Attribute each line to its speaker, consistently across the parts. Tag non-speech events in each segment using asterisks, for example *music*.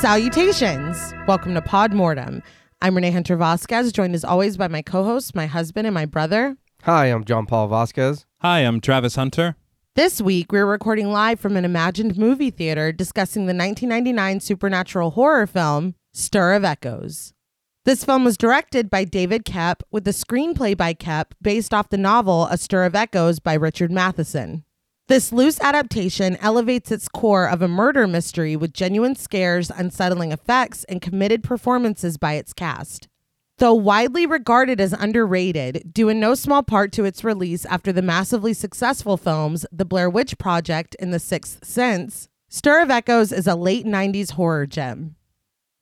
Speaker 1: Salutations. Welcome to Pod Mortem. I'm Renee Hunter Vasquez, joined as always by my co host, my husband, and my brother.
Speaker 2: Hi, I'm John Paul Vasquez.
Speaker 3: Hi, I'm Travis Hunter.
Speaker 1: This week, we're recording live from an imagined movie theater discussing the 1999 supernatural horror film, Stir of Echoes. This film was directed by David Kep with a screenplay by Kep based off the novel A Stir of Echoes by Richard Matheson. This loose adaptation elevates its core of a murder mystery with genuine scares, unsettling effects, and committed performances by its cast. Though widely regarded as underrated, due in no small part to its release after the massively successful films The Blair Witch Project and The Sixth Sense, Stir of Echoes is a late 90s horror gem.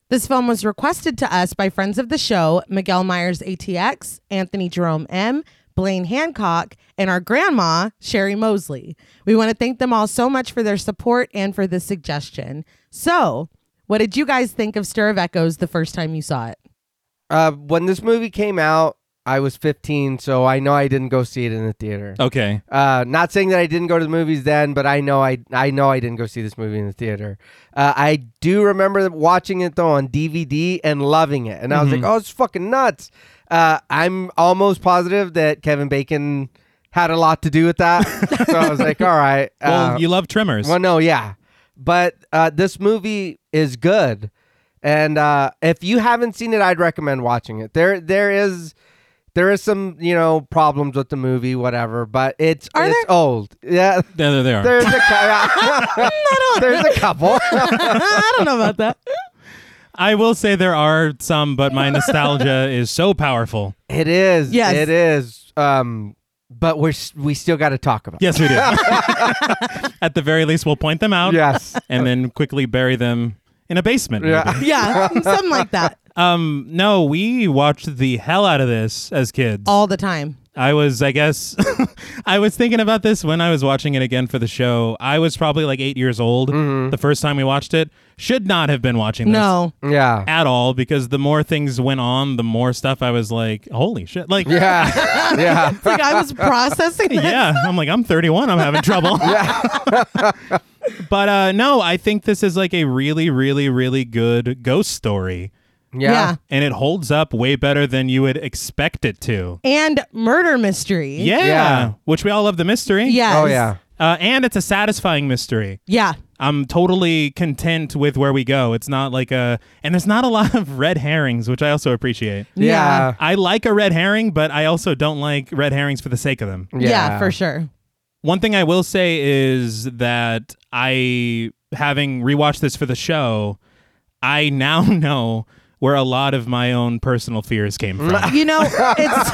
Speaker 1: This film was requested to us by friends of the show, Miguel Myers ATX, Anthony Jerome M., Blaine Hancock, and our grandma, Sherry Mosley. We want to thank them all so much for their support and for this suggestion. So, what did you guys think of Stir of Echoes the first time you saw it?
Speaker 2: Uh, when this movie came out, I was 15, so I know I didn't go see it in the theater.
Speaker 3: Okay.
Speaker 2: Uh, not saying that I didn't go to the movies then, but I know I I know I didn't go see this movie in the theater. Uh, I do remember watching it though on DVD and loving it, and I was
Speaker 3: Mm-hmm.
Speaker 2: like, "Oh, it's fucking nuts!" Uh, I'm almost positive that Kevin Bacon had a lot to do with
Speaker 3: *laughs*
Speaker 2: that. so I was like, "All right."
Speaker 3: Well,
Speaker 2: uh,
Speaker 3: you love Tremors.
Speaker 2: Well, no, yeah, but uh, this movie is good, and uh, if you haven't seen it, I'd recommend watching it. There, there is, there is some you know problems with the movie, whatever, but it's
Speaker 1: Are
Speaker 2: it's
Speaker 1: there-
Speaker 2: old. Yeah, *laughs*
Speaker 3: there, there they are.
Speaker 2: there's a cou- *laughs* there's a couple. *laughs*
Speaker 1: I don't know about that.
Speaker 3: I will say there are some, but my nostalgia is so powerful.
Speaker 2: it is,
Speaker 1: Yes.
Speaker 2: it is. Um, but we're s- we still got to talk about.
Speaker 3: Yes, we do. At the very least, we'll point them
Speaker 2: it.
Speaker 1: *laughs*
Speaker 3: out
Speaker 2: yes,
Speaker 3: and then quickly bury them in a basement. maybe.
Speaker 2: yeah.
Speaker 1: Yeah, something like that
Speaker 3: Um, no, we watched the hell out of this as kids.
Speaker 1: all the time.
Speaker 3: I was, I guess, *laughs* I was thinking about this when I was watching it again for the show. I was probably like eight years old the first time we watched it. Should not have been watching this.
Speaker 1: No. *laughs*
Speaker 2: yeah.
Speaker 3: at all because the more things went on, the more stuff I was like, holy shit. Like, yeah. *laughs*
Speaker 2: Yeah, yeah,
Speaker 1: It's like I was processing that.
Speaker 3: I'm like, I'm 31. I'm having trouble. *laughs* but uh, no, I think this is like a really, really, really good ghost story.
Speaker 1: Yeah.
Speaker 2: yeah,
Speaker 3: And it holds up way better than you would expect it to.
Speaker 1: And murder mystery.
Speaker 3: Yeah.
Speaker 2: Yeah.
Speaker 3: Which we all love the mystery.
Speaker 1: Yes.
Speaker 2: Oh yeah,
Speaker 3: Uh, and it's a satisfying mystery.
Speaker 1: Yeah.
Speaker 3: I'm totally content with where we go. It's not like a, and there's not a lot of red herrings, which I also appreciate.
Speaker 2: yeah,
Speaker 3: I like a red herring, but I also don't like red herrings for the sake of them.
Speaker 1: Yeah, for sure.
Speaker 3: One thing I will say is that I, having rewatched this for the show, I now *laughs* know where a lot of my own personal fears
Speaker 2: *laughs*
Speaker 3: came from.
Speaker 1: You know, it's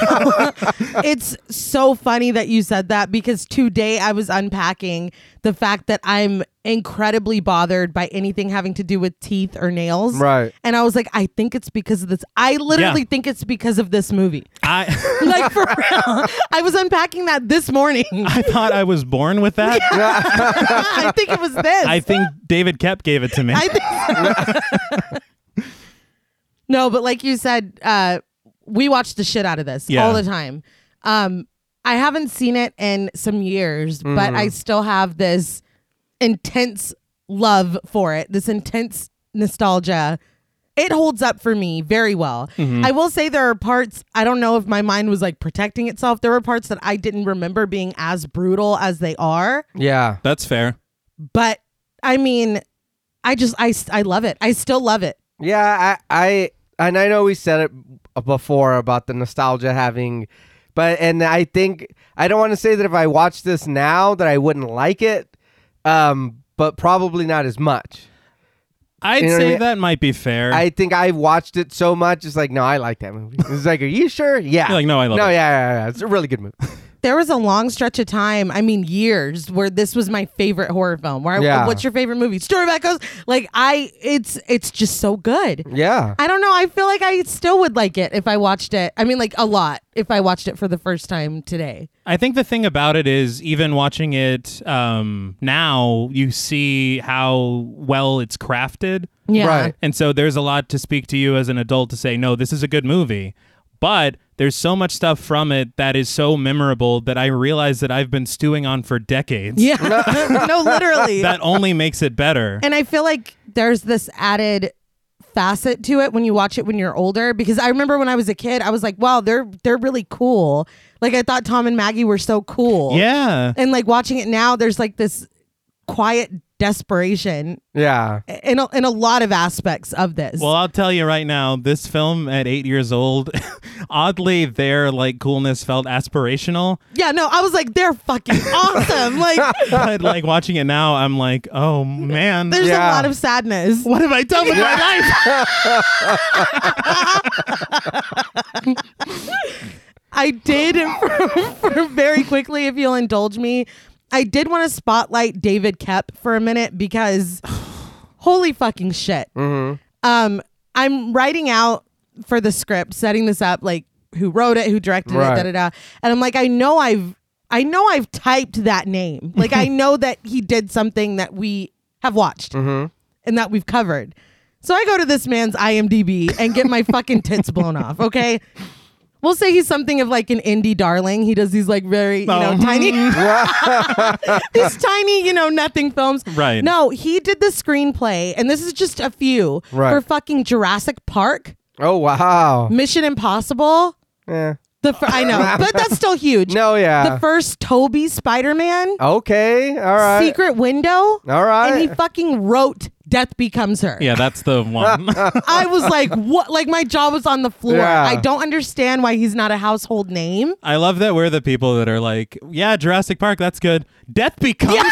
Speaker 1: it's so *laughs* funny that you said that because today I was unpacking the fact that I'm incredibly bothered by anything having to do with teeth or nails.
Speaker 2: Right.
Speaker 1: And I was like, I think it's because of this. I literally
Speaker 3: Yeah.
Speaker 1: think it's because of this movie.
Speaker 3: I, *laughs*
Speaker 1: Like for *laughs* real. I was unpacking that this morning. *laughs*
Speaker 3: I thought I was born with that.
Speaker 1: I think it was this.
Speaker 3: I think David Kep gave it to me.
Speaker 1: I think no, but like you said, uh, we watched the shit out of this
Speaker 3: Yeah.
Speaker 1: all the time. Um, I haven't seen it in some years, but I still have this intense love for it, this intense nostalgia. It holds up for me very well. I will say there are parts, I don't know if my mind was like protecting itself. There were parts that I didn't remember being as brutal as they are
Speaker 2: yeah.
Speaker 3: That's fair.
Speaker 1: but I mean, I just I s- I love it. I still love it.
Speaker 2: Yeah, I, I and I know we said it b- before about the nostalgia having, but and I think I don't want to say that if I watched this now that I wouldn't like it, um, but probably not as much.
Speaker 3: I'd
Speaker 2: You know what I
Speaker 3: say
Speaker 2: mean?
Speaker 3: that might be fair.
Speaker 2: I think I watched it so much, it's like no, I like that movie. It's like, are you sure? Yeah.
Speaker 3: You're like, no, I love
Speaker 2: no,
Speaker 3: it.
Speaker 2: yeah, yeah, yeah, it's a really good movie.
Speaker 1: There was a long stretch of time, I mean years, where this was my favorite horror film. Where I-
Speaker 2: Yeah.
Speaker 1: what's your favorite movie? Story of Echoes. Like I, it's it's just so good.
Speaker 2: Yeah,
Speaker 1: I don't know. I feel like I still would like it if I watched it. I mean, like a lot if I watched it for the first time today.
Speaker 3: I think the thing about it is, even watching it um, now, you see how well it's crafted.
Speaker 1: Yeah.
Speaker 2: Right.
Speaker 3: And so there's a lot to speak to you as an adult to say, no, this is a good movie. But there's so much stuff from it that is so memorable that I realize that I've been stewing on for decades.
Speaker 1: Yeah. *laughs* no, literally.
Speaker 3: That only makes it better.
Speaker 1: *laughs* And I feel like there's this added facet to it when you watch it when you're older because I remember when I was a kid I was like wow they're they're really cool like I thought Tom and Maggie were so cool
Speaker 3: yeah.
Speaker 1: and like watching it now there's like this quiet desperation
Speaker 2: Yeah.
Speaker 1: in a, in a lot of aspects of this
Speaker 3: Well, I'll tell you right now, this film at eight years old, *laughs* oddly, their like coolness
Speaker 1: *laughs*
Speaker 3: felt aspirational.
Speaker 1: yeah no I was like they're fucking awesome like
Speaker 3: But like watching it now, I'm like,
Speaker 1: *laughs*
Speaker 3: oh man,
Speaker 1: there's
Speaker 2: Yeah.
Speaker 1: a lot of sadness
Speaker 3: what have I done with
Speaker 1: *laughs*
Speaker 3: my life?
Speaker 1: I did *laughs* for, for very quickly, if you'll indulge me. I did want to spotlight David Kep for a minute because *sighs* holy fucking shit. Um, I'm writing out for the script, setting this up, like who wrote it, who directed
Speaker 2: Right.
Speaker 1: it, da da da. And I'm like, I know I've I know I've typed that name. Like I know that he did something that we have watched and that we've covered. So I go to this man's IMDb and get my
Speaker 2: *laughs*
Speaker 1: fucking tits blown off, okay? We'll say he's something of like an indie darling. He does these like very, you know,
Speaker 2: *laughs*
Speaker 3: Oh.
Speaker 1: tiny, *laughs* these tiny, you know, nothing films.
Speaker 3: Right.
Speaker 1: No, he did the screenplay, and this is just a few
Speaker 2: Right.
Speaker 1: for fucking Jurassic Park,
Speaker 2: Oh wow.
Speaker 1: Mission Impossible.
Speaker 2: Yeah.
Speaker 1: The fir- I know, but that's still huge.
Speaker 2: No. uh.
Speaker 1: The
Speaker 2: Yeah.
Speaker 1: first Toby Spider Man,
Speaker 2: okay. All right.
Speaker 1: Secret Window,
Speaker 2: All right.
Speaker 1: and he fucking wrote Death Becomes Her.
Speaker 3: Yeah, that's the *laughs* one.
Speaker 1: I was like, what? Like my jaw was on the floor.
Speaker 2: Yeah.
Speaker 1: I don't understand why he's not a household name.
Speaker 3: I love that we're the people that are like, yeah, Jurassic Park, that's good. Death becomes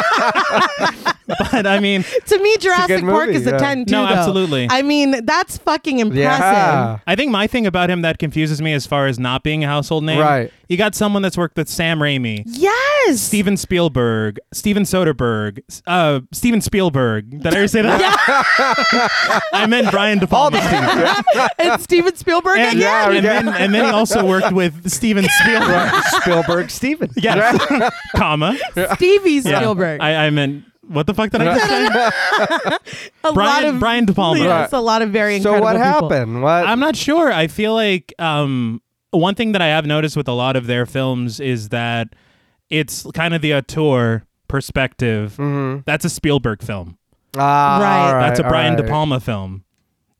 Speaker 3: *laughs* But I mean,
Speaker 1: To me, Jurassic
Speaker 2: good
Speaker 1: Park
Speaker 2: movie,
Speaker 1: is a
Speaker 2: yeah.
Speaker 1: 10 too,
Speaker 3: No,
Speaker 1: though.
Speaker 3: absolutely.
Speaker 1: I mean, that's fucking impressive.
Speaker 2: yeah.
Speaker 3: I think my thing about him that confuses me as far as not being a household name,
Speaker 2: Right.
Speaker 3: You got someone that's worked with Sam Raimi,
Speaker 1: Yes. *laughs*
Speaker 3: Steven Spielberg, Steven Soderbergh, s- uh, Steven Spielberg. Did I ever say that? *laughs* I meant Brian De Palma.
Speaker 1: and Steven Spielberg
Speaker 3: and,
Speaker 1: again.
Speaker 2: Yeah,
Speaker 3: and,
Speaker 2: yeah.
Speaker 3: Then, and then he also worked with Steven Spielberg.
Speaker 2: Spielberg
Speaker 3: *laughs*
Speaker 2: Steven.
Speaker 3: yes, comma.
Speaker 1: Stevie
Speaker 3: Yeah.
Speaker 1: Spielberg.
Speaker 3: I, I meant what the fuck did I just say?
Speaker 1: a lot
Speaker 3: Brian
Speaker 1: of
Speaker 3: Brian De Palma.
Speaker 1: Yeah, it's a lot of very
Speaker 2: So
Speaker 1: incredible
Speaker 2: what
Speaker 1: people.
Speaker 2: happened? What?
Speaker 3: I'm not sure. I feel like um, one thing that I have noticed with a lot of their films is that it's kind of the auteur perspective. That's a Spielberg film.
Speaker 2: Ah,
Speaker 1: Right.
Speaker 2: Mm-hmm. all
Speaker 3: That's a
Speaker 2: all
Speaker 3: Brian
Speaker 2: right.
Speaker 3: De Palma film.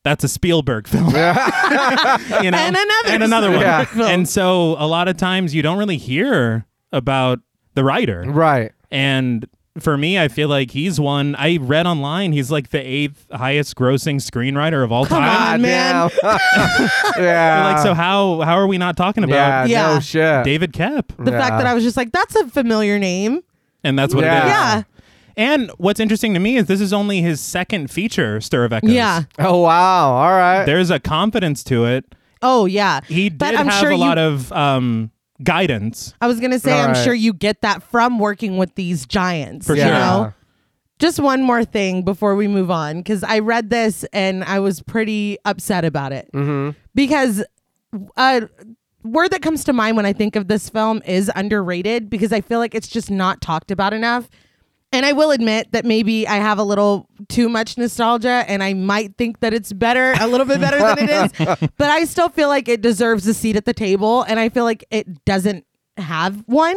Speaker 3: That's a Spielberg film. *laughs*
Speaker 2: *laughs*
Speaker 3: You know?
Speaker 1: And another
Speaker 3: and another one.
Speaker 2: Yeah.
Speaker 1: film.
Speaker 3: And so a lot of times you don't really hear about the writer.
Speaker 2: Right.
Speaker 3: And for me, I feel like he's one. I read online he's like the eighth highest grossing screenwriter of all time.
Speaker 1: on.
Speaker 2: God
Speaker 1: man.
Speaker 2: Ah, damn.
Speaker 1: *laughs*
Speaker 2: *laughs* yeah.
Speaker 3: Like so, how how are we not talking about
Speaker 2: yeah,
Speaker 1: Yeah.
Speaker 2: No shit.
Speaker 3: David Kep?
Speaker 1: The
Speaker 2: Yeah.
Speaker 1: fact that I was just like, that's a familiar name.
Speaker 3: And that's what
Speaker 2: Yeah.
Speaker 3: it is.
Speaker 1: Yeah.
Speaker 3: And what's interesting to me is this is only his second feature, Stir of Echoes.
Speaker 1: Yeah.
Speaker 2: oh wow. All right.
Speaker 3: There's a confidence to it.
Speaker 1: Oh yeah.
Speaker 3: He did
Speaker 1: but I'm
Speaker 3: have
Speaker 1: sure
Speaker 3: a lot
Speaker 1: you,
Speaker 3: of um, guidance.
Speaker 1: I was gonna say,
Speaker 2: All
Speaker 1: I'm
Speaker 2: right.
Speaker 1: sure you get that from working with these giants.
Speaker 3: For
Speaker 1: you
Speaker 3: sure.
Speaker 1: know? Just one more thing before we move on, because I read this and I was pretty upset about it. Mm-hmm. Because a word that comes to mind when I think of this film is underrated because I feel like it's just not talked about enough. And I will admit that maybe I have a little too much nostalgia and I might think that it's better, a little bit better than it is. But I still feel like it deserves a seat at the table and I feel like it doesn't have one.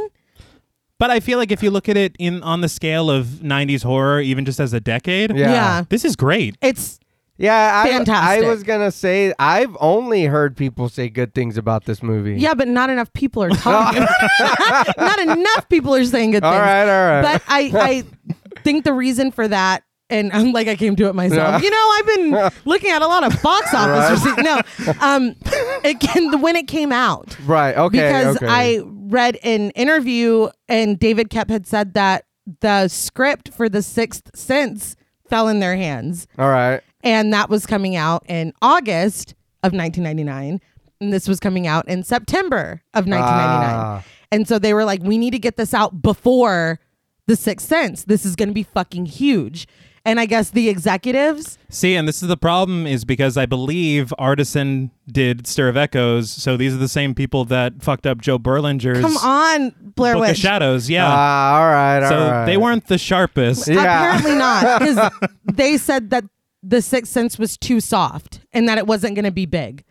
Speaker 3: But I feel like if you look at it in on the scale of 90s horror, even just as a decade,
Speaker 2: Yeah.
Speaker 3: this is great.
Speaker 1: It's
Speaker 2: Yeah, I,
Speaker 1: Fantastic.
Speaker 2: I was gonna say I've only heard people say good things about this movie.
Speaker 1: Yeah, but not enough people are talking.
Speaker 2: *laughs*
Speaker 1: not enough people are saying good
Speaker 2: All
Speaker 1: things.
Speaker 2: right, all right.
Speaker 1: But I, I think the reason for that, and I'm like I came to it myself. You know,
Speaker 2: *laughs*
Speaker 1: I've been looking at a lot of box office receipts. No, um, it can when it came out
Speaker 2: right. Okay.
Speaker 1: because
Speaker 2: okay.
Speaker 1: I read an interview and David Kep had said that the script for The Sixth Sense fell in their hands
Speaker 2: All right.
Speaker 1: and that was coming out in August of 1999 and this was coming out in September of 1999
Speaker 2: Ah.
Speaker 1: and so they were like we need to get this out before the sixth sense this is going to be fucking huge and i guess the executives
Speaker 3: See, and this is the problem is because I believe Artisan did Stir of Echoes, so these are the same people that fucked up Joe Berlinger's
Speaker 1: come on blair
Speaker 3: Book of
Speaker 1: witch
Speaker 3: Shadows. Yeah.
Speaker 2: Ah, all right. All
Speaker 3: so
Speaker 2: right.
Speaker 3: they weren't the sharpest.
Speaker 2: Yeah.
Speaker 1: apparently not because they said that the sixth sense was too soft and that it wasn't going to be big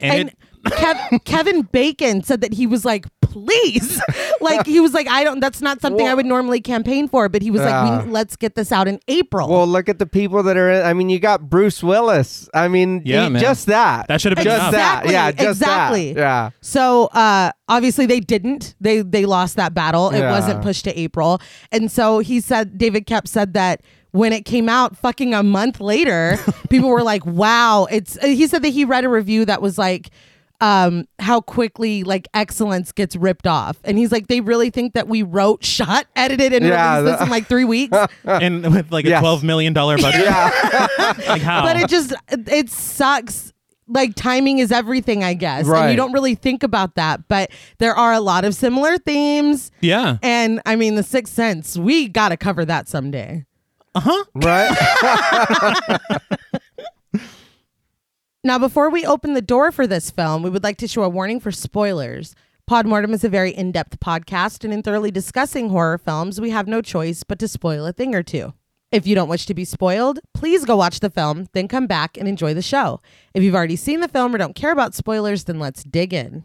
Speaker 3: and,
Speaker 1: and
Speaker 3: it,
Speaker 2: *laughs*
Speaker 1: Kev- Kevin Bacon said that he was like, please, *laughs* like he was like, I don't. That's not something I
Speaker 2: Well-
Speaker 1: would normally campaign for. But he was like,
Speaker 2: Yeah.
Speaker 1: we, let's get this out in April.
Speaker 2: Well, look at the people that are. in I mean, you got Bruce Willis. I mean,
Speaker 3: Yeah,
Speaker 2: e-
Speaker 3: man.
Speaker 2: just that.
Speaker 3: That should have been
Speaker 2: just
Speaker 3: enough.
Speaker 2: that.
Speaker 1: Exactly,
Speaker 2: Yeah, just
Speaker 1: exactly.
Speaker 2: that. Yeah.
Speaker 1: so uh, obviously they didn't. They they lost that battle. It
Speaker 2: Yeah.
Speaker 1: wasn't pushed to April. And so he said, David Kep said that when it came out, fucking a month
Speaker 2: *laughs*
Speaker 1: later, people were like, wow, it's. uh, He said that he read a review that was like. Um, how quickly like excellence gets ripped off, and he's like, they really think that we wrote, shot, edited, and
Speaker 2: Yeah,
Speaker 1: released this
Speaker 2: the-
Speaker 1: in like three
Speaker 2: *laughs*
Speaker 1: weeks.
Speaker 3: and with like a
Speaker 2: Yes.
Speaker 3: twelve million dollar budget. *laughs* like how?
Speaker 1: but it just it sucks like timing is everything i guess and you
Speaker 2: Right.
Speaker 1: don't really think about that but there are a lot of similar themes
Speaker 3: yeah.
Speaker 1: and i mean the sixth sense we gotta cover that someday *laughs*
Speaker 2: Right.
Speaker 1: now before we open the door for this film we would like to show a warning for spoilers Podmortem is a very in-depth podcast, and in thoroughly discussing horror films, we have no choice but to spoil a thing or two. If you don't wish to be spoiled, please go watch the film, then come back and enjoy the show. If you've already seen the film or don't care about spoilers, then let's dig in.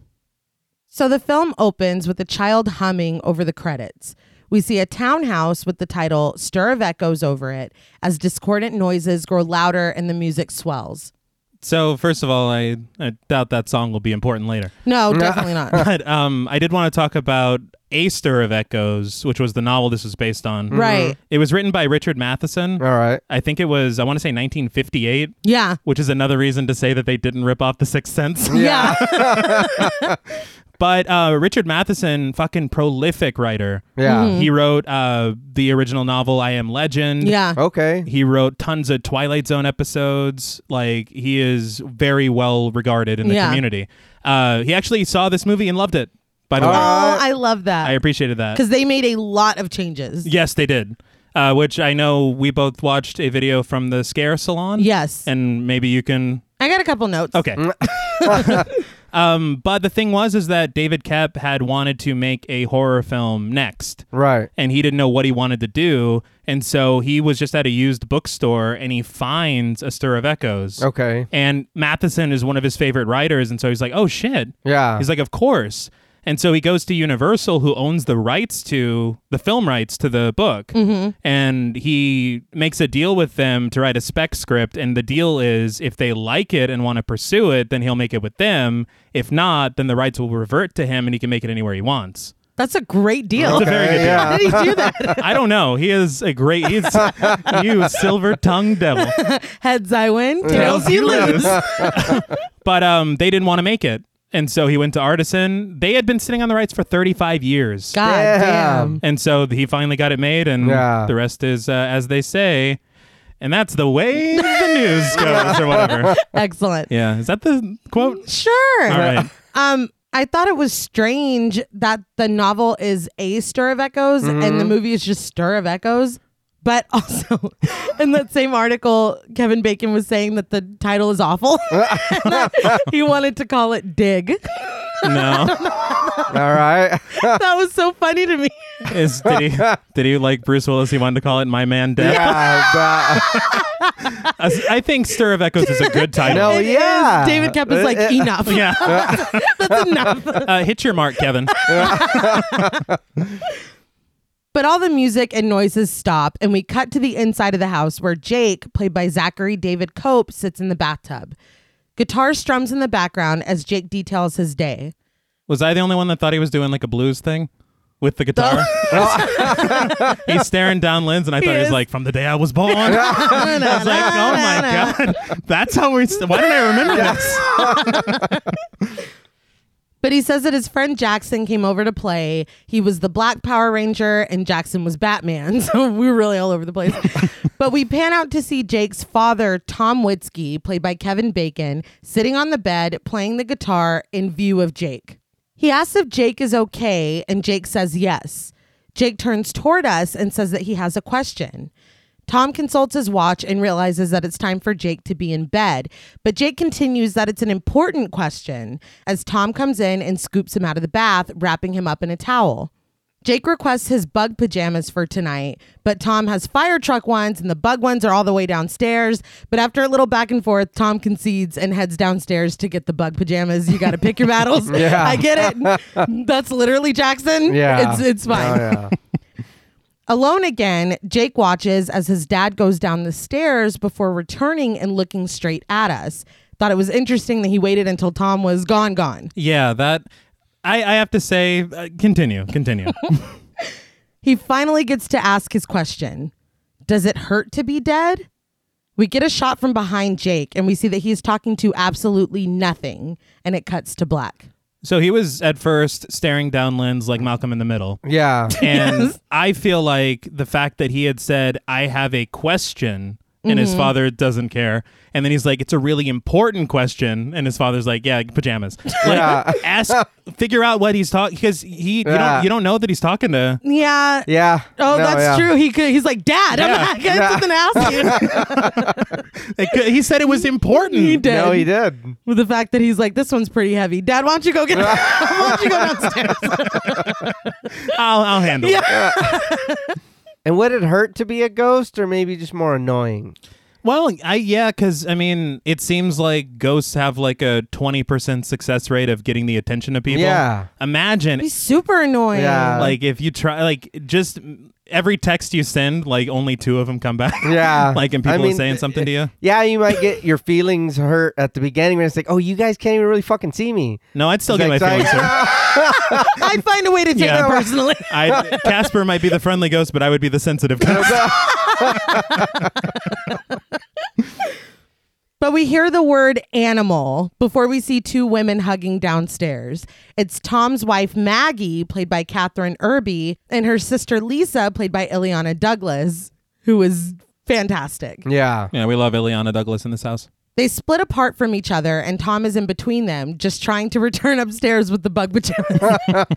Speaker 1: So the film opens with a child humming over the credits. We see a townhouse with the title Stir of Echoes over it as discordant noises grow louder and the music swells.
Speaker 3: So first of all, I, I doubt that song will be important later.
Speaker 1: *laughs* No, definitely not.
Speaker 3: But um, I did want to talk about A Stir of Echoes, which was the novel this was based on.
Speaker 1: Right.
Speaker 3: It was written by Richard Matheson.
Speaker 2: All Mm-hmm. right.
Speaker 3: I think it was I want to say 1958,
Speaker 1: Yeah.
Speaker 3: which is another reason to say that they didn't rip off The Sixth Sense.
Speaker 2: Mm-hmm.
Speaker 1: Yeah.
Speaker 3: *laughs* But uh, Richard Matheson, fucking prolific writer.
Speaker 2: Yeah.
Speaker 3: He wrote uh, the original novel I Am
Speaker 1: *laughs*
Speaker 3: Legend.
Speaker 1: Yeah.
Speaker 2: Okay.
Speaker 3: He wrote tons of Twilight Zone episodes. Like he is very well regarded in the
Speaker 1: Yeah.
Speaker 3: community. Uh, he actually saw this movie and loved it. By the way,
Speaker 1: Oh, I love
Speaker 3: I
Speaker 1: that.
Speaker 3: appreciated that.
Speaker 1: Because they made a lot of changes.
Speaker 3: Yes, they did. Uh, which I know we both watched a video from the Scare Salon.
Speaker 1: Yes.
Speaker 3: and maybe you can
Speaker 1: I got a couple notes.
Speaker 3: Okay. *laughs* um, but the thing was is that David Kep had wanted to make a horror film next.
Speaker 2: Right.
Speaker 3: And he didn't know what he wanted to do. And so he was just at a used bookstore and he finds A Stir of Echoes.
Speaker 2: Okay.
Speaker 3: And Matheson is one of his favorite writers. And so he's like, oh shit.
Speaker 2: Yeah.
Speaker 3: He's like, of course. And so he goes to Universal, who owns the rights to the film rights to the book. And he makes a deal with them to write a spec script. And the deal is if they like it and want to pursue it, then he'll make it with them. If not, then the rights will revert to him and he can make it anywhere he wants.
Speaker 1: That's a great deal.
Speaker 3: It's a very good deal.
Speaker 2: yeah.
Speaker 1: *laughs* How did he do that?
Speaker 3: I don't know. He is a great, he's you silver tongued devil.
Speaker 1: Heads I win, tails
Speaker 3: Tails
Speaker 1: you *laughs*
Speaker 3: you
Speaker 1: lose.
Speaker 3: But um, they didn't want to make it. And so he went to Artisan. They had been sitting on the rights for 35 years.
Speaker 1: God damn.
Speaker 2: Damn.
Speaker 3: And so he finally got it made, and
Speaker 2: Yeah.
Speaker 3: the rest is, uh, as they say, and that's the way the
Speaker 2: *laughs*
Speaker 3: news goes, or whatever.
Speaker 1: Excellent.
Speaker 3: Yeah, is that the quote?
Speaker 1: Sure.
Speaker 3: All right.
Speaker 1: Um, I thought it was strange that the novel is a stir of echos and the
Speaker 3: Mm-hmm.
Speaker 1: movie is just stir of echoes. But *laughs* also, in that same article, Kevin Bacon was saying that the title is awful. *laughs* And that he wanted to call it Dig.
Speaker 3: *laughs*
Speaker 2: *laughs*
Speaker 3: No,
Speaker 2: All
Speaker 3: *laughs*
Speaker 2: right. *laughs*
Speaker 1: that was so funny to me.
Speaker 3: is did he did he like Bruce Willis? He wanted to call it "My Man Dead."
Speaker 2: yeah. but-
Speaker 3: I, I think "Stir of Echoes" is a good title.
Speaker 2: *laughs* no.
Speaker 1: It is.
Speaker 2: Yeah.
Speaker 1: David Kep is like,
Speaker 2: Uh, uh,
Speaker 1: enough.
Speaker 3: Oh, *laughs* Yeah,
Speaker 2: *laughs*
Speaker 1: That's enough.
Speaker 3: uh, hit your mark, Kevin.
Speaker 1: But all the music and noises stop, and we cut to the inside of the house where Jake, played by Zachary David Cope, sits in the bathtub. Guitar strums in the background as Jake details his day.
Speaker 3: Was I the only one that thought he was doing like a blues thing with the guitar? *laughs* He's staring down lens, and I thought he was
Speaker 1: is.
Speaker 3: like, "From the day I was *laughs* born." *laughs* I was like, "Oh
Speaker 1: *laughs*
Speaker 3: my god, *laughs* that's how we." St- Why don't I remember this?
Speaker 1: But he says that his friend Jackson came over to play. He was the Black Power Ranger and Jackson was Batman. *laughs* So we were really all over the place. but we pan out to see Jake's father, Tom Witzke, played by Kevin Bacon, sitting on the bed playing the guitar in view of Jake. He asks if Jake is okay, and Jake says yes. Jake turns toward us and says that he has a question. Tom consults his watch and realizes that it's time for Jake to be in bed, but Jake continues that it's an important question as Tom comes in and scoops him out of the bath, wrapping him up in a towel. Jake requests his bug pajamas for tonight, but Tom has fire truck ones and the bug ones are all the way downstairs. But after a little back and forth, Tom concedes and heads downstairs to get the bug pajamas. You got to pick your battles.
Speaker 2: *laughs* Yeah.
Speaker 1: I get it.
Speaker 2: *laughs*
Speaker 1: That's literally Jackson.
Speaker 2: Yeah.
Speaker 1: It's, it's fine.
Speaker 2: Oh, yeah.
Speaker 1: Alone again, Jake watches as his dad goes down the stairs before returning and looking straight at us. Thought it was interesting that he waited until Tom was gone, gone.
Speaker 3: Yeah, that I, I have to say, uh, continue, *laughs* continue.
Speaker 1: He finally gets to ask his question Does it hurt to be dead? We get a shot from behind Jake and we see that he's talking to absolutely nothing, and it cuts to black.
Speaker 3: so he was at first staring down lens like Malcolm in the Middle.
Speaker 2: Yeah. *laughs*
Speaker 3: And I feel like the fact that he had said, I have a question, and his
Speaker 2: Mm-hmm.
Speaker 3: father doesn't care. And then he's like, It's a really important question. And his father's like,
Speaker 2: *laughs*
Speaker 3: Yeah, pajamas. Like,
Speaker 2: Yeah.
Speaker 3: ask, figure out what he's talking, because he, you,
Speaker 2: Yeah.
Speaker 3: don't, you don't know that he's talking to.
Speaker 1: Yeah.
Speaker 2: Yeah.
Speaker 1: Oh,
Speaker 2: No,
Speaker 1: that's
Speaker 2: yeah.
Speaker 1: true. He could, he's like, Dad, I'm
Speaker 3: Yeah.
Speaker 1: not going to ask you.
Speaker 3: Like, he said it was important.
Speaker 1: He did.
Speaker 2: No, he did.
Speaker 1: with the fact that he's like, this one's pretty heavy. Dad, why don't you go get? why don't you go downstairs?
Speaker 3: I'll, I'll handle it.
Speaker 2: And would it hurt to be a ghost, or maybe just more annoying?
Speaker 3: Well, I yeah, because I mean, it seems like ghosts have like a twenty percent success rate of getting the attention of people.
Speaker 2: Yeah.
Speaker 3: imagine
Speaker 1: He's super annoying. *laughs*
Speaker 2: Yeah.
Speaker 3: like if you try like just every text you send, like only two of them come back.
Speaker 2: Yeah.
Speaker 3: like and
Speaker 2: I
Speaker 3: people are
Speaker 2: mean, uh,
Speaker 3: saying something to you.
Speaker 2: Yeah, you might get your feelings hurt at the beginning when it's like, oh, you guys can't even really fucking see me.
Speaker 3: *laughs* No, I'd still get my
Speaker 2: It's like,
Speaker 3: feelings hurt.
Speaker 1: I find a way to take
Speaker 3: Yeah.
Speaker 1: it personally.
Speaker 3: I Casper might be the friendly ghost, but I would be the sensitive ghost.
Speaker 1: But we hear the word animal before we see two women hugging downstairs. It's Tom's wife, Maggie, played by Katherine Irby, and her sister, Lisa, played by Ileana Douglas, who is fantastic.
Speaker 2: yeah.
Speaker 3: *laughs* yeah, we love Ileana Douglas in this *laughs* house.
Speaker 1: They split apart from each other, and Tom is in between them, just trying to *laughs* return upstairs with the bug pajamas.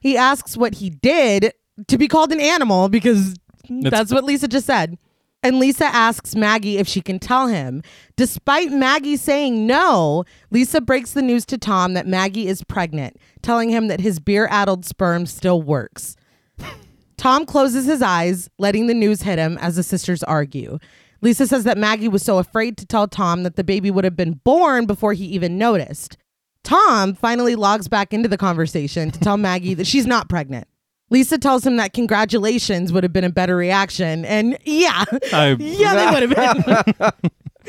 Speaker 1: he asks what he did to be called an animal because that's what Lisa just said. And Lisa asks Maggie if she can tell him. Despite Maggie saying no, Lisa breaks the news to Tom that Maggie is pregnant, telling him that his beer addled sperm still works. Tom closes his eyes, letting the news hit him as the sisters argue. Lisa says that Maggie was so afraid to tell Tom that the baby would have been born before he even noticed. Tom finally logs back into the conversation to tell Maggie that she's not pregnant. Lisa tells him that congratulations would have been a better reaction, and yeah,
Speaker 3: I-
Speaker 1: yeah, they would have been. *laughs*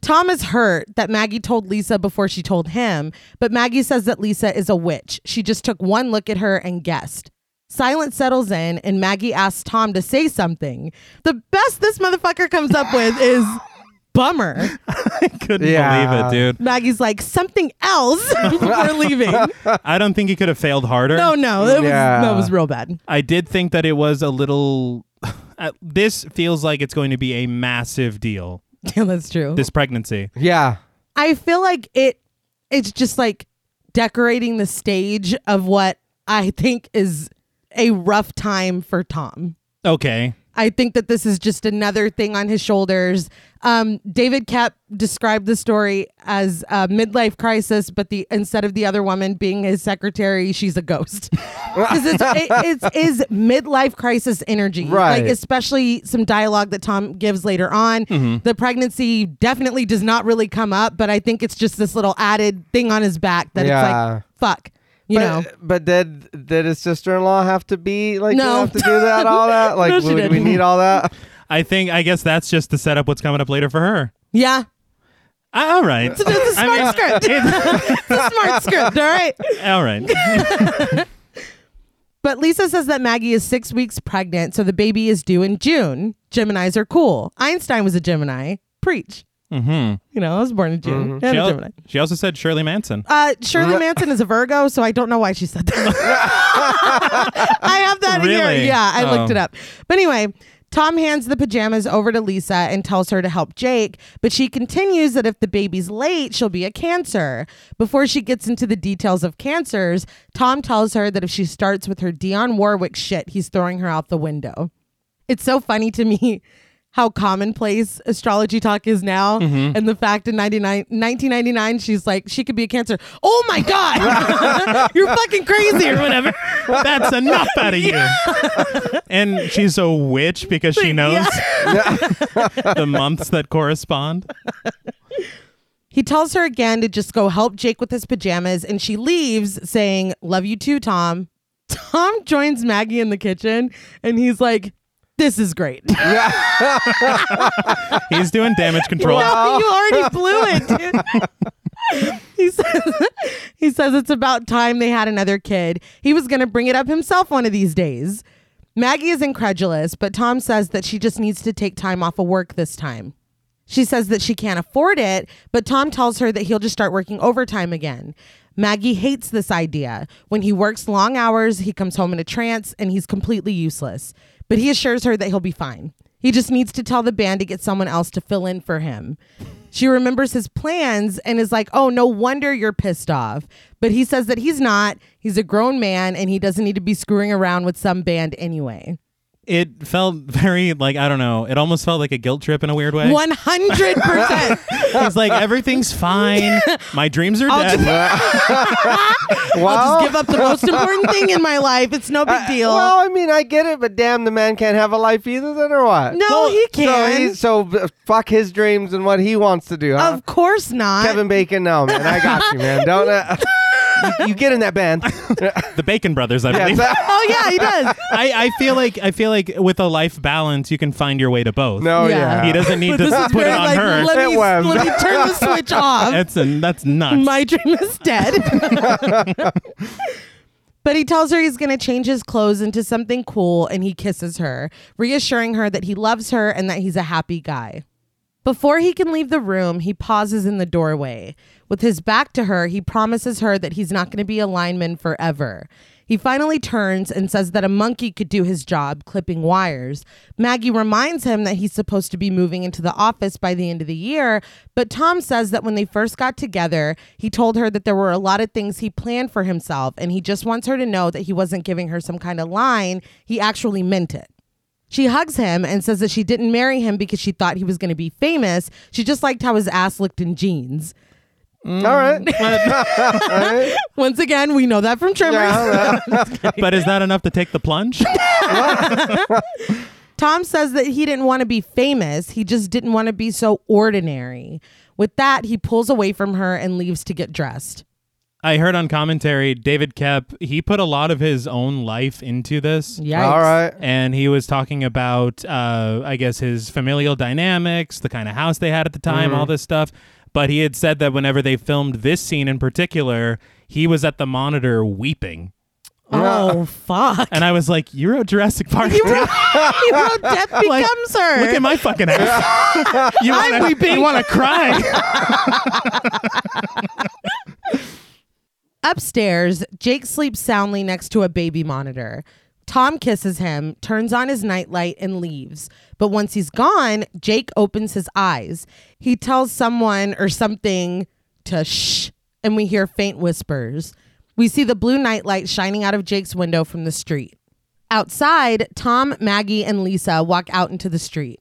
Speaker 1: Tom is hurt that Maggie told Lisa before she told him, but Maggie says that Lisa is a witch. She just took one look at her and guessed. Silence settles in, and Maggie asks Tom to say something. The best this motherfucker comes up with *laughs* is bummer.
Speaker 3: I couldn't
Speaker 2: Yeah.
Speaker 3: believe
Speaker 1: *laughs*
Speaker 3: it,
Speaker 1: Maggie's like, something else *laughs* before leaving.
Speaker 3: dude. I don't think he could have failed harder.
Speaker 1: No, no, that was,
Speaker 2: Yeah.
Speaker 1: that was real bad. *laughs*
Speaker 3: I did think that it was a little. *laughs* Uh, this feels like it's going to be a massive deal.
Speaker 1: Yeah, that's true.
Speaker 3: This pregnancy.
Speaker 2: Yeah.
Speaker 1: I feel like it it's just like decorating the stage of what I think is a rough time for Tom.
Speaker 3: Okay.
Speaker 1: I think that this is just another thing on his shoulders. Um, David Kapp described the story as a midlife crisis, but the instead of the other woman being his secretary, she's a
Speaker 2: *laughs*
Speaker 1: ghost. 'Cause it's, it, it's is midlife crisis energy,
Speaker 2: Right.
Speaker 1: Like especially some dialogue that Tom gives later on.
Speaker 2: Mm-hmm.
Speaker 1: The pregnancy definitely does not really come up, but I think it's just this little added thing on his back that
Speaker 2: Yeah.
Speaker 1: it's like fuck, you
Speaker 2: but,
Speaker 1: know.
Speaker 2: But did did his sister in law have to be like?
Speaker 1: No.
Speaker 2: No. Have to do that all
Speaker 1: *laughs*
Speaker 2: that? Like,
Speaker 1: No, she
Speaker 2: would we
Speaker 1: didn't.
Speaker 2: need all that?
Speaker 3: I think. I guess that's just to set up what's coming up later for her.
Speaker 1: Yeah,
Speaker 3: Uh, all right.
Speaker 1: *laughs* it's a
Speaker 3: I
Speaker 1: smart
Speaker 3: mean,
Speaker 1: script. *laughs* it's a smart script. All right.
Speaker 3: all right.
Speaker 1: But Lisa says that Maggie is six weeks pregnant, so the baby is due in June. Geminis are cool. Einstein was a Gemini. Preach.
Speaker 3: Mm-hmm.
Speaker 1: You know, I was born in June. And
Speaker 3: She,
Speaker 1: a
Speaker 3: al-
Speaker 1: Gemini.
Speaker 3: she also said Shirley Manson.
Speaker 1: Uh, Shirley Manson is a Virgo, so I don't know why she said that.
Speaker 3: *laughs*
Speaker 1: I have that in here.
Speaker 3: Really?
Speaker 1: Yeah, I looked
Speaker 3: Oh.
Speaker 1: it up. But anyway, Tom hands the pajamas over to Lisa and tells her to help Jake, but she continues that if the baby's late, she'll be a cancer. Before she gets into the details of cancers, Tom tells her that if she starts with her Dionne Warwick shit, he's throwing her out the window. It's so funny to me *laughs* how commonplace astrology talk is now
Speaker 3: Mm-hmm.
Speaker 1: and the fact in 99, 1999 she's like she could be a cancer oh my god *laughs* you're fucking crazy or whatever
Speaker 3: That's enough out of you. and she's a witch because *laughs* she knows the months that correspond.
Speaker 1: He tells her again to just go help Jake with his pajamas, and she leaves saying, Love you too, Tom. *laughs* Tom joins Maggie in the kitchen, and he's like, This is great.
Speaker 3: He's doing damage control.
Speaker 1: you already blew it, dude. he, says, he says it's about time they had another kid. He was going to bring it up himself one of these days. Maggie is incredulous, but Tom says that she just needs to take time off of work this time. She says that she can't afford it, but Tom tells her that he'll just start working overtime again. Maggie hates this idea. When he works long hours, he comes home in a trance and he's completely useless. But he assures her that he'll be fine. He just needs to tell the band to get someone else to fill in for him. She remembers his plans and is like, oh, no wonder you're pissed off. But he says that he's not. He's a grown man and he doesn't need to be screwing around with some band anyway.
Speaker 3: It felt very like I don't know. It almost felt like a guilt trip in a weird way.
Speaker 1: 100%.
Speaker 3: He's like everything's fine. My dreams are dead.
Speaker 1: I'll
Speaker 2: Well-
Speaker 1: just give up the most important thing in my life. It's
Speaker 2: *laughs*
Speaker 1: no big deal.
Speaker 2: Oh. Uh, Well, I mean, I get it, but damn, the man can't have a life either, then, or what?
Speaker 1: no, he
Speaker 2: So,
Speaker 1: can.
Speaker 2: he, so b- fuck his dreams and what he wants to do. Huh?
Speaker 1: of course not.
Speaker 2: uh, Kevin Bacon, no, man. I got you, man. Don't. Uh, you- you get in that band. *laughs*
Speaker 3: the Bacon Brothers, I believe.
Speaker 1: *laughs* Oh yeah, he does.
Speaker 3: I, I feel like I feel like with a life balance, you can find your way to both.
Speaker 2: no,
Speaker 1: Yeah.
Speaker 2: yeah.
Speaker 3: he doesn't *laughs* need
Speaker 1: But
Speaker 3: to
Speaker 1: this is
Speaker 3: put it
Speaker 1: where,
Speaker 3: on
Speaker 1: like,
Speaker 3: her.
Speaker 1: let me
Speaker 2: It was.
Speaker 1: let me turn the
Speaker 2: *laughs*
Speaker 1: switch off.
Speaker 3: That's a, that's nuts.
Speaker 1: My dream is dead. *laughs* but he tells her he's going to change his clothes into something cool and he kisses her, reassuring her that he loves her and that he's a happy guy. Before he can leave the room, he pauses in the doorway. With his back to her, he promises her that he's not going to be a lineman forever. He finally turns and says that a monkey could do his job clipping wires. Maggie reminds him that he's supposed to be moving into the office by the end of the year, but Tom says that when they first got together, he told her that there were a lot of things he planned for himself, and he just wants her to know that he wasn't giving her some kind of line. He actually meant it. She hugs him and says that she didn't marry him because she thought he was going to be famous. She just liked how his ass looked in jeans.
Speaker 2: All
Speaker 1: *laughs*
Speaker 2: right.
Speaker 1: Once again, we know that from Tremors.
Speaker 3: but is that enough to take the plunge?
Speaker 1: Tom says that he didn't want to be famous, he just didn't want to be so ordinary. With that, he pulls away from her and leaves to get dressed.
Speaker 3: I heard on commentary David Kep he put a lot of his own life into this.
Speaker 1: Yikes.
Speaker 2: All right.
Speaker 3: And he was talking about, uh, I guess, his familial dynamics, the kind of house they had at the time, all this stuff. But he had said that whenever they filmed this scene in particular, he was at the monitor weeping.
Speaker 1: Oh, fuck.
Speaker 3: And I was like, "You're a Jurassic
Speaker 1: *laughs*
Speaker 3: Park.
Speaker 1: He wrote, he wrote
Speaker 3: *laughs*
Speaker 1: Death Becomes Her.
Speaker 3: Look at my fucking ass. you want to? You want to cry?
Speaker 1: Upstairs, Jake sleeps soundly next to a baby monitor. Tom kisses him, turns on his nightlight, and leaves. But once he's gone, Jake opens his eyes. He tells someone or something to shh, and we hear faint whispers. We see the blue nightlight shining out of Jake's window from the street. Outside, Tom, Maggie, and Lisa walk out into the street.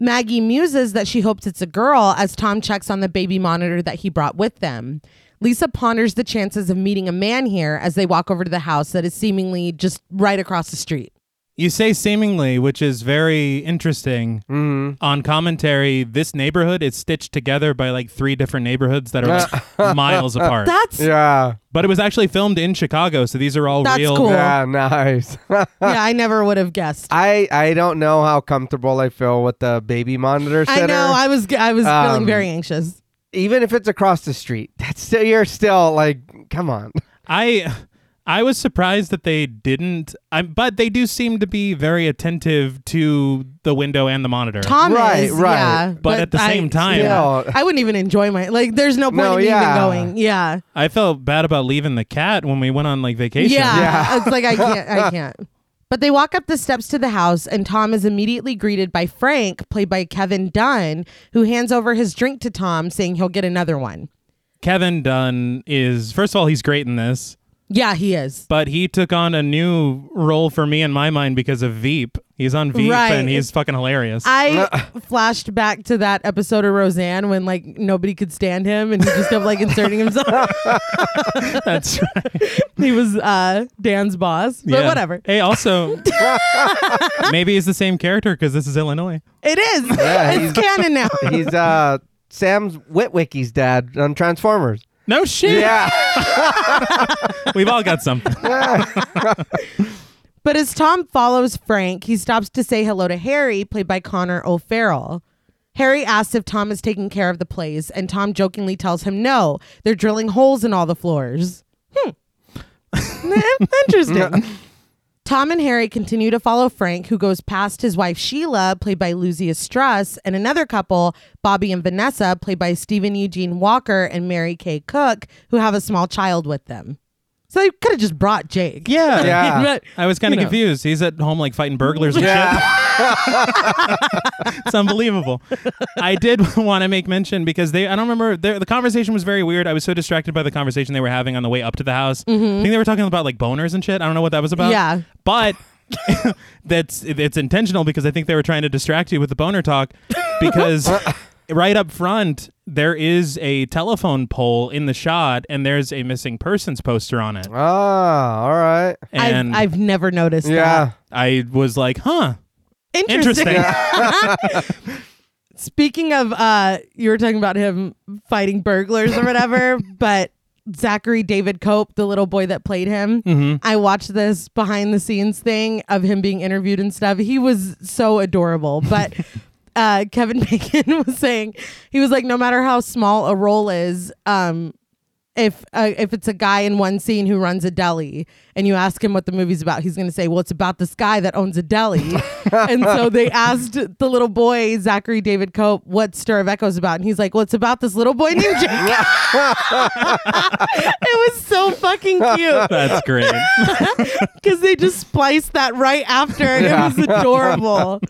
Speaker 1: Maggie muses that she hopes it's a girl as Tom checks on the baby monitor that he brought with them. Lisa ponders the chances of meeting a man here as they walk over to the house that is seemingly just right across the street.
Speaker 3: you say seemingly, which is very interesting. On commentary, this neighborhood is stitched together by like three different neighborhoods that are like miles apart.
Speaker 1: That's yeah,
Speaker 2: Yeah.
Speaker 3: but it was actually filmed in Chicago, so these are all
Speaker 1: That's
Speaker 3: real.
Speaker 1: cool.
Speaker 2: Yeah. Nice. *laughs*
Speaker 1: I never would have guessed.
Speaker 2: I I don't know how comfortable I feel with the baby monitor
Speaker 1: I
Speaker 2: sitter.
Speaker 1: know I was I was feeling
Speaker 2: Um,
Speaker 1: very anxious.
Speaker 2: Even if it's across the street, that's still you're still like,
Speaker 1: *laughs*
Speaker 2: come on.
Speaker 3: I I was surprised that they didn't. I, but they do seem to be very attentive to the window and the monitor.
Speaker 1: Tom
Speaker 2: Right,
Speaker 1: is,
Speaker 2: right.
Speaker 1: yeah,
Speaker 3: But at the same time-
Speaker 1: yeah.
Speaker 2: Yeah.
Speaker 1: I wouldn't even enjoy my like. There's no point
Speaker 2: No,
Speaker 1: in me
Speaker 2: yeah.
Speaker 1: even going. Yeah,
Speaker 3: I felt bad about leaving the cat when we went on like vacation.
Speaker 1: Yeah.
Speaker 2: Yeah.
Speaker 1: It's like I can't
Speaker 2: *laughs*
Speaker 1: I can't. But they walk up the steps to the house and Tom is immediately greeted by Frank, played by Kevin Dunn, who hands over his drink to Tom saying he'll get another one.
Speaker 3: Kevin Dunn is first of all he's great in this.
Speaker 1: Yeah, he is.
Speaker 3: But he took on a new role for me in my mind because of Veep. He's on Veep
Speaker 1: Right.
Speaker 3: and he's fucking hilarious.
Speaker 2: *laughs*
Speaker 1: I flashed back to that episode of Roseanne when like nobody could stand him and he just kept like inserting
Speaker 2: *laughs*
Speaker 1: himself.
Speaker 3: *laughs*
Speaker 1: *laughs*
Speaker 3: That's right.
Speaker 1: he was uh Dan's boss, but
Speaker 3: Yeah.
Speaker 1: whatever.
Speaker 3: Hey, also, *laughs* maybe he's the same character because this is Illinois.
Speaker 1: It is.
Speaker 2: Yeah, he's-
Speaker 1: *laughs* it's canon
Speaker 2: *laughs*
Speaker 1: now.
Speaker 2: He's uh Sam's Witwicky's dad
Speaker 1: *laughs*
Speaker 2: on Transformers.
Speaker 3: No shit.
Speaker 2: Yeah.
Speaker 3: We've all got something.
Speaker 1: But as Tom follows Frank, he stops to say hello to Harry, played by Connor O'Farrell. Harry asks if Tom is taking care of the place, and Tom jokingly tells him no, they're drilling holes in all the floors. Hmm. Interesting. Tom and Harry continue to follow Frank, who goes past his wife Sheila, played by Luzia Struss, and another couple, Bobby and Vanessa, played by Stephen Eugene Walker and Mary Kay Cook, who have a small child with them. So they could have just brought Jake.
Speaker 2: *laughs*
Speaker 3: Yeah. *laughs*
Speaker 2: Yeah.
Speaker 1: But-
Speaker 3: I was kind
Speaker 1: You
Speaker 3: of
Speaker 1: know.
Speaker 3: confused. He's at home like fighting burglars and
Speaker 2: Yeah.
Speaker 3: shit. It's unbelievable. I did *laughs* want to make mention because they, I don't remember, their- the conversation was very weird. I was so distracted by the conversation they were having on the way up to the house. I think they were talking about like boners and shit. I don't know what that was about.
Speaker 1: Mm-hmm. Yeah.
Speaker 3: But. *laughs* that's it's intentional because I think they were trying to distract you with the boner talk *laughs* because right up front there is a telephone pole in the shot and there's a missing persons poster on it
Speaker 2: Oh, all right.
Speaker 3: and
Speaker 1: I've, I've never noticed
Speaker 2: Yeah.
Speaker 3: I was like, huh,
Speaker 1: that. Interesting.
Speaker 3: interesting.
Speaker 1: *laughs* Speaking of, uh, you were talking about him fighting burglars or whatever, but Zachary David Cope, the little boy that played him, I watched this behind the scenes thing of him being interviewed and stuff. He was so adorable, but. Uh, Kevin *laughs* Bacon was saying he was like, no matter how small a role is, um, if uh, if it's a guy in one scene who runs a deli and you ask him what the movie's about, he's going to say, "Well, it's about this guy that owns a deli." and so they asked the little boy Zachary David Cope what Stir of Echoes about, and he's like, "Well, it's about this little boy named Jack." *laughs* it was so fucking cute *laughs*
Speaker 3: that's great.
Speaker 1: because they just spliced that right after, and it was adorable.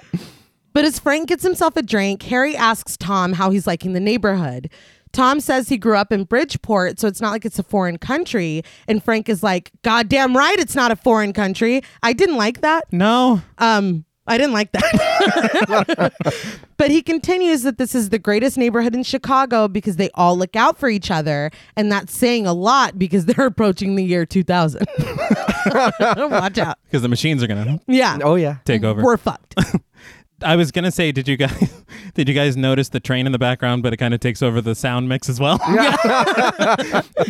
Speaker 1: But as Frank gets himself a drink, Harry asks Tom how he's liking the neighborhood. Tom says he grew up in Bridgeport, so it's not like it's a foreign country. And Frank is like, God damn right, it's not a foreign country. I didn't like that.
Speaker 3: *laughs* no,
Speaker 1: Um, I didn't like that. *laughs* but he continues that this is the greatest neighborhood in Chicago because they all look out for each other. And that's saying a lot because *laughs* they're approaching the year 2000. *laughs* Watch out.
Speaker 3: because the machines are gonna
Speaker 1: Yeah.
Speaker 2: Oh yeah.
Speaker 3: take over.
Speaker 1: We're fucked.
Speaker 3: I was gonna say, did you guys *laughs* did you guys notice the train in the background? But it kind of takes over the sound mix as well. *laughs*
Speaker 2: *laughs*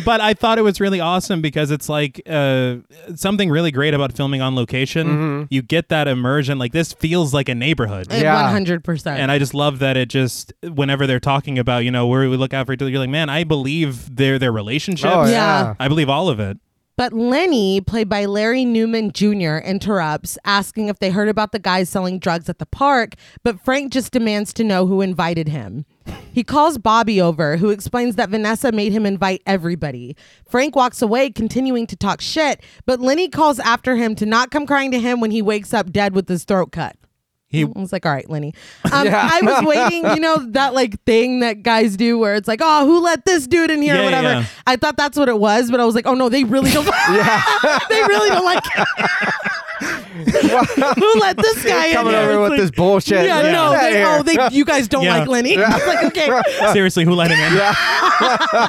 Speaker 3: but I thought it was really awesome because it's like uh, something really great about filming on location. You get that immersion. Like this feels like a neighborhood.
Speaker 2: Mm-hmm. Yeah.
Speaker 1: 100%.
Speaker 3: and I just love that it just whenever they're talking about you know where we look out for each other, you're like, man, I believe their their relationships.
Speaker 2: Oh,
Speaker 1: Yeah.
Speaker 3: I believe all of it.
Speaker 1: But Lenny, played by Larry Newman Jr., interrupts, asking if they heard about the guy selling drugs at the park, but Frank just demands to know who invited him. He calls Bobby over, who explains that Vanessa made him invite everybody. Frank walks away, continuing to talk shit, but Lenny calls after him to not come crying to him when he wakes up dead with his throat cut.
Speaker 3: He-
Speaker 1: Mm, I was like, all right,
Speaker 2: *laughs*
Speaker 1: Lenny. Um, I was waiting, you know, that like thing that guys do where it's like, oh, who let this dude in here
Speaker 3: Yeah,
Speaker 1: or whatever.
Speaker 3: yeah.
Speaker 1: I thought that's what it was, but I was like, oh no, they really
Speaker 2: *laughs*
Speaker 1: don't. *laughs* they really don't like. *laughs* Who let this guy
Speaker 2: Coming
Speaker 1: in? here?
Speaker 2: over
Speaker 1: It's
Speaker 2: with
Speaker 1: like,
Speaker 2: this bullshit.
Speaker 1: Yeah,
Speaker 2: Get
Speaker 1: no,
Speaker 2: outta
Speaker 1: they,
Speaker 2: here.
Speaker 1: oh, they, you guys don't
Speaker 3: Yeah.
Speaker 1: like Lenny. It's like,
Speaker 2: *laughs*
Speaker 1: okay.
Speaker 3: Seriously, who let him in?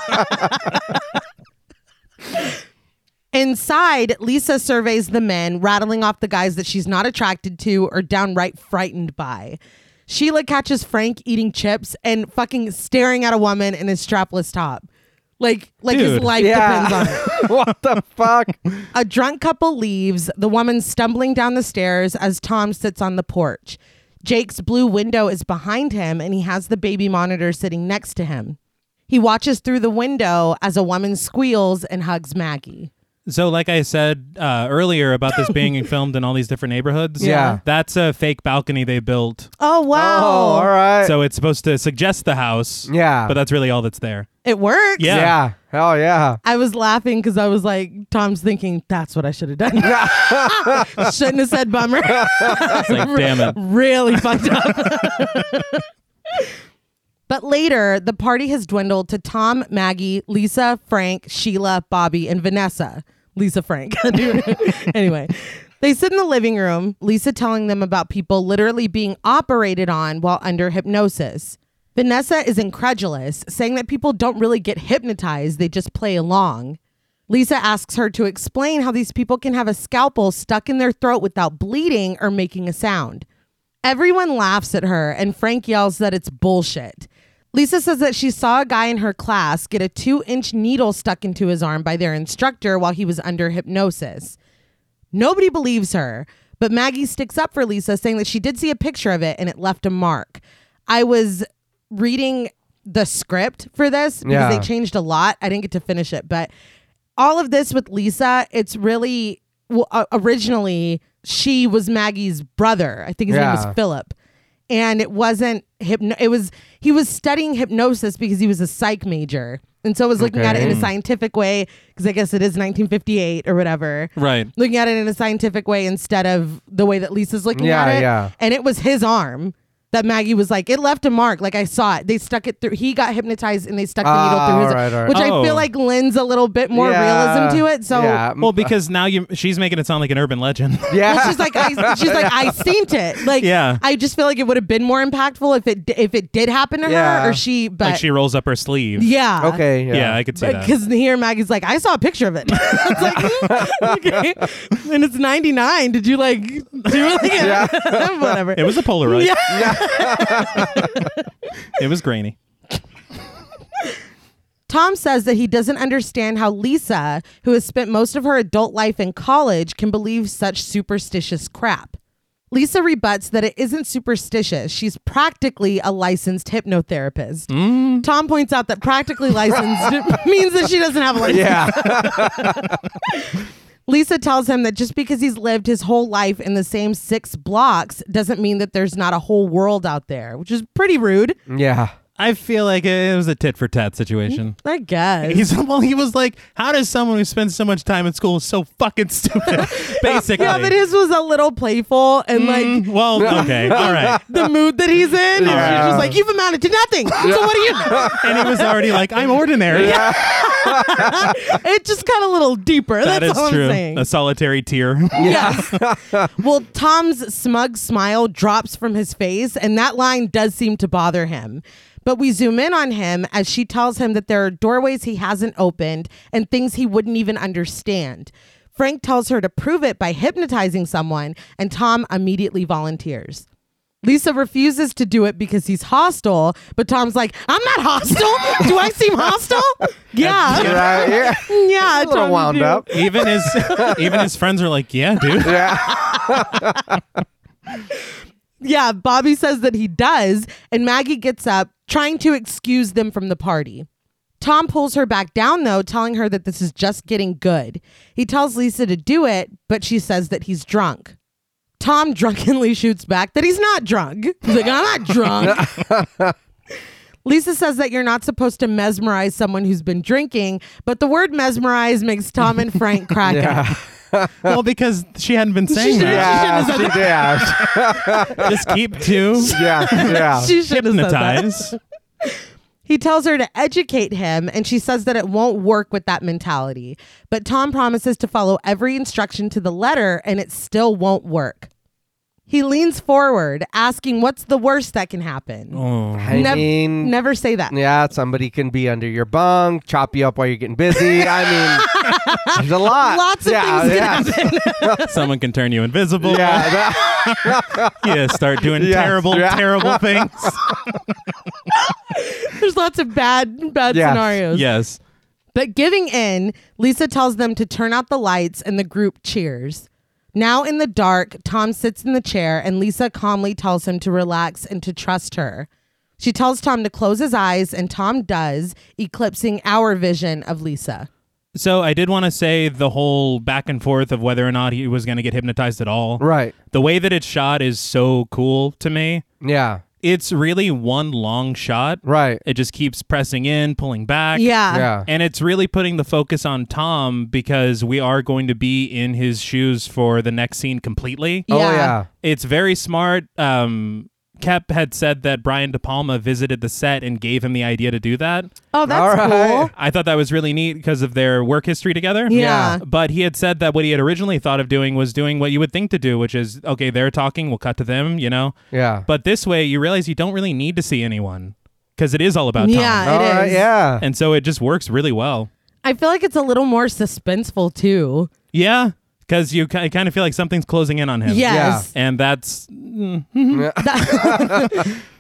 Speaker 1: Inside, Lisa surveys the men, rattling off the guys that she's not attracted to or downright frightened by. Sheila catches Frank eating chips and fucking staring at a woman in his strapless top. Like, like his
Speaker 3: Dude.
Speaker 1: life
Speaker 2: Yeah.
Speaker 1: depends *laughs* on it.
Speaker 2: *laughs* what the fuck?
Speaker 1: A drunk couple leaves, the woman stumbling down the stairs as Tom sits on the porch. Jake's blue window is behind him, and he has the baby monitor sitting next to him. He watches through the window as a woman squeals and hugs Maggie.
Speaker 3: So, like I said uh, earlier about this being filmed in all these different neighborhoods,
Speaker 2: Yeah.
Speaker 3: that's a fake balcony they built.
Speaker 1: *laughs* Oh, wow.
Speaker 2: Oh, all right.
Speaker 3: So it's supposed to suggest the house,
Speaker 2: Yeah.
Speaker 3: but that's really all that's there.
Speaker 1: It works.
Speaker 3: Yeah.
Speaker 2: yeah. Hell yeah.
Speaker 1: I was laughing because I was like, Tom's thinking, that's what I should have
Speaker 3: *laughs*
Speaker 1: done. *laughs* Shouldn't have said bummer. *laughs*
Speaker 3: It's like, damn it,
Speaker 1: really fucked up. but later, the party has dwindled to Tom, Maggie, Lisa, Frank, Sheila, Bobby, and Vanessa. Lisa Frank. *laughs* Dude. anyway, they sit in the living room, Lisa telling them about people literally being operated on while under hypnosis. Vanessa is incredulous, saying that people don't really get hypnotized, they just play along. Lisa asks her to explain how these people can have a scalpel stuck in their throat without bleeding or making a sound. Everyone laughs at her, and Frank yells that it's bullshit. Lisa says that she saw a guy in her class get a two inch needle stuck into his arm by their instructor while he was under hypnosis. Nobody believes her, but Maggie sticks up for Lisa, saying that she did see a picture of it and it left a mark. I was reading the script for this because
Speaker 2: Yeah.
Speaker 1: they changed a lot. I didn't get to finish it, but all of this with Lisa, it's really well, uh, originally she was Maggie's brother. I think his name
Speaker 2: Yeah.
Speaker 1: was Philip. And it wasn't hypno it was he was studying hypnosis because he was a psych major. And so was looking at it in a
Speaker 2: Okay.
Speaker 1: scientific way because I guess it is 1958 or whatever.
Speaker 3: Right.
Speaker 1: Looking at it in a scientific way instead of the way that Lisa's looking
Speaker 2: Yeah,
Speaker 1: at it.
Speaker 2: yeah.
Speaker 1: And it was his arm that Maggie was like, it left a mark. Like I saw it. They stuck it through. He got hypnotized and they stuck the needle
Speaker 2: Ah,
Speaker 1: through his
Speaker 2: all right, all right.
Speaker 1: which I feel
Speaker 3: Oh.
Speaker 1: like lends a little bit more
Speaker 2: Yeah.
Speaker 1: realism to it. So
Speaker 2: yeah,
Speaker 3: Well, because now you she's making it sound like an urban legend.
Speaker 2: *laughs* yeah.
Speaker 1: Well, she's like, I, she's like,
Speaker 3: *laughs*
Speaker 1: I seen it. Like,
Speaker 3: Yeah.
Speaker 1: I just feel like it would have been more impactful if it if it did happen to
Speaker 2: Yeah.
Speaker 1: her or she, but
Speaker 3: like she *laughs* rolls up her sleeve.
Speaker 1: yeah,
Speaker 2: *laughs*
Speaker 1: Uh,
Speaker 2: okay, yeah.
Speaker 3: Yeah, I could see that.
Speaker 1: Because here Maggie's like, I saw a picture of it. *laughs* it's like,
Speaker 3: *laughs*
Speaker 1: mm, okay, and it's ninety nine. Did you like do it? Like, *laughs* whatever.
Speaker 3: It was a Polaroid.
Speaker 1: *laughs* Yeah.
Speaker 3: it was grainy.
Speaker 1: Tom says that he doesn't understand how Lisa, who has spent most of her adult life in college, can believe such superstitious crap. Lisa rebuts that it isn't superstitious. She's practically a licensed hypnotherapist.
Speaker 3: Mm.
Speaker 1: Tom points out that practically
Speaker 3: *laughs*
Speaker 1: licensed *laughs* means that she doesn't have a license.
Speaker 2: *laughs* yeah.
Speaker 1: Lisa tells him that just because he's lived his whole life in the same six blocks doesn't mean that there's not a whole world out there, which is pretty rude, *laughs*
Speaker 2: Yeah.
Speaker 3: I feel like it was a tit for tat situation.
Speaker 1: I guess.
Speaker 3: He's *laughs* well, he was like, how does someone who spends so much time in school is so fucking stupid? Basically.
Speaker 1: yeah, but his was a little playful and like
Speaker 3: Mm, well, okay, all right.
Speaker 1: the mood that he's in. And she's
Speaker 2: Yeah.
Speaker 1: just like, you've amounted to nothing. So what do you know?
Speaker 3: And he was already like, I'm ordinary.
Speaker 1: It just got a little deeper.
Speaker 3: That
Speaker 1: That's
Speaker 3: is
Speaker 1: all I'm
Speaker 3: true.
Speaker 1: saying.
Speaker 3: A solitary tear. *laughs*
Speaker 1: Yes. well, Tom's smug smile drops from his face, and that line does seem to bother him. But we zoom in on him as she tells him that there are doorways he hasn't opened and things he wouldn't even understand. Frank tells her to prove it by hypnotizing someone, and Tom immediately volunteers. Lisa refuses to do it because he's hostile, but Tom's like, I'm not hostile. do I seem
Speaker 2: *laughs*
Speaker 1: hostile? Yeah.
Speaker 2: Right, yeah.
Speaker 1: Yeah.
Speaker 2: A little
Speaker 1: totally
Speaker 2: wound
Speaker 1: do.
Speaker 2: up.
Speaker 1: *laughs*
Speaker 3: even his even his friends are like, Yeah, dude.
Speaker 2: Yeah.
Speaker 1: Yeah, Bobby says that he does, and Maggie gets up, trying to excuse them from the party. Tom pulls her back down, though, telling her that this is just getting good. He tells Lisa to do it, but she says that he's drunk. Tom *laughs* drunkenly shoots back that he's not drunk. He's like, I'm not drunk. Lisa says that you're not supposed to mesmerize someone who's been drinking, but the word mesmerize makes Tom and Frank crack up.
Speaker 3: Well, because she hadn't been saying
Speaker 1: should-
Speaker 2: Yeah.
Speaker 3: that.
Speaker 2: She did. Yeah.
Speaker 1: *laughs*
Speaker 3: Just keep to
Speaker 2: Yeah. Yeah.
Speaker 1: She should have said that.
Speaker 3: hypnotize.
Speaker 1: He tells her to educate him, and she says that it won't work with that mentality. But Tom promises to follow every instruction to the letter, and it still won't work. He leans forward, asking, What's the worst that can happen?
Speaker 3: Oh.
Speaker 2: I
Speaker 1: Nev-
Speaker 2: mean,
Speaker 1: Never say that.
Speaker 2: yeah, somebody can be under your bunk, chop you up while you're getting busy. I
Speaker 1: *laughs*
Speaker 2: mean, there's a lot.
Speaker 1: Lots of
Speaker 2: yeah,
Speaker 1: things
Speaker 2: yeah.
Speaker 1: can happen.
Speaker 3: Someone can turn you invisible.
Speaker 2: Yeah,
Speaker 1: *laughs*
Speaker 2: that-
Speaker 3: Yeah, start doing
Speaker 2: Yes.
Speaker 3: terrible,
Speaker 2: Yeah.
Speaker 3: terrible things.
Speaker 1: There's lots of bad, bad
Speaker 2: Yes.
Speaker 1: scenarios.
Speaker 3: yes.
Speaker 1: But giving in, Lisa tells them to turn out the lights and the group cheers. Now in the dark, Tom sits in the chair and Lisa calmly tells him to relax and to trust her. She tells Tom to close his eyes and Tom does, eclipsing our vision of Lisa.
Speaker 3: So I did want to say the whole back and forth of whether or not he was going to get hypnotized at all.
Speaker 2: right.
Speaker 3: The way that it's shot is so cool to me.
Speaker 2: Yeah,
Speaker 3: It's really one long shot.
Speaker 2: right.
Speaker 3: It just keeps pressing in, pulling back.
Speaker 1: Yeah.
Speaker 2: Yeah,
Speaker 3: And it's really putting the focus on Tom because we are going to be in his shoes for the next scene completely.
Speaker 2: Oh
Speaker 1: Yeah.
Speaker 2: yeah.
Speaker 3: It's very smart. Um, Kep had said that Brian De Palma visited the set and gave him the idea to do that.
Speaker 1: Oh, that's
Speaker 2: All right.
Speaker 1: cool.
Speaker 3: I thought that was really neat because of their work history together.
Speaker 1: Yeah.
Speaker 3: But he had said that what he had originally thought of doing was doing what you would think to do, which is okay, they're talking, we'll cut to them, you know?
Speaker 2: Yeah.
Speaker 3: But this way, you realize you don't really need to see anyone because it is all about
Speaker 1: Yeah.
Speaker 3: Tom.
Speaker 1: it
Speaker 2: All right,
Speaker 1: is.
Speaker 2: yeah.
Speaker 3: *laughs* And so it just works really well.
Speaker 1: I feel like it's a little more suspenseful too.
Speaker 3: Yeah. Because you ki- kind of feel like something's closing in on him.
Speaker 1: Yes.
Speaker 3: And that's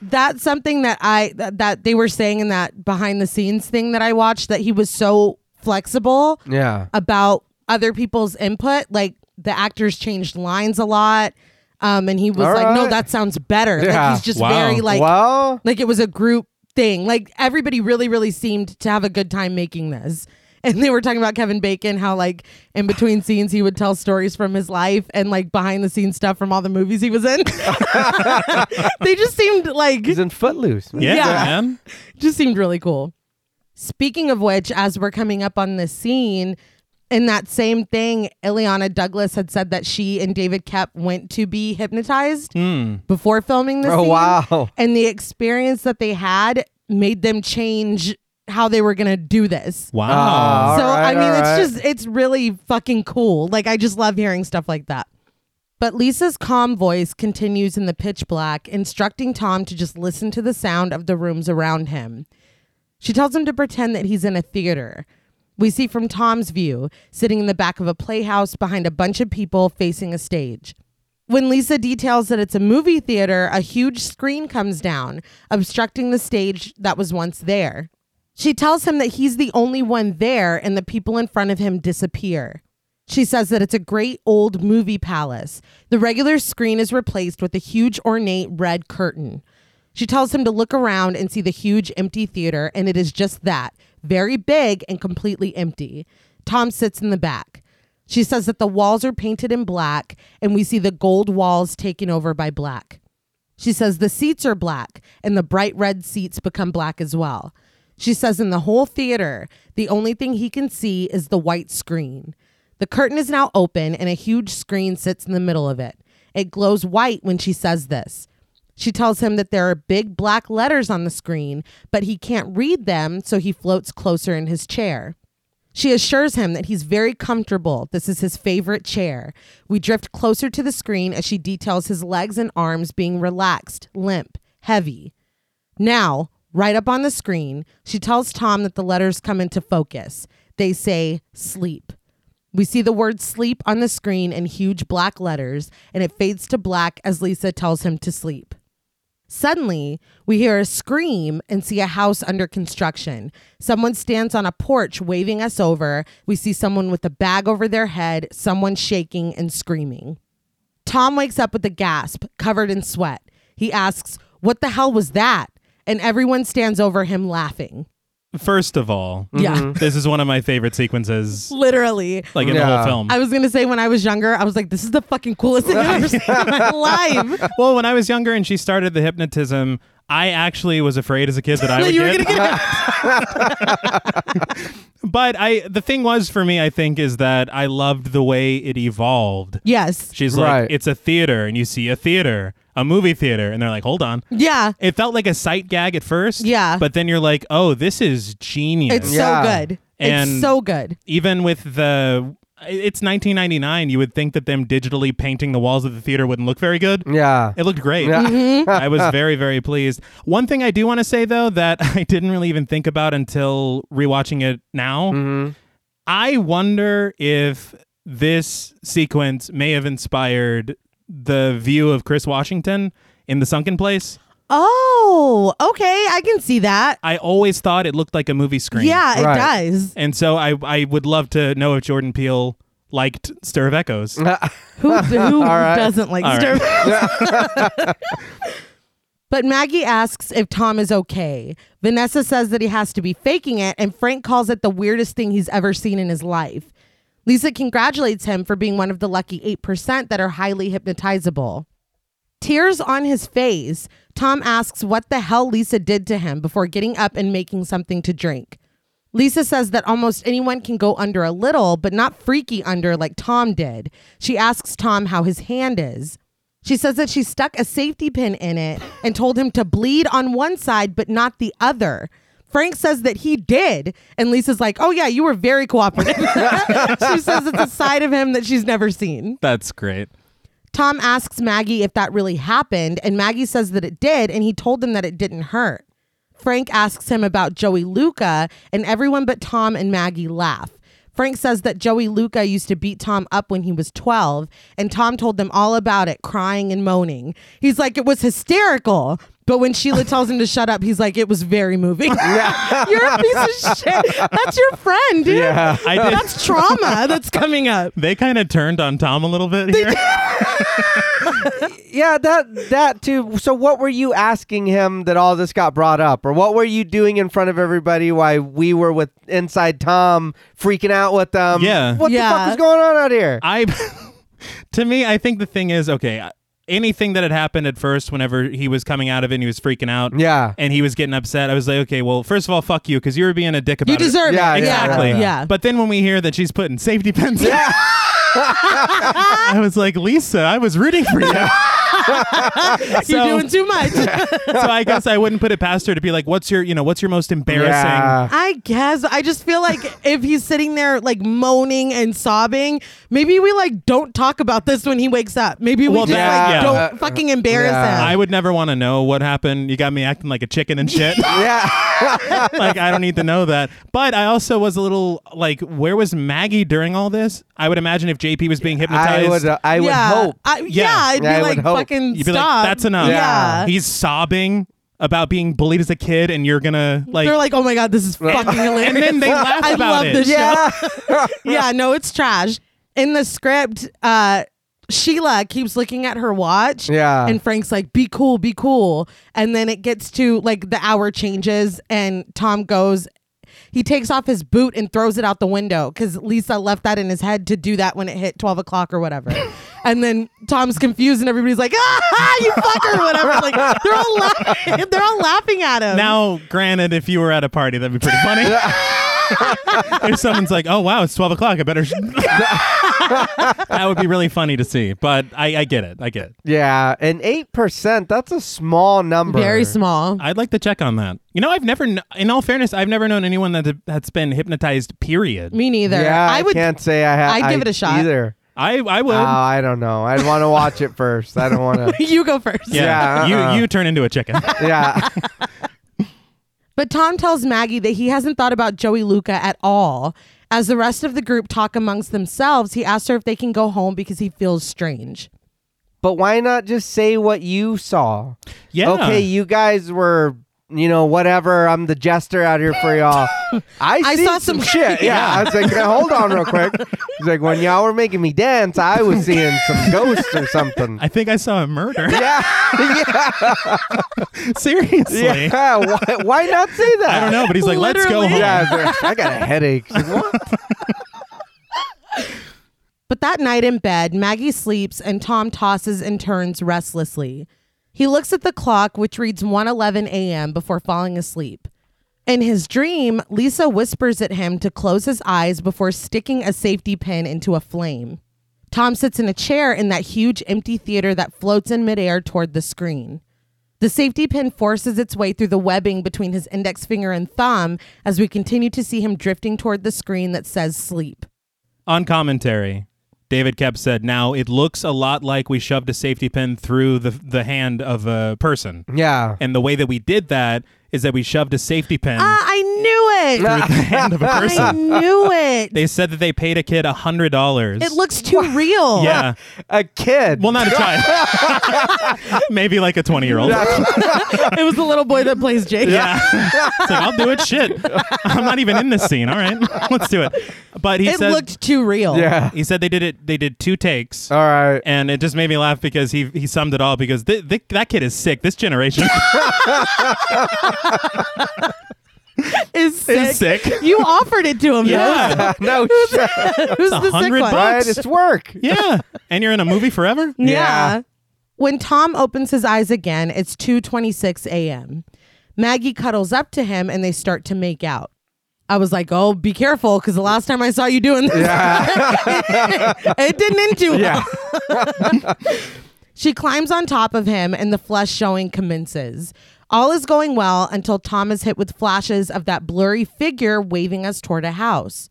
Speaker 1: That's something that I that, that they were saying in that behind the scenes thing that I watched that he was so flexible
Speaker 2: Yeah.
Speaker 1: about other people's input. Like the actors changed lines a lot. Um, and he was
Speaker 2: All
Speaker 1: like, no,
Speaker 2: right.
Speaker 1: that sounds better. Like
Speaker 2: Yeah.
Speaker 1: he's just
Speaker 3: Wow.
Speaker 1: very like,
Speaker 2: well,
Speaker 1: like it was a group thing. Like everybody really, really seemed to have a good time making this. *laughs* And they were talking about Kevin Bacon, how like in between scenes he would tell stories from his life and like behind the scenes stuff from all the movies he was in. *laughs* they just seemed like
Speaker 2: he's in Footloose. man.
Speaker 3: yeah,
Speaker 1: Yeah.
Speaker 3: man.
Speaker 1: just seemed really cool. Speaking of which, as we're coming up on the scene, in that same thing, Ileana Douglas had said that she and David Kep went to be hypnotized before filming the
Speaker 2: Hmm. Oh,
Speaker 1: scene.
Speaker 2: wow.
Speaker 1: And the experience that they had made them change how they were gonna do this.
Speaker 3: Wow.
Speaker 2: Ah. all
Speaker 1: so I
Speaker 2: right,
Speaker 1: mean,
Speaker 2: all
Speaker 1: it's
Speaker 2: right.
Speaker 1: just it's really fucking cool. Like I just love hearing stuff like that. But Lisa's calm voice continues in the pitch black, instructing Tom to just listen to the sound of the rooms around him. She tells him to pretend that he's in a theater. We see from Tom's view, sitting in the back of a playhouse behind a bunch of people facing a stage. When Lisa details that it's a movie theater, a huge screen comes down, obstructing the stage that was once there. She tells him that he's the only one there and the people in front of him disappear. She says that it's a great old movie palace. The regular screen is replaced with a huge ornate red curtain. She tells him to look around and see the huge empty theater, and it is just that very big and completely empty. Tom sits in the back. She says that the walls are painted in black, and we see the gold walls taken over by black. She says the seats are black, and the bright red seats become black as well. She says in the whole theater, the only thing he can see is the white screen. The curtain is now open, and a huge screen sits in the middle of it. It glows white when she says this. She tells him that there are big black letters on the screen, but he can't read them, so he floats closer in his chair. She assures him that he's very comfortable. This is his favorite chair. We drift closer to the screen as she details his legs and arms being relaxed, limp, heavy. Now, right up on the screen, she tells Tom that the letters come into focus. They say sleep. We see the word sleep on the screen in huge black letters, and it fades to black as Lisa tells him to sleep. Suddenly, we hear a scream and see a house under construction. Someone stands on a porch waving us over. We see someone with a bag over their head, someone shaking and screaming. Tom wakes up with a gasp, covered in sweat. He asks, What the hell was that? And everyone stands over him laughing.
Speaker 3: First of all,
Speaker 2: mm-hmm.
Speaker 1: Yeah.
Speaker 3: this is one of my favorite sequences,
Speaker 1: Literally.
Speaker 3: like in the
Speaker 2: Yeah.
Speaker 3: whole film.
Speaker 1: I was going to say when I was younger, I was like, This is the fucking coolest thing I've ever seen in
Speaker 3: *laughs*
Speaker 1: my life.
Speaker 3: well, when I was younger and she started the hypnotism, I actually was afraid as a kid that I would
Speaker 1: *laughs* you were
Speaker 3: get.
Speaker 1: going to get it.
Speaker 3: *laughs* but I, the thing was for me, I think, is that I loved the way it evolved.
Speaker 1: Yes.
Speaker 3: She's
Speaker 2: Right.
Speaker 3: like, it's a theater, and you see a theater, a movie theater, and they're like, hold on.
Speaker 1: Yeah.
Speaker 3: It felt like a sight gag at first.
Speaker 1: Yeah.
Speaker 3: But then you're like, oh, this is genius.
Speaker 1: It's
Speaker 2: Yeah.
Speaker 1: so good. it's
Speaker 3: And-
Speaker 1: so good.
Speaker 3: Even with the. It's 1999. You would think that them digitally painting the walls of the theater wouldn't look very good.
Speaker 2: Yeah.
Speaker 3: It looked great.
Speaker 1: Mm-hmm.
Speaker 3: I was very, very pleased. One thing I do want to say, though, that *laughs* I didn't really even think about until rewatching it now. I wonder if this sequence may have inspired the view of Chris Washington in The Sunken Place.
Speaker 1: Oh, okay. I can see that.
Speaker 3: I always thought it looked like a movie screen.
Speaker 1: Yeah, it
Speaker 2: Right.
Speaker 3: *laughs*
Speaker 1: does.
Speaker 3: And so I, I would love to know if Jordan Peele liked Stir of Echoes.
Speaker 1: Who, who
Speaker 2: right.
Speaker 1: doesn't like
Speaker 3: All
Speaker 1: Stir *laughs* But Maggie asks if Tom is okay. Vanessa says that he has to be faking it, and Frank calls it the weirdest thing he's ever seen in his life. Lisa congratulates him for being one of the lucky 8% that are highly hypnotizable. Tears on his face, Tom asks what the hell Lisa did to him before getting up and making something to drink. Lisa says that almost anyone can go under a little, but not freaky under like Tom did. She asks Tom how his hand is. She says that she stuck a safety pin in it and told him to bleed on one side but not the other. Frank says that he did, and Lisa's like, "Oh yeah, you were very cooperative." *laughs* she says it's a side of him that she's never seen.
Speaker 3: That's great.
Speaker 1: Tom asks Maggie if that really happened, and Maggie says that it did, and he told them that it didn't hurt. Frank asks him about Joey Luca, and everyone but Tom and Maggie laugh. Frank says that Joey Luca used to beat Tom up when he was 12, and Tom told them all about it, crying and moaning. He's like, it was hysterical. But when Sheila tells him to shut up, he's like, it was very
Speaker 3: *laughs*
Speaker 1: moving. *laughs* You're a piece of shit. That's your friend, dude.
Speaker 3: I did.
Speaker 1: That's trauma that's coming up.
Speaker 3: They kind of turned on Tom a little bit here.
Speaker 2: Yeah, that that too. So what were you asking him that all this got brought up, or what were you doing in front of everybody while we were with inside Tom freaking out with them?
Speaker 3: Yeah.
Speaker 2: what
Speaker 1: Yeah.
Speaker 2: the fuck is going on out here?
Speaker 3: *laughs* I, to me, I think the thing is okay. uh, Anything that had happened at first, whenever he was coming out of it, and he was freaking out.
Speaker 2: Yeah.
Speaker 3: and he was getting upset. I was like, okay, well, first of all, fuck you, because you were being a dick about
Speaker 1: You
Speaker 3: it.
Speaker 1: deserve
Speaker 2: Yeah,
Speaker 1: it.
Speaker 2: yeah,
Speaker 3: Exactly.
Speaker 1: Yeah. yeah.
Speaker 3: But then when we hear that she's putting safety pins, yeah. *laughs* I was like, Lisa, I was rooting for you.
Speaker 1: You're
Speaker 3: So-
Speaker 1: doing too much.
Speaker 3: so I guess I wouldn't put it past her to be like, what's your, you know, what's your most embarrassing?
Speaker 2: Yeah.
Speaker 1: *laughs* I guess. I just feel like if he's sitting there like moaning and sobbing, maybe we like don't talk about this when he wakes up. Maybe we
Speaker 3: Well,
Speaker 1: just
Speaker 3: that-
Speaker 1: like
Speaker 3: yeah.
Speaker 1: don't fucking embarrass
Speaker 2: Yeah.
Speaker 1: him.
Speaker 3: I would never want to know what happened. You got me acting like a chicken
Speaker 2: *laughs*
Speaker 3: and shit. *laughs*
Speaker 2: yeah,
Speaker 3: like I don't need to know that. But I also was a little like, where was Maggie during all this? I would imagine if JP was being
Speaker 2: *laughs*
Speaker 3: hypnotized,
Speaker 2: I would. I would
Speaker 1: yeah.
Speaker 2: hope.
Speaker 1: I, yeah.
Speaker 3: Yeah.
Speaker 1: I'd be
Speaker 2: Yeah, I would
Speaker 1: like
Speaker 2: hope.
Speaker 1: fucking
Speaker 3: you'd be
Speaker 1: stop.
Speaker 3: like, that's enough.
Speaker 2: uh,
Speaker 1: Yeah.
Speaker 3: he's sobbing about being bullied as a kid, and you're gonna like.
Speaker 1: They're like, oh my god, this is
Speaker 3: *laughs*
Speaker 1: fucking hilarious.
Speaker 3: and
Speaker 1: *laughs*
Speaker 3: then they laugh
Speaker 1: I
Speaker 3: about
Speaker 1: love
Speaker 3: it.
Speaker 1: this show.
Speaker 2: yeah,
Speaker 1: yeah, *laughs* no, it's trash. In the script, uh, Sheila keeps looking at her watch.
Speaker 2: Yeah.
Speaker 1: And Frank's like, be cool, be cool. And then it gets to like the hour changes, and Tom goes, he takes off his boot and throws it out the window because Lisa left that in his head to do that when it hit 12 o'clock or
Speaker 2: *laughs*
Speaker 1: whatever. and then Tom's confused, and everybody's like, ah, *laughs* you fucker, or whatever. Like, they're all, laughing. *laughs* they're all laughing at him.
Speaker 3: Now, granted, if you were at a party, that'd be pretty
Speaker 2: *laughs*
Speaker 3: funny. *laughs* if someone's like, "Oh wow, it's twelve o'clock.
Speaker 2: *laughs*
Speaker 3: I better," sh-" *laughs* that would be really funny to see. But I, I get it. I get it.
Speaker 2: *laughs* yeah. And eight percent—that's a small number.
Speaker 1: very small.
Speaker 3: I'd like to check on that. You know, I've never, kn- in all fairness, I've never known anyone that that's been hypnotized. Period.
Speaker 1: Me neither.
Speaker 2: Yeah, I,
Speaker 1: I would
Speaker 2: can't say I have.
Speaker 1: I'd give it a shot.
Speaker 2: either.
Speaker 3: I, I would.
Speaker 2: Oh, I don't know. I'd want to watch it first. I don't
Speaker 1: *laughs*
Speaker 2: want
Speaker 1: *laughs*
Speaker 2: to.
Speaker 1: you go first.
Speaker 3: yeah,
Speaker 2: yeah, uh-uh.
Speaker 3: you you turn into a chicken.
Speaker 2: Yeah.
Speaker 1: But Tom tells Maggie that he hasn't thought about Joey Luca at all. As the rest of the group talk amongst themselves, he asks her if they can go home because he feels strange.
Speaker 2: But why not just say what you saw?
Speaker 3: Yeah.
Speaker 2: Okay, you guys were, you know, whatever. I'm the jester out here for y'all. I,
Speaker 1: I
Speaker 2: seen
Speaker 1: saw
Speaker 2: some
Speaker 1: some-
Speaker 2: shit. Yeah. I was like, "Now, hold on, real quick. He's like, when y'all were making me dance, I was seeing some ghosts or
Speaker 3: *laughs*
Speaker 2: something.
Speaker 3: I think I saw a murder.
Speaker 2: *laughs* yeah, yeah,
Speaker 3: *laughs* Seriously.
Speaker 2: yeah. *laughs* Why, why not say that?
Speaker 3: I don't know, but he's like, let's go home.
Speaker 1: Literally.
Speaker 2: *laughs* Yeah, I, was like, I got a headache. She's like, what?
Speaker 1: But that night in bed, Maggie sleeps and Tom tosses and turns restlessly. He looks at the clock, which reads 1:11 a.m. before falling asleep. In his dream, Lisa whispers at him to close his eyes before sticking a safety pin into a flame. Tom sits in a chair in that huge empty theater that floats in midair toward the screen. The safety pin forces its way through the webbing between his index finger and thumb as we continue to see him drifting toward the screen that says sleep.
Speaker 3: On commentary, David Kep said, "Now it looks a lot like we shoved a safety pin through the the hand of a person,
Speaker 2: Yeah.
Speaker 3: and the way that we did that is that we shoved a safety pin *laughs*
Speaker 1: Ah, I knew it.
Speaker 3: through the hand of a
Speaker 1: *laughs* I
Speaker 3: person.
Speaker 1: knew it.
Speaker 3: They said that they paid a kid a hundred dollars.
Speaker 1: it
Speaker 3: *laughs*
Speaker 1: looks too real.
Speaker 3: yeah,
Speaker 2: A kid.
Speaker 3: well, not a child, *laughs* maybe like a twenty year old.
Speaker 1: it was the little boy that plays Jake.
Speaker 3: Yeah. *laughs* It's like, I'll do it. Shit. I'm not even in this scene. All right. *laughs* Let's do it. But he
Speaker 1: It
Speaker 3: said
Speaker 1: looked too real.
Speaker 3: *laughs*
Speaker 2: yeah.
Speaker 3: he said they did it they did two takes.
Speaker 2: All right.
Speaker 3: and it just made me laugh because he he summed it all because th- th- that kid is sick. This *laughs* generation
Speaker 1: It's sick.
Speaker 3: is sick.
Speaker 1: You offered it to him.
Speaker 3: Yeah.
Speaker 2: *laughs* no shit.
Speaker 1: Though. *laughs* Who's the sick
Speaker 3: 100
Speaker 1: one?
Speaker 3: bucks.
Speaker 2: Right? It's work.
Speaker 3: Yeah. And you're in a movie forever?
Speaker 1: Yeah.
Speaker 2: Yeah.
Speaker 1: When Tom opens his eyes again, it's 2:26 a.m. Maggie cuddles up to him and they start to make out. I was like, "Oh, be careful because the last time I saw *laughs* you doing this, it didn't end too well." *laughs*
Speaker 2: Yeah.
Speaker 1: She climbs on top of him and the flesh showing commences. All is going well until Tom is hit with flashes of that blurry figure waving us toward a house.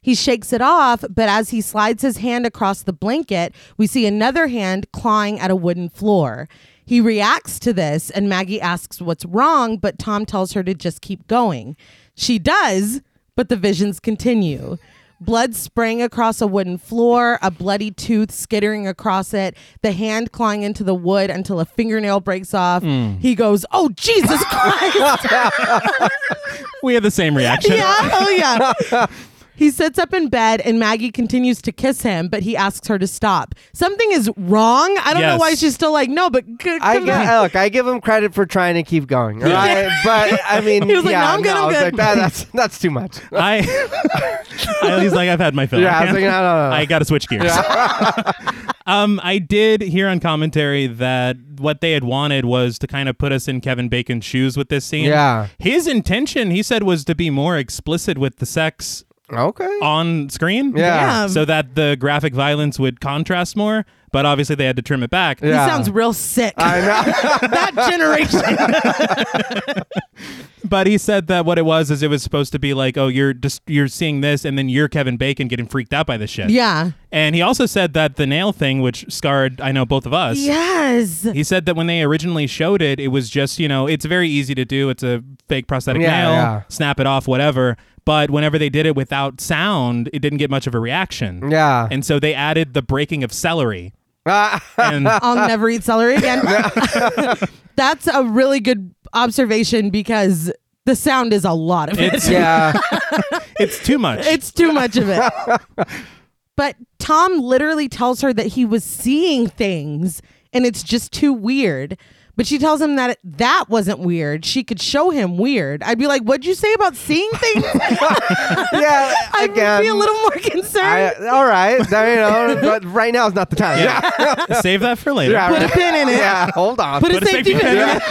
Speaker 1: He shakes it off, but as he slides his hand across the blanket, we see another hand clawing at a wooden floor. He reacts to this, and Maggie asks what's wrong, but Tom tells her to just keep going. She does, but the visions continue. Blood spraying across a wooden floor, a bloody tooth skittering across it, the hand clawing into the wood until a fingernail breaks off. He goes, Oh, Jesus Christ!
Speaker 3: We had the same reaction.
Speaker 1: yeah, oh
Speaker 3: *laughs*
Speaker 1: yeah. He sits up in bed and Maggie continues to kiss him, but he asks her to stop. Something is wrong. I don't know
Speaker 3: Yes.
Speaker 1: why she's still like, no, but good.
Speaker 2: I
Speaker 1: come
Speaker 2: get,
Speaker 1: on."
Speaker 2: look. I give him credit for trying to keep going. all right? But I mean,
Speaker 1: *laughs* He was like,
Speaker 2: yeah,
Speaker 1: "No, I'm good,
Speaker 2: I
Speaker 1: I'm
Speaker 2: was
Speaker 1: good."
Speaker 2: like, "That- that's that's too much.
Speaker 3: I, I was like, I've had my fill.
Speaker 2: Yeah, I was like, no, no, no, no.
Speaker 3: I got to switch gears. *laughs* um, I did hear on commentary that what they had wanted was to kind of put us in Kevin Bacon's shoes with this scene.
Speaker 2: Yeah.
Speaker 3: His intention, he said, was to be more explicit with the sex
Speaker 2: Okay.
Speaker 3: on screen.
Speaker 2: Yeah.
Speaker 1: Damn.
Speaker 3: So that the graphic violence would contrast more, but obviously they had to trim it back.
Speaker 1: He
Speaker 2: Yeah.
Speaker 1: sounds real sick.
Speaker 2: I know.
Speaker 1: *laughs* that generation.
Speaker 2: *laughs*
Speaker 3: But he said that what it was is it was supposed to be like, oh, you're just you're seeing this, and then you're Kevin Bacon getting freaked out by this shit.
Speaker 1: yeah.
Speaker 3: And he also said that the nail thing, which scarred, I know both of us.
Speaker 1: Yes.
Speaker 3: He said that when they originally showed it, it was just, you know, it's very easy to do. It's a fake prosthetic
Speaker 2: Yeah,
Speaker 3: nail,
Speaker 2: yeah.
Speaker 3: snap it off, whatever. But whenever they did it without sound, it didn't get much of a reaction.
Speaker 2: Yeah.
Speaker 3: And so they added the breaking of celery.
Speaker 2: Ah, *laughs*
Speaker 3: And
Speaker 1: I'll never eat celery again. *laughs* That's a really good observation because the sound is a lot of it. *laughs*
Speaker 3: it's,
Speaker 2: yeah.
Speaker 3: it's too much.
Speaker 1: It's too much of
Speaker 2: *laughs*
Speaker 1: it. but Tom literally tells her that he was seeing things and it's just too weird. But she tells him that it, that wasn't weird. She could show him weird. I'd be like, "What'd you say about seeing things?" *laughs*
Speaker 2: Yeah.
Speaker 1: I'd
Speaker 2: again.
Speaker 1: be a little more concerned.
Speaker 2: I, all right. You know, but right now is not the time. Yeah.
Speaker 3: Save that for later.
Speaker 2: Yeah,
Speaker 1: Put a
Speaker 2: right.
Speaker 1: pin in it.
Speaker 2: Yeah, hold on.
Speaker 1: Put a
Speaker 3: Put a
Speaker 1: safety
Speaker 3: safety
Speaker 1: pin in
Speaker 3: pin.
Speaker 1: it.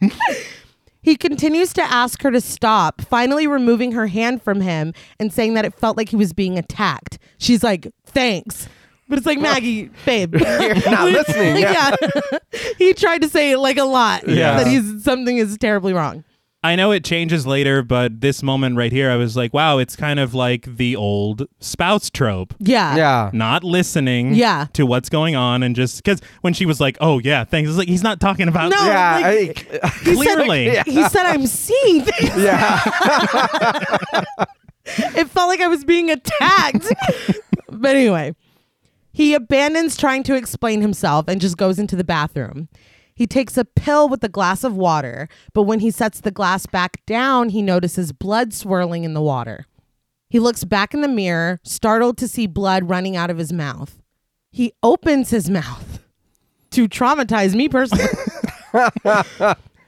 Speaker 1: *laughs* He continues to ask her to stop, finally removing her hand from him and saying that it felt like he was being attacked. She's like, "Thanks." But it's like, "Maggie, babe,
Speaker 2: *laughs* You're
Speaker 1: *laughs*
Speaker 2: not listening. Yeah.
Speaker 1: yeah. he tried to say it like a lot
Speaker 2: Yeah.
Speaker 1: that he's something is terribly wrong.
Speaker 3: I know it changes later, but this moment right here, I was like, wow, it's kind of like the old spouse trope.
Speaker 1: Yeah.
Speaker 2: Yeah.
Speaker 3: Not listening
Speaker 1: Yeah.
Speaker 3: to what's going on and just because when she was like, oh, yeah, thanks, it's like, he's not talking about
Speaker 1: No.
Speaker 2: Yeah.
Speaker 1: like-
Speaker 2: I-
Speaker 3: clearly.
Speaker 1: He said, I'm seeing things. *laughs*
Speaker 2: yeah.
Speaker 1: It felt like I was being attacked. but anyway, he abandons trying to explain himself and just goes into the bathroom. He takes a pill with a glass of water, but when he sets the glass back down, he notices blood swirling in the water. He looks back in the mirror, startled to see blood running out of his mouth. He opens his mouth to traumatize me personally.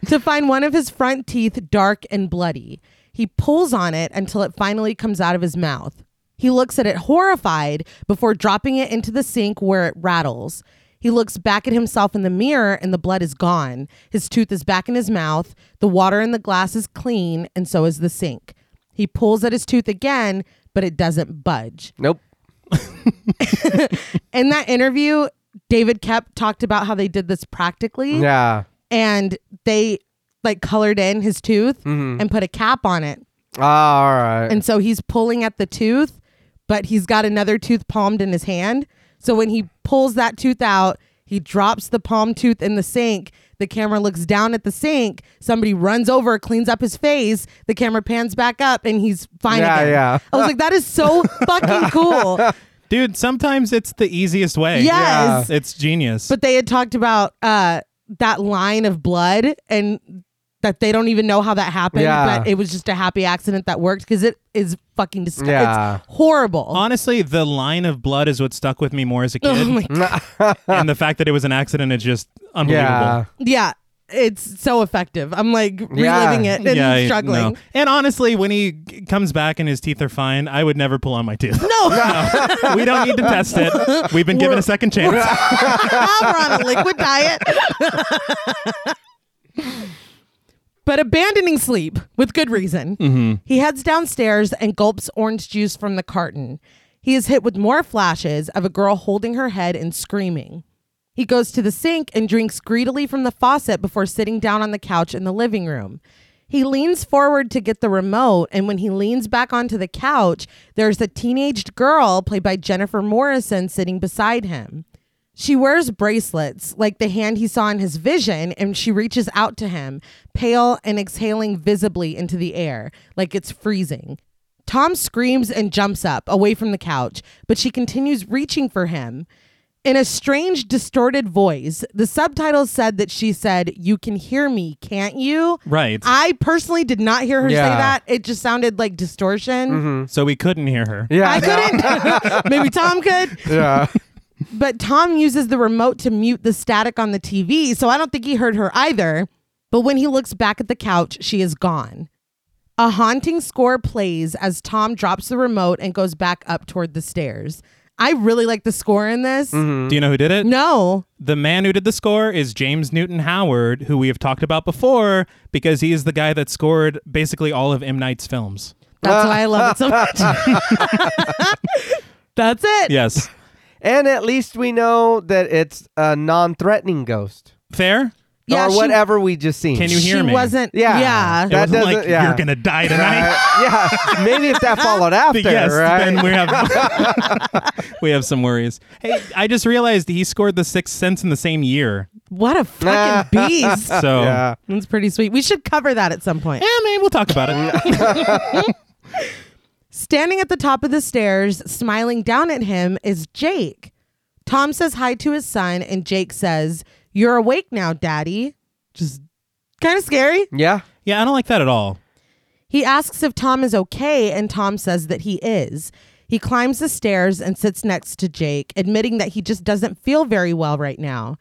Speaker 1: to find one of his front teeth dark and bloody. He pulls on it until it finally comes out of his mouth. He looks at it horrified before dropping it into the sink where it rattles. He looks back at himself in the mirror and the blood is gone. His tooth is back in his mouth. The water in the glass is clean and so is the sink. He pulls at his tooth again, but it doesn't budge
Speaker 2: Nope.
Speaker 1: in that interview, David Kep talked about how they did this practically
Speaker 2: Yeah.
Speaker 1: and they like colored in his tooth
Speaker 2: Mm-hmm.
Speaker 1: and put a cap on it.
Speaker 2: Ah, all right.
Speaker 1: And so he's pulling at the tooth, but he's got another tooth palmed in his hand. So when he pulls that tooth out, he drops the palm tooth in the sink. The camera looks down at the sink. Somebody runs over, cleans up his face. The camera pans back up, and he's fine
Speaker 2: Yeah,
Speaker 1: again.
Speaker 2: yeah.
Speaker 1: I was like, that is
Speaker 2: *laughs*
Speaker 1: so fucking cool.
Speaker 3: Dude, sometimes it's the easiest way.
Speaker 1: Yes.
Speaker 3: It's genius.
Speaker 1: But they had talked about uh, that line of blood and that they don't even know how that happened,
Speaker 2: Yeah.
Speaker 1: but it was just a happy accident that worked because it is fucking disgusting.
Speaker 2: Yeah.
Speaker 1: It's horrible.
Speaker 3: Honestly, the line of blood is what stuck with me more as a
Speaker 2: *laughs*
Speaker 3: kid.
Speaker 1: Oh my God.
Speaker 3: and the fact that it was an accident is just unbelievable.
Speaker 2: yeah.
Speaker 1: Yeah. It's so effective. I'm like reliving it and
Speaker 3: Yeah, I-
Speaker 1: struggling.
Speaker 3: no. And honestly, when he g- comes back and his teeth are fine, I would never pull on
Speaker 1: *laughs*
Speaker 3: my tooth.
Speaker 1: No,
Speaker 2: *laughs*
Speaker 3: we don't need to test it. We've been given a second
Speaker 2: *laughs*
Speaker 3: chance.
Speaker 1: we're on a liquid diet. but abandoning sleep with good reason, he heads downstairs and gulps orange juice from the carton. He is hit with more flashes of a girl holding her head and screaming. He goes to the sink and drinks greedily from the faucet before sitting down on the couch in the living room. He leans forward to get the remote, and when he leans back onto the couch, there's a teenaged girl, played by Jennifer Morrison, sitting beside him. She wears bracelets, like the hand he saw in his vision, and she reaches out to him, pale and exhaling visibly into the air, like it's freezing. Tom screams and jumps up away from the couch, but she continues reaching for him. In a strange, distorted voice, the subtitles said that she said, You can hear me, can't you?
Speaker 3: Right.
Speaker 1: I personally did not hear her say
Speaker 2: Yeah. Mm-hmm.
Speaker 1: that. It just sounded like distortion.
Speaker 3: so we couldn't hear her.
Speaker 2: Yeah.
Speaker 1: I couldn't. *laughs* Maybe Tom could.
Speaker 2: yeah.
Speaker 1: But Tom uses the remote to mute the static on the TV, so I don't think he heard her either. But when he looks back at the couch, she is gone. A haunting score plays as Tom drops the remote and goes back up toward the stairs. I really like the score in this.
Speaker 3: Do you know who did it?
Speaker 1: No.
Speaker 3: The man who did the score is James Newton Howard, who we have talked about before because he is the guy that scored basically all of M. Night's films.
Speaker 1: That's why I love it so
Speaker 3: *laughs*
Speaker 1: much. That's it.
Speaker 3: Yes.
Speaker 2: And at least we know that it's a non-threatening ghost
Speaker 3: *laughs* Fair?
Speaker 1: Yeah,
Speaker 2: or
Speaker 1: she-
Speaker 2: whatever we just seen.
Speaker 3: Can you
Speaker 1: She
Speaker 3: hear me?
Speaker 1: wasn't.
Speaker 2: Yeah.
Speaker 1: Yeah.
Speaker 3: It
Speaker 2: That
Speaker 3: wasn't like
Speaker 2: doesn't- yeah.
Speaker 3: you're gonna die
Speaker 2: *laughs*
Speaker 3: tonight. *laughs*
Speaker 2: Uh, yeah. Maybe if that followed after,
Speaker 3: yes,
Speaker 2: right?
Speaker 3: then we have
Speaker 2: *laughs*
Speaker 3: we have *laughs* some worries. Hey, I just realized he scored The Sixth Sense in the same year,
Speaker 1: What a
Speaker 3: *laughs*
Speaker 1: fucking beast.
Speaker 3: so
Speaker 2: Ah, yeah.
Speaker 1: That's pretty sweet. We should cover that at some point.
Speaker 3: yeah, maybe we'll talk about
Speaker 2: *laughs*
Speaker 3: it.
Speaker 1: Standing at the top of the stairs, smiling down at him, is Jake. Tom says hi to his son, and Jake says, You're awake now, daddy. Just kind of scary.
Speaker 2: Yeah.
Speaker 3: *laughs* yeah, I don't like that at all.
Speaker 1: He asks if Tom is okay, and Tom says that he is. He climbs the stairs and sits next to Jake, admitting that he just doesn't feel very well right now.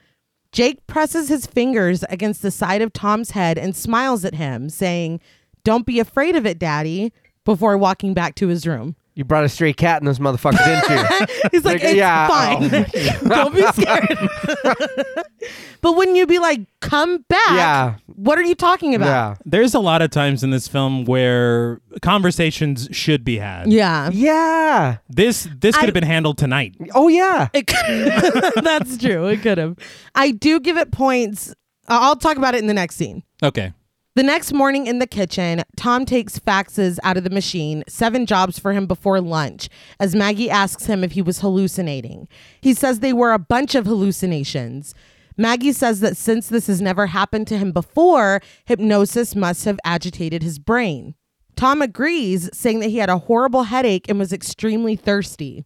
Speaker 1: Jake presses his fingers against the side of Tom's head and smiles at him, saying, Don't be afraid of it, daddy, before walking back to his room.
Speaker 2: You brought a stray cat and those motherfuckers, didn't you?
Speaker 1: He's like,
Speaker 2: Like,
Speaker 1: it's
Speaker 2: yeah, oh.
Speaker 1: fine. *laughs* Don't be scared.
Speaker 2: *laughs*
Speaker 1: but wouldn't you be like, come back?
Speaker 2: Yeah.
Speaker 1: What are you talking about?
Speaker 2: Yeah.
Speaker 3: There's a lot of times in this film where conversations should be had.
Speaker 1: Yeah.
Speaker 2: Yeah.
Speaker 3: This this could
Speaker 1: I-
Speaker 3: have been handled tonight.
Speaker 2: Oh yeah.
Speaker 1: It could, *laughs* that's true. It could have. I do give it points. I- I'll talk about it in the next scene.
Speaker 3: Okay.
Speaker 1: The next morning in the kitchen, Tom takes faxes out of the machine, seven jobs for him before lunch, as Maggie asks him if he was hallucinating. He says they were a bunch of hallucinations. Maggie says that since this has never happened to him before, hypnosis must have agitated his brain. Tom agrees, saying that he had a horrible headache and was extremely thirsty.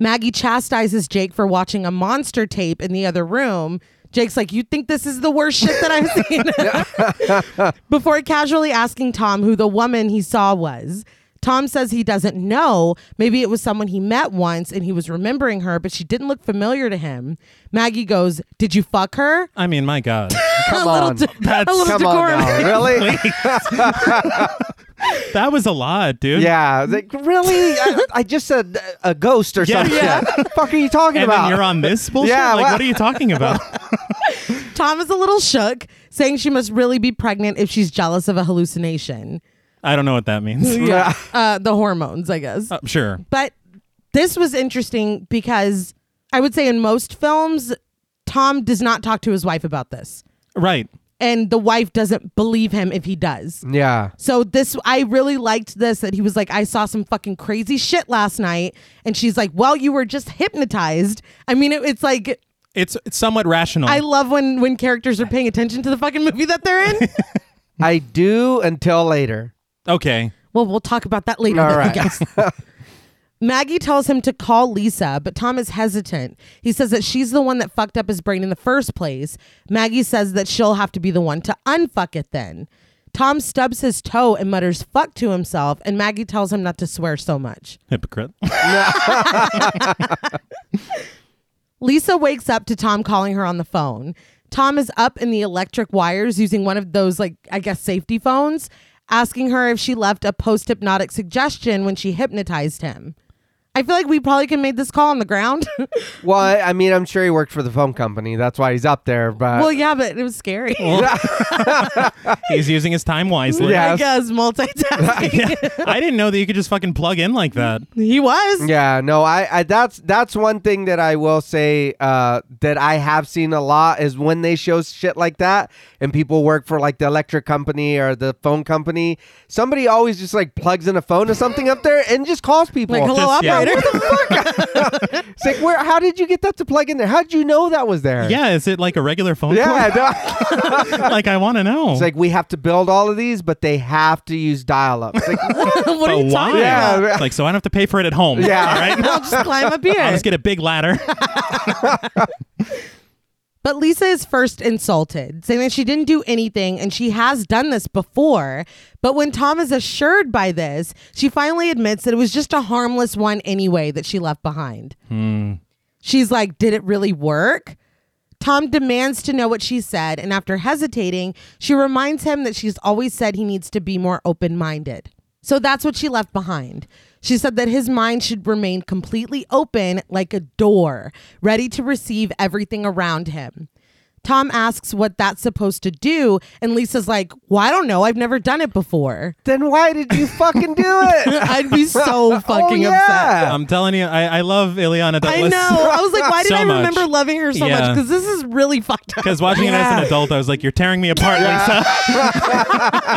Speaker 1: Maggie chastises Jake for watching a monster tape in the other room. Jake's like, You think this is the worst shit that I've *laughs* seen? Before casually asking Tom who the woman he saw was. Tom says he doesn't know. Maybe it was someone he met once and he was remembering her, but she didn't look familiar to him. Maggie goes, Did you fuck her? *laughs*
Speaker 3: I mean, my God.
Speaker 2: Come
Speaker 1: a little,
Speaker 2: on.
Speaker 1: de- a
Speaker 3: That's-
Speaker 1: little
Speaker 2: Come on
Speaker 1: decorum.
Speaker 2: now.
Speaker 3: *laughs*
Speaker 2: Really?
Speaker 3: That was a lot, dude.
Speaker 2: Yeah. Like, really? I, I just said a ghost or
Speaker 3: *laughs* Yeah.
Speaker 2: something. fuck are you talking
Speaker 3: And
Speaker 2: about?
Speaker 3: then you're on this bullshit?
Speaker 2: Yeah,
Speaker 3: like,
Speaker 2: well-
Speaker 3: what are you talking about?
Speaker 1: *laughs* Tom is a little shook, saying she must really be pregnant if she's jealous of a hallucination.
Speaker 3: I don't know what that
Speaker 2: *laughs*
Speaker 3: means.
Speaker 2: yeah.
Speaker 1: Uh, the hormones, I guess.
Speaker 2: Oh.
Speaker 3: Uh, sure.
Speaker 1: But this was interesting because I would say in most films, Tom does not talk to his wife about this.
Speaker 3: Right.
Speaker 1: And the wife doesn't believe him if he does.
Speaker 2: Yeah.
Speaker 1: So this I really liked this that he was like, I saw some fucking crazy shit last night. And she's like, Well, you were just hypnotized. I mean, it, it's like
Speaker 3: It's, it's somewhat rational.
Speaker 1: I love when when characters are paying attention to the fucking movie that they're
Speaker 2: *laughs*
Speaker 1: in.
Speaker 2: I do until later.
Speaker 3: okay.
Speaker 1: Well, we'll talk about that later,
Speaker 2: All
Speaker 1: then, *laughs* I
Speaker 2: right.
Speaker 1: guess. Maggie tells him to call Lisa, but Tom is hesitant. He says that she's the one that fucked up his brain in the first place. Maggie says that she'll have to be the one to unfuck it then. Tom stubs his toe and mutters fuck to himself, and Maggie tells him not to swear so much.
Speaker 3: Hypocrite.
Speaker 1: Lisa wakes up to Tom calling her on the phone. Tom is up in the electric wires using one of those, like, I guess, safety phones, asking her if she left a post hypnotic suggestion when she hypnotized him. I feel like we probably could have made this call on the ground. *laughs*
Speaker 2: Well, I, I mean, I'm sure he worked for the phone company. That's why he's up there. But
Speaker 3: Uh,
Speaker 1: well, yeah, but it was
Speaker 3: *laughs*
Speaker 1: scary.
Speaker 3: He's using his time wisely.
Speaker 2: Yeah.
Speaker 1: I guess multitasking.
Speaker 3: *laughs* Yeah. I didn't know that you could just fucking plug in like that.
Speaker 1: He was.
Speaker 2: Yeah, no, I, I that's that's one thing that I will say uh, that I have seen a lot is when they show shit like that and people work for like the electric company or the phone company, somebody always just like plugs in a phone or something up there and just calls people.
Speaker 1: Like, hello,
Speaker 3: Just- yeah.
Speaker 1: operator.
Speaker 2: it's like where? How did you get that to plug in there? How did you know that was there?
Speaker 3: Yeah, is it like a regular phone
Speaker 2: *laughs* yeah.
Speaker 3: call?
Speaker 1: *laughs*
Speaker 2: no.
Speaker 3: *laughs* like I want to know.
Speaker 2: it's like we have to build all of these, but they have to use dial up. Like,
Speaker 1: *laughs* what are
Speaker 3: but
Speaker 1: you
Speaker 3: Uh, why?
Speaker 1: talking
Speaker 2: Yeah.
Speaker 1: about?
Speaker 2: about?
Speaker 3: Like so I don't have to pay for it at home.
Speaker 2: Yeah.
Speaker 3: All right?
Speaker 1: I'll just
Speaker 3: *laughs*
Speaker 1: climb up
Speaker 3: I'll
Speaker 1: here.
Speaker 3: just get a big ladder.
Speaker 1: But Lisa is first insulted, saying that she didn't do anything and she has done this before. But when Tom is assured by this, she finally admits that it was just a harmless one anyway that she left behind. She's like, Did it really work? Tom demands to know what she said, and after hesitating, she reminds him that she's always said he needs to be more open minded. So that's what she left behind. She said that his mind should remain completely open like a door, ready to receive everything around him. Tom asks what that's supposed to do, and Lisa's like, Well, I don't know. I've never done it before.
Speaker 2: then why did you fucking do it?
Speaker 1: I'd
Speaker 2: *laughs*
Speaker 1: be so *laughs* fucking
Speaker 2: oh,
Speaker 1: upset.
Speaker 2: yeah.
Speaker 3: I'm telling you, I, I love Ileana Douglas.
Speaker 1: I know.
Speaker 3: *laughs*
Speaker 1: I was like, Why did
Speaker 3: So
Speaker 1: I
Speaker 3: much.
Speaker 1: remember loving her so much?
Speaker 3: Yeah.
Speaker 1: Because this is really fucked
Speaker 3: *laughs*
Speaker 1: up.
Speaker 3: Because watching it as an adult, I was like, "You're tearing me apart, Lisa."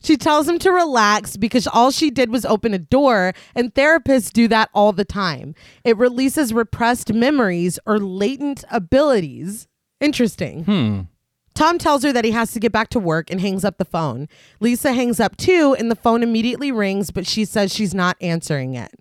Speaker 1: She tells him to relax because all she did was open a door, and therapists do that all the time. It releases repressed memories or latent abilities. Interesting. Tom tells her that he has to get back to work and hangs up the phone. Lisa hangs up too, and the phone immediately rings, but she says she's not answering it.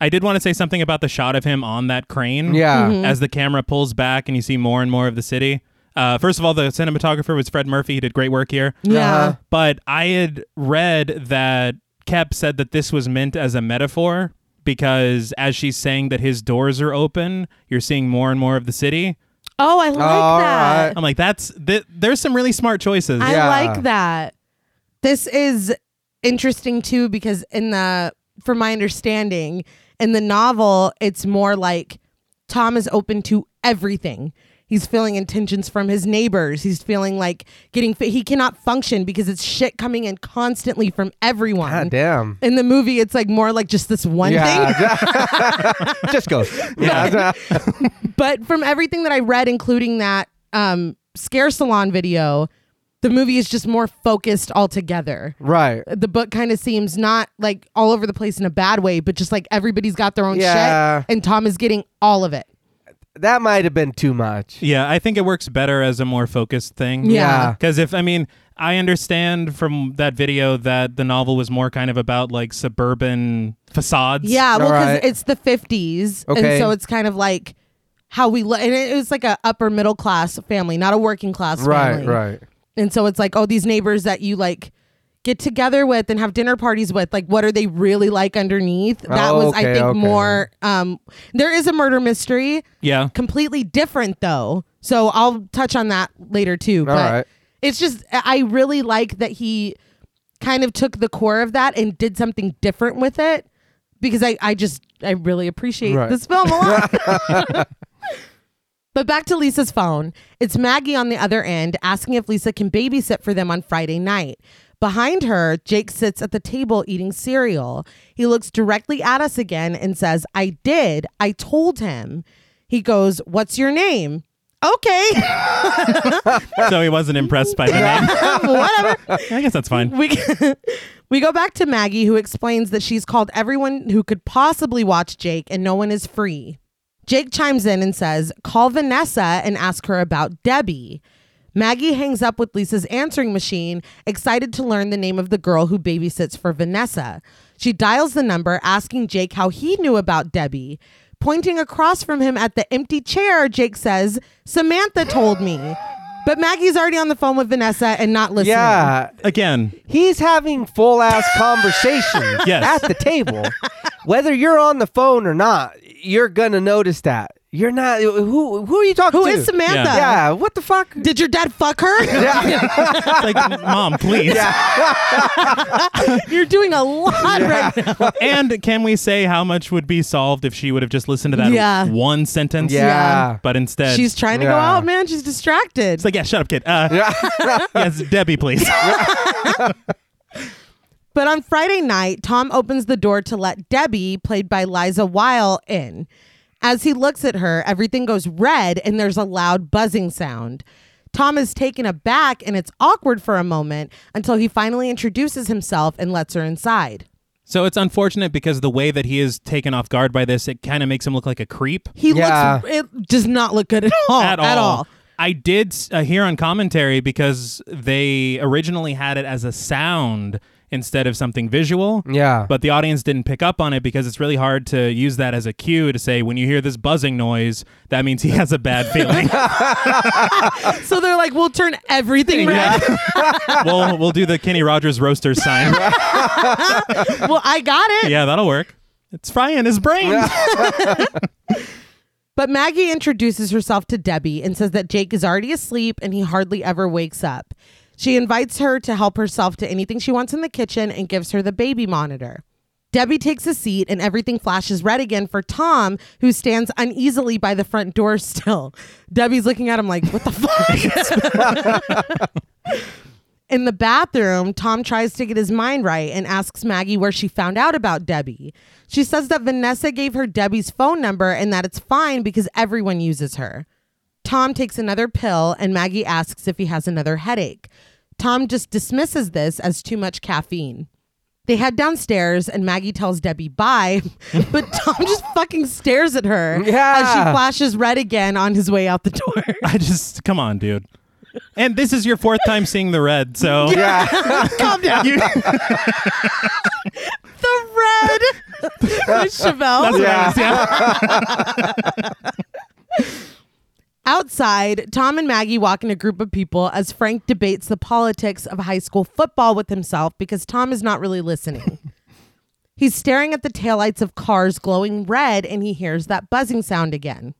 Speaker 3: I did want to say something about the shot of him on that crane.
Speaker 2: Yeah.
Speaker 1: Mm-hmm.
Speaker 3: As the camera pulls back and you see more and more of the city. Uh, first of all, the cinematographer was Fred Murphy. He did great work here.
Speaker 1: Yeah.
Speaker 2: Uh-huh.
Speaker 3: But I had read that Kep said that this was meant as a metaphor because as she's saying that his doors are open, you're seeing more and more of the city.
Speaker 1: Oh, I like
Speaker 2: All
Speaker 1: that.
Speaker 2: right.
Speaker 3: I'm like, that's th- there's some really smart choices.
Speaker 1: I
Speaker 2: Yeah.
Speaker 1: like that. This is interesting too because in the from my understanding in the novel it's more like Tom is open to everything. He's feeling intentions from his neighbors. He's feeling like getting fi- he cannot function because it's shit coming in constantly from everyone.
Speaker 2: God damn.
Speaker 1: In the movie it's like more like just this one thing.
Speaker 2: *laughs* thing. *laughs* just goes. Yeah.
Speaker 1: but from everything that I read, including that um, scare salon video, the movie is just more focused altogether.
Speaker 2: right.
Speaker 1: The book kind of seems not like all over the place in a bad way, but just like everybody's got their own
Speaker 2: Yeah.
Speaker 1: shit, and Tom is getting all of it.
Speaker 2: That might have been too much.
Speaker 3: Yeah, I think it works better as a more focused thing.
Speaker 1: Yeah.
Speaker 3: Because if, I mean, I understand from that video that the novel was more kind of about like suburban facades.
Speaker 1: Yeah, well, because
Speaker 2: Alright.
Speaker 1: it's the fifties,
Speaker 2: Okay.
Speaker 1: and so it's kind of like how we look, and it was like a upper middle class family, not a working class
Speaker 2: Right,
Speaker 1: family,
Speaker 2: right.
Speaker 1: And so it's like, oh, these neighbors that you like get together with and have dinner parties with, like, what are they really like underneath? That
Speaker 2: Oh,
Speaker 1: was, I
Speaker 2: okay,
Speaker 1: think,
Speaker 2: okay.
Speaker 1: more. Um, there is a murder mystery,
Speaker 3: Yeah.
Speaker 1: completely different though. So I'll touch on that later too. But
Speaker 2: right.
Speaker 1: it's just, I I really like that he kind of took the core of that and did something different with it because I, I just, I really appreciate
Speaker 2: Right.
Speaker 1: this film a lot. But back to Lisa's phone. It's Maggie on the other end asking if Lisa can babysit for them on Friday night. Behind her, Jake sits at the table eating cereal. He looks directly at us again and says, I did. I told him. He goes, What's your name? Okay.
Speaker 3: So he wasn't impressed by the name.
Speaker 1: *laughs* Whatever.
Speaker 3: I guess that's fine.
Speaker 1: *laughs* We, we go back to Maggie, who explains that she's called everyone who could possibly watch Jake and no one is free. Jake chimes in and says, Call Vanessa and ask her about Debbie. Maggie hangs up with Lisa's answering machine, excited to learn the name of the girl who babysits for Vanessa. She dials the number, asking Jake how he knew about Debbie. Pointing across from him at the empty chair, Jake says, Samantha told me. But Maggie's already on the phone with Vanessa and not listening.
Speaker 2: Yeah.
Speaker 3: Again,
Speaker 2: He's having full ass conversations *laughs*
Speaker 3: Yes.
Speaker 2: at the table. Whether you're on the phone or not, you're going to notice that. You're not. Who who are you talking
Speaker 1: Who
Speaker 2: to?
Speaker 1: is Samantha?
Speaker 3: Yeah.
Speaker 2: Yeah. What the fuck?
Speaker 1: Did your dad fuck
Speaker 2: *laughs*
Speaker 1: her?
Speaker 3: It's like, mom, please.
Speaker 1: *laughs* You're doing a lot right now.
Speaker 3: And can we say how much would be solved if she would have just listened to that
Speaker 1: Yeah.
Speaker 3: one sentence?
Speaker 2: Yeah.
Speaker 3: But instead,
Speaker 1: She's trying to go
Speaker 2: Yeah.
Speaker 1: out, man. She's distracted.
Speaker 3: it's like, yeah, shut up, kid. Uh, *laughs* yes, Debbie, please.
Speaker 1: But on Friday night, Tom opens the door to let Debbie, played by Liza Weil, in. As he looks at her, everything goes red and there's a loud buzzing sound. Tom is taken aback and it's awkward for a moment until he finally introduces himself and lets her inside.
Speaker 3: so it's unfortunate because the way that he is taken off guard by this, it kind of makes him look like a creep.
Speaker 1: He
Speaker 2: Yeah.
Speaker 1: looks, it does not look good at all.
Speaker 3: at all. I did uh, hear on commentary because they originally had it as a sound instead of something visual.
Speaker 2: Yeah.
Speaker 3: But the audience didn't pick up on it because it's really hard to use that as a cue to say when you hear this buzzing noise, that means he has a bad feeling. *laughs*
Speaker 1: So they're like, we'll turn everything red. *laughs*
Speaker 3: we'll we'll do the Kenny Rogers roaster sign.
Speaker 1: well, I got it.
Speaker 3: yeah, that'll work. It's frying his brain.
Speaker 1: But Maggie introduces herself to Debbie and says that Jake is already asleep and he hardly ever wakes up. She invites her to help herself to anything she wants in the kitchen and gives her the baby monitor. Debbie takes a seat and everything flashes red again for Tom, who stands uneasily by the front door *laughs* still. Debbie's looking at him like, what the fuck? In the bathroom, Tom tries to get his mind right and asks Maggie where she found out about Debbie. She says that Vanessa gave her Debbie's phone number and that it's fine because everyone uses her. Tom takes another pill and Maggie asks if he has another headache. Tom just dismisses this as too much caffeine. They head downstairs and Maggie tells Debbie bye, *laughs* but Tom just fucking stares at her as she
Speaker 2: Yeah.
Speaker 1: flashes red again on his way out the door.
Speaker 3: *laughs*
Speaker 1: *laughs*
Speaker 3: I just come on, dude. And this is your fourth time seeing the red, so
Speaker 2: Yeah. *laughs*
Speaker 1: Calm down.
Speaker 3: You-
Speaker 1: the red with Chevelle.
Speaker 3: that's what I was- yeah.
Speaker 1: Outside, Tom and Maggie walk in a group of people as Frank debates the politics of high school football with himself because Tom is not really listening. He's staring at the taillights of cars glowing red and he hears that buzzing sound again.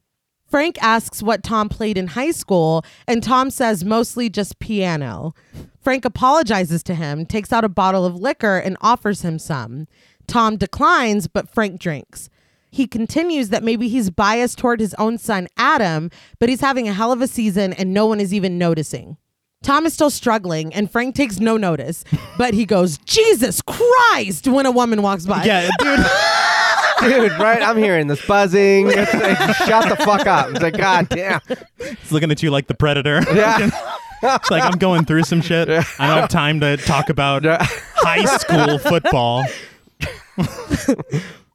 Speaker 1: Frank asks what Tom played in high school, and Tom says mostly just piano. Frank apologizes to him, takes out a bottle of liquor, and offers him some. Tom declines, but Frank drinks. He continues that maybe he's biased toward his own son, Adam, but he's having a hell of a season and no one is even noticing. Tom is still struggling, and Frank takes no notice, but he goes, Jesus Christ, when a woman walks by.
Speaker 3: Yeah, dude. *laughs*
Speaker 2: Dude, right? I'm hearing this buzzing. It's like, shut the fuck up. It's like, God damn.
Speaker 3: It's looking at you like the predator.
Speaker 2: Yeah.
Speaker 3: It's like I'm going through some shit. I don't have time to talk about
Speaker 2: Yeah.
Speaker 3: high school football.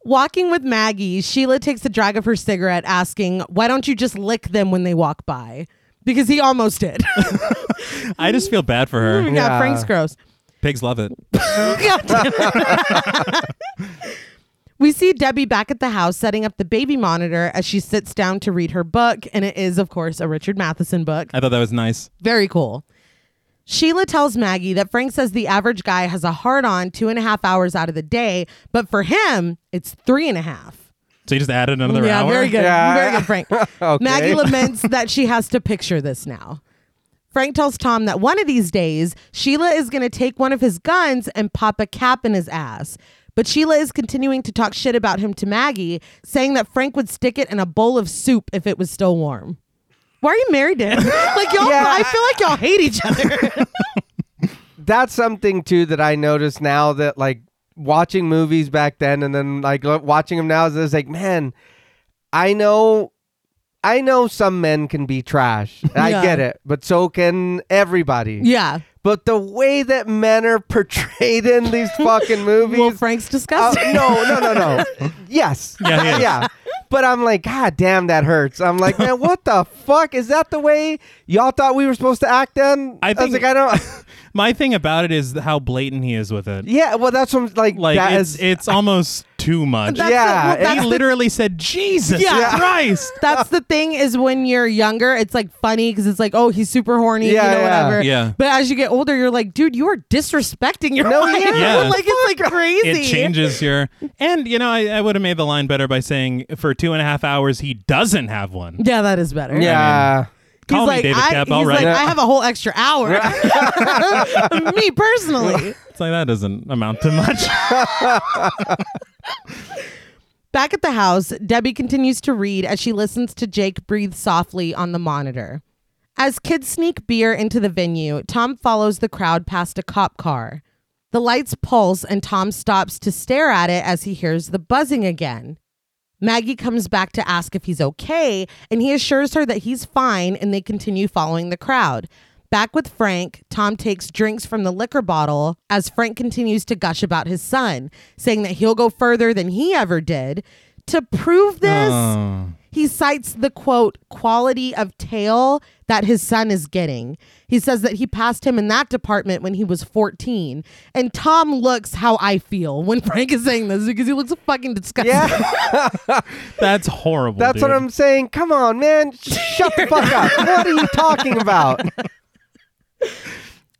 Speaker 1: Walking with Maggie, Sheila takes a drag of her cigarette, asking, Why don't you just lick them when they walk by? Because he almost did. *laughs*
Speaker 3: I just feel bad for her.
Speaker 1: yeah,
Speaker 2: Yeah.
Speaker 1: Frank's gross. *laughs*
Speaker 3: Pigs love it.
Speaker 1: we see Debbie back at the house setting up the baby monitor as she sits down to read her book. And it is, of course, a Richard Matheson book.
Speaker 3: I thought that was nice.
Speaker 1: Very cool. Sheila tells Maggie that Frank says the average guy has a hard on two and a half hours out of the day, but for him, it's three and a half.
Speaker 3: So you just added another
Speaker 1: yeah,
Speaker 3: hour.
Speaker 1: very good.
Speaker 2: Yeah.
Speaker 1: Very good, Frank.
Speaker 2: *laughs* Okay.
Speaker 1: Maggie laments that she has to picture this now. Frank tells Tom that one of these days, Sheila is going to take one of his guns and pop a cap in his ass. But Sheila is continuing to talk shit about him to Maggie, saying that Frank would stick it in a bowl of soup if it was still warm. Why are you married *laughs* to him? Like y'all,
Speaker 2: Yeah.
Speaker 1: I feel like y'all hate each other.
Speaker 2: That's something too that I notice now that like watching movies back then and then like lo- watching them now is it's like, man, I know I know some men can
Speaker 1: *laughs*
Speaker 2: be trash. I
Speaker 1: Yeah.
Speaker 2: get it. But so can everybody.
Speaker 1: yeah.
Speaker 2: But the way that men are portrayed in these
Speaker 1: *laughs*
Speaker 2: fucking movies
Speaker 1: Well, Frank's
Speaker 2: Uh,
Speaker 1: disgusting.
Speaker 2: no, no, no, no. yes.
Speaker 3: Yeah, he is.
Speaker 2: But I'm like, God damn, that hurts. I'm like, man, what the fuck? Is that the way y'all thought we were supposed to act then?
Speaker 3: I
Speaker 2: was
Speaker 3: think-
Speaker 2: like, I don't.
Speaker 3: My thing about it is how blatant he is with it.
Speaker 2: yeah, well, that's what I'm like.
Speaker 3: Like
Speaker 2: that
Speaker 3: it's
Speaker 2: is-
Speaker 3: it's almost too much.
Speaker 1: That's
Speaker 2: *laughs* Yeah,
Speaker 1: the, well, that's
Speaker 3: he
Speaker 1: the
Speaker 3: literally said, "Jesus
Speaker 1: Yeah.
Speaker 3: Christ."
Speaker 1: that's the thing is when you're younger, it's like funny because it's like, oh, he's super horny,
Speaker 2: Yeah,
Speaker 1: you know,
Speaker 2: yeah.
Speaker 1: whatever.
Speaker 3: Yeah.
Speaker 1: But as you get older, you're like, dude, you are disrespecting your
Speaker 2: No,
Speaker 1: wife. *laughs*
Speaker 2: yeah.
Speaker 3: Yeah.
Speaker 1: like it's like crazy.
Speaker 3: it changes your and you know I, I would have made the line better by saying for two and a half hours he doesn't have one
Speaker 1: Yeah, that is better.
Speaker 2: Yeah.
Speaker 1: He's
Speaker 3: call me
Speaker 1: like,
Speaker 3: david
Speaker 1: I,
Speaker 3: Kapp,
Speaker 1: he's
Speaker 3: all right
Speaker 1: like, I have a whole extra hour.
Speaker 2: *laughs*
Speaker 1: *laughs* Me personally.
Speaker 3: it's like that doesn't amount to much *laughs*
Speaker 1: Back at the house, Debbie continues to read as she listens to Jake breathe softly on the monitor. As kids sneak beer into the venue, Tom follows the crowd past a cop car. The lights pulse, and Tom stops to stare at it as he hears the buzzing again. Maggie comes back to ask if he's okay, and he assures her that he's fine, and they continue following the crowd. Back with Frank, Tom takes drinks from the liquor bottle as Frank continues to gush about his son, saying that he'll go further than he ever did. To prove this,
Speaker 3: Oh.
Speaker 1: he cites the quote quality of tail that his son is getting. He says that he passed him in that department when he was 14. And Tom looks how I feel when *laughs* Frank is saying this because he looks fucking disgusting.
Speaker 3: *laughs*
Speaker 2: Yeah.
Speaker 3: that's horrible
Speaker 2: That's what
Speaker 3: dude.
Speaker 2: I'm saying. Come on, man. Shut the fuck up.
Speaker 3: *laughs*
Speaker 2: What are you talking about?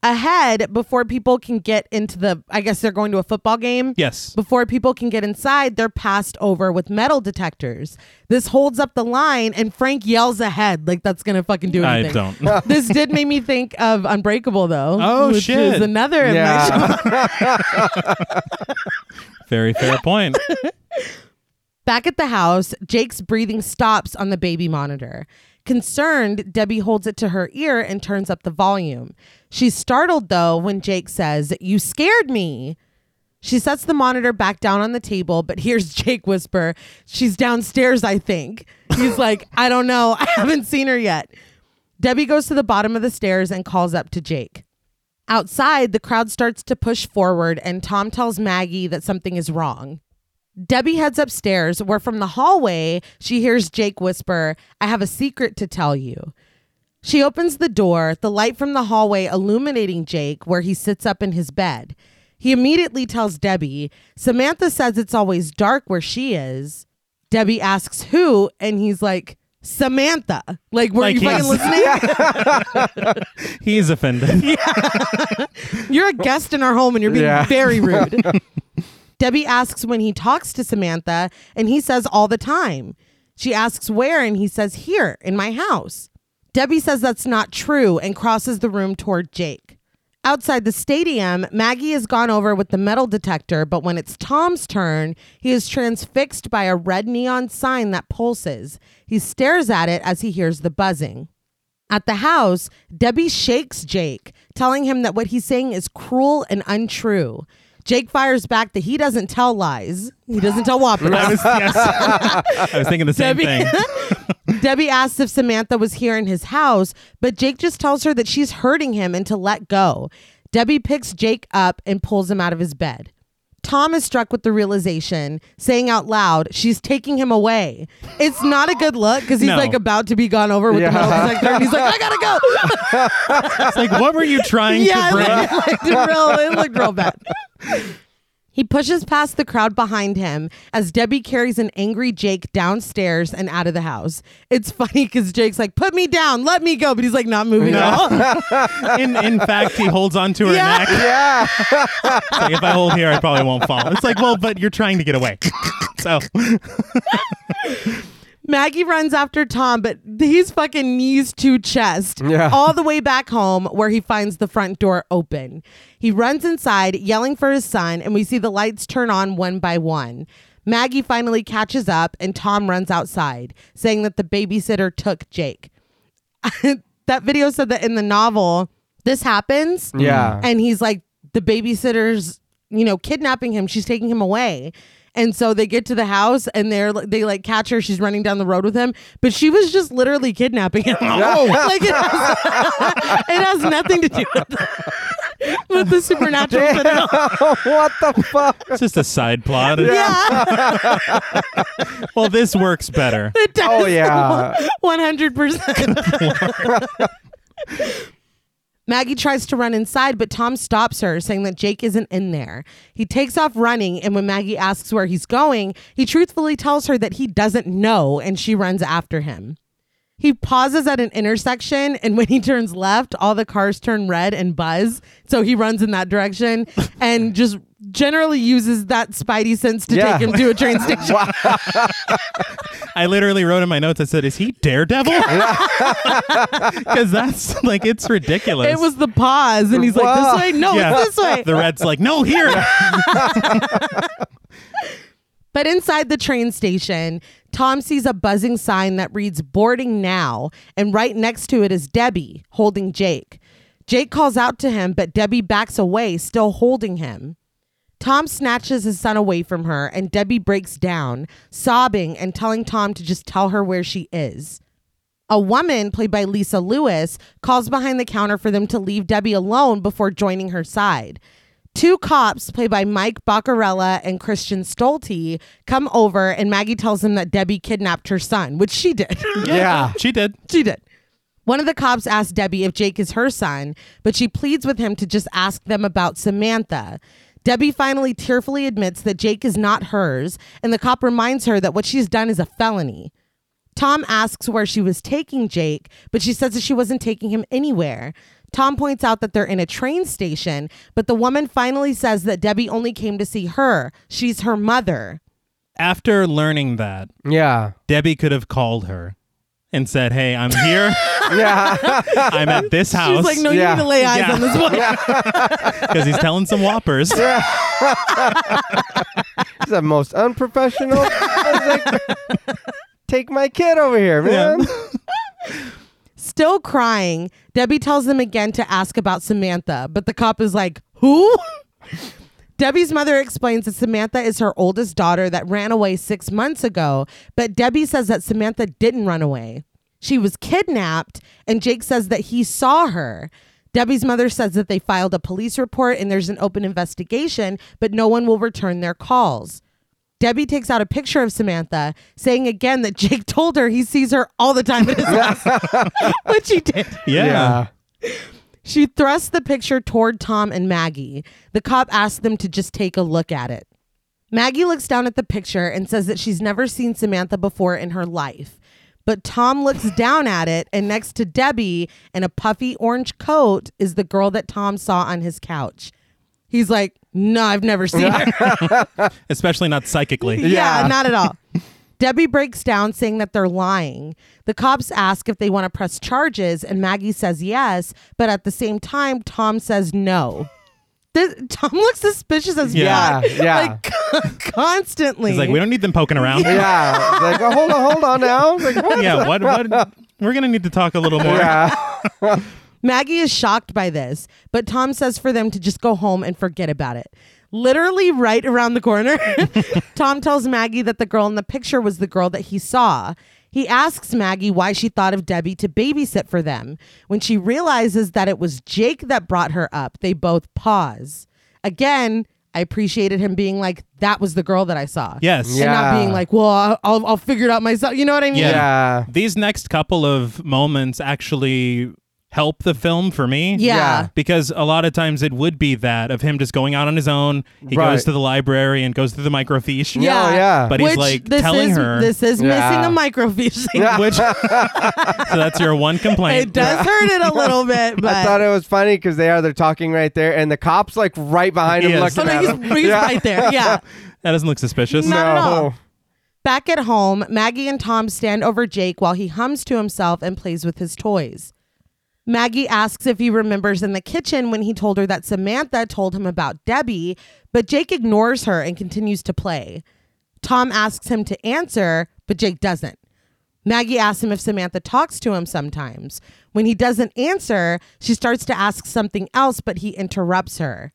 Speaker 1: Ahead before people can get into the I guess they're going to a football game.
Speaker 3: yes
Speaker 1: Before people can get inside, they're passed over with metal detectors. This holds up the line, and Frank yells ahead like that's gonna fucking do
Speaker 3: i
Speaker 1: anything.
Speaker 3: don't
Speaker 1: this did make me think of Unbreakable though.
Speaker 3: *laughs* Oh,
Speaker 1: which
Speaker 3: shit.
Speaker 1: Is another of my
Speaker 2: Yeah.
Speaker 3: very fair
Speaker 1: *laughs*
Speaker 3: point
Speaker 1: Back at the house, Jake's breathing stops on the baby monitor. Concerned, Debbie holds it to her ear and turns up the volume. She's startled, though, when Jake says, You scared me. She sets the monitor back down on the table, but hears *laughs* Jake whisper, She's downstairs, I think. He's like, I don't know. *laughs* I haven't seen her yet. Debbie goes to the bottom of the stairs and calls up to Jake. Outside, the crowd starts to push forward, and Tom tells Maggie that something is wrong. Debbie heads upstairs, where from the hallway, she hears Jake whisper, I have a secret to tell you. She opens the door, the light from the hallway illuminating Jake, where he sits up in his bed. He immediately tells Debbie, Samantha says it's always dark where she is. Debbie asks who, and he's like, Samantha. Like, were
Speaker 3: Like
Speaker 1: you fucking
Speaker 3: he's-
Speaker 1: listening?
Speaker 3: he's offended
Speaker 1: You're a guest in our home and you're being
Speaker 2: Yeah.
Speaker 1: very rude. Debbie asks when he talks to Samantha, and he says all the time. She asks where, and he says here in my house. Debbie says that's not true and crosses the room toward Jake. Outside the stadium, Maggie has gone over with the metal detector, but when it's Tom's turn, he is transfixed by a red neon sign that pulses. He stares at it as he hears the buzzing. At the house, Debbie shakes Jake, telling him that what he's saying is cruel and untrue. Jake fires back that he doesn't tell lies. He doesn't tell
Speaker 3: I
Speaker 1: whoppers.
Speaker 3: was, yes. *laughs* I was thinking the same
Speaker 1: Debbie,
Speaker 3: thing.
Speaker 1: Debbie asks if Samantha was here in his house, but Jake just tells her that she's hurting him and to let go. Debbie picks Jake up and pulls him out of his bed. Tom is struck with the realization, saying out loud, "She's taking him away." It's not a good look because he's
Speaker 3: No.
Speaker 1: like about to be gone over with
Speaker 2: Yeah.
Speaker 1: the metal detector, and he's like, "I gotta go."
Speaker 3: It's like, what were you trying
Speaker 1: yeah,
Speaker 3: to bring?
Speaker 1: it looked, it looked real, it looked real bad. He pushes past the crowd behind him as Debbie carries an angry Jake downstairs and out of the house. It's funny because Jake's like, "Put me down, let me go," but he's like, "Not moving at all."
Speaker 3: In, in fact, he holds on to her
Speaker 1: Yeah.
Speaker 3: neck.
Speaker 2: Yeah.
Speaker 3: It's like, if I hold here, I probably won't fall. It's like, well, but you're trying to get away. So
Speaker 1: Maggie runs after Tom, but he's fucking knees to chest
Speaker 2: Yeah.
Speaker 1: all the way back home where he finds the front door open. He runs inside, yelling for his son, and we see the lights turn on one by one. Maggie finally catches up, and Tom runs outside, saying that the babysitter took Jake. that video said that in the novel, this happens.
Speaker 2: Yeah.
Speaker 1: And he's like, the babysitter's, you know, kidnapping him. She's taking him away. And so they get to the house and they're they like catch her. She's running down the road with him, but she was just literally kidnapping
Speaker 2: *laughs*
Speaker 1: him. *laughs* like it has, *laughs* it has nothing to do with the, with *laughs* the supernatural.
Speaker 2: *laughs* Damn, what the fuck?
Speaker 3: *laughs* it's just a side plot.
Speaker 1: Yeah,
Speaker 3: Well, this works better.
Speaker 1: it does.
Speaker 2: Oh yeah.
Speaker 1: One hundred percent. Maggie tries to run inside, but Tom stops her, saying that Jake isn't in there. He takes off running, and when Maggie asks where he's going, he truthfully tells her that he doesn't know, and she runs after him. He pauses at an intersection, and when he turns left, all the cars turn red and buzz. So he runs in that direction and just generally uses that spidey sense to
Speaker 2: Yeah.
Speaker 1: take him to a train station.
Speaker 3: I literally wrote in my notes. I said, "Is he
Speaker 1: *laughs*
Speaker 3: Daredevil?" Because that's like it's ridiculous.
Speaker 1: It was the pause, and he's like,
Speaker 2: Wow.
Speaker 1: "This way? No,
Speaker 3: Yeah.
Speaker 1: it's this way."
Speaker 3: The red's like,
Speaker 1: *laughs*
Speaker 3: "No, here."
Speaker 1: But inside the train station, Tom sees a buzzing sign that reads boarding now, and right next to it is Debbie holding Jake. Jake calls out to him, but Debbie backs away, still holding him. Tom snatches his son away from her, and Debbie breaks down, sobbing and telling Tom to just tell her where she is. A woman, played by Lisa Lewis, calls behind the counter for them to leave Debbie alone before joining her side. Two cops, played by Mike Baccarella and Christian Stolte, come over and Maggie tells them that Debbie kidnapped her son, which she did. *laughs*
Speaker 2: Yeah.
Speaker 3: she did.
Speaker 1: she did. One of the cops asks Debbie if Jake is her son, but she pleads with him to just ask them about Samantha. Debbie finally tearfully admits that Jake is not hers, and the cop reminds her that what she's done is a felony. Tom asks where she was taking Jake, but she says that she wasn't taking him anywhere. Tom points out that they're in a train station, but the woman finally says that Debbie only came to see her. She's her mother.
Speaker 3: After learning that,
Speaker 2: Yeah.
Speaker 3: Debbie could have called her and said, "Hey, I'm here.
Speaker 2: *laughs* Yeah.
Speaker 3: I'm at this house."
Speaker 1: She's like, no, you
Speaker 2: Yeah.
Speaker 1: need to lay eyes
Speaker 3: Yeah.
Speaker 1: on this one.
Speaker 3: because he's telling some whoppers.
Speaker 2: It's the most unprofessional. I was like, *laughs* Take my kid over here, man.
Speaker 1: Still crying, Debbie tells them again to ask about Samantha, but the cop is like, Who? *laughs* Debbie's mother explains that Samantha is her oldest daughter that ran away six months ago, but Debbie says that Samantha didn't run away. She was kidnapped, and Jake says that he saw her. Debbie's mother says that they filed a police report and there's an open investigation, but no one will return their calls. Debbie takes out a picture of Samantha, saying again that Jake *laughs* told her he sees her all the time in his house, *laughs* which he did.
Speaker 3: Yeah.
Speaker 1: She thrusts the picture toward Tom and Maggie. The cop asks them to just take a look at it. Maggie looks down at the picture and says that she's never seen Samantha before in her life. But Tom looks down at it, and next to Debbie in a puffy orange coat is the girl that Tom saw on his couch. He's like, No, I've never seen her.
Speaker 3: Especially not psychically.
Speaker 1: *laughs* Yeah,
Speaker 2: Yeah.
Speaker 1: not at all. Debbie breaks down saying that they're lying. The cops ask if they want to press charges, and Maggie says yes, but at the same time, Tom says no. This, Tom looks suspicious as
Speaker 2: Yeah,
Speaker 1: fuck,
Speaker 2: yeah. *laughs*
Speaker 1: like *laughs* constantly.
Speaker 3: He's like, we don't need them poking around.
Speaker 2: Yeah. Yeah. It's Like, oh, hold on, hold on now. It's Like, what?
Speaker 3: yeah, what, what? We're gonna need to talk a little more.
Speaker 2: Yeah.
Speaker 1: Maggie is shocked by this, but Tom says for them to just go home and forget about it. Literally right around the corner, *laughs* Tom tells Maggie that the girl in the picture was the girl that he saw. He asks Maggie why she thought of Debbie to babysit for them. When she realizes that it was Jake that brought her up, they both pause. Again, I appreciated him being like, that was the girl that I saw.
Speaker 3: Yes.
Speaker 1: And not
Speaker 2: Yeah.
Speaker 1: being like, well, I'll- I'll, I'll figure it out myself. You know what I mean?
Speaker 3: Yeah.
Speaker 2: Yeah.
Speaker 3: These next couple of moments actually help the film for me.
Speaker 1: Yeah.
Speaker 3: Because a lot of times it would be that of him just going out on his own. He
Speaker 2: Right.
Speaker 3: goes to the library and goes through the microfiche.
Speaker 2: Yeah. Oh,
Speaker 3: But he's, like,
Speaker 1: this
Speaker 3: telling
Speaker 1: is,
Speaker 3: her-
Speaker 1: This is
Speaker 2: Yeah.
Speaker 1: missing a *laughs* microfiche.
Speaker 3: Which *laughs* so that's your one complaint.
Speaker 1: It does hurt
Speaker 2: *laughs*
Speaker 1: it a little bit, but
Speaker 2: I thought it was funny because they are they're talking right there, and the cops like right behind
Speaker 3: He
Speaker 2: him
Speaker 3: is.
Speaker 1: Oh,
Speaker 2: looking
Speaker 1: no,
Speaker 2: at
Speaker 1: he's,
Speaker 2: him. *laughs*
Speaker 1: he's right there. Yeah.
Speaker 3: That doesn't look suspicious.
Speaker 1: No. at all.
Speaker 2: No.
Speaker 1: Back at home, Maggie and Tom stand over Jake while he hums to himself and plays with his toys. Maggie asks if he remembers in the kitchen when he told her that Samantha told him about Debbie, but Jake ignores her and continues to play. Tom asks him to answer, but Jake doesn't. Maggie asks him if Samantha talks to him sometimes. When he doesn't answer, she starts to ask something else, but he interrupts her.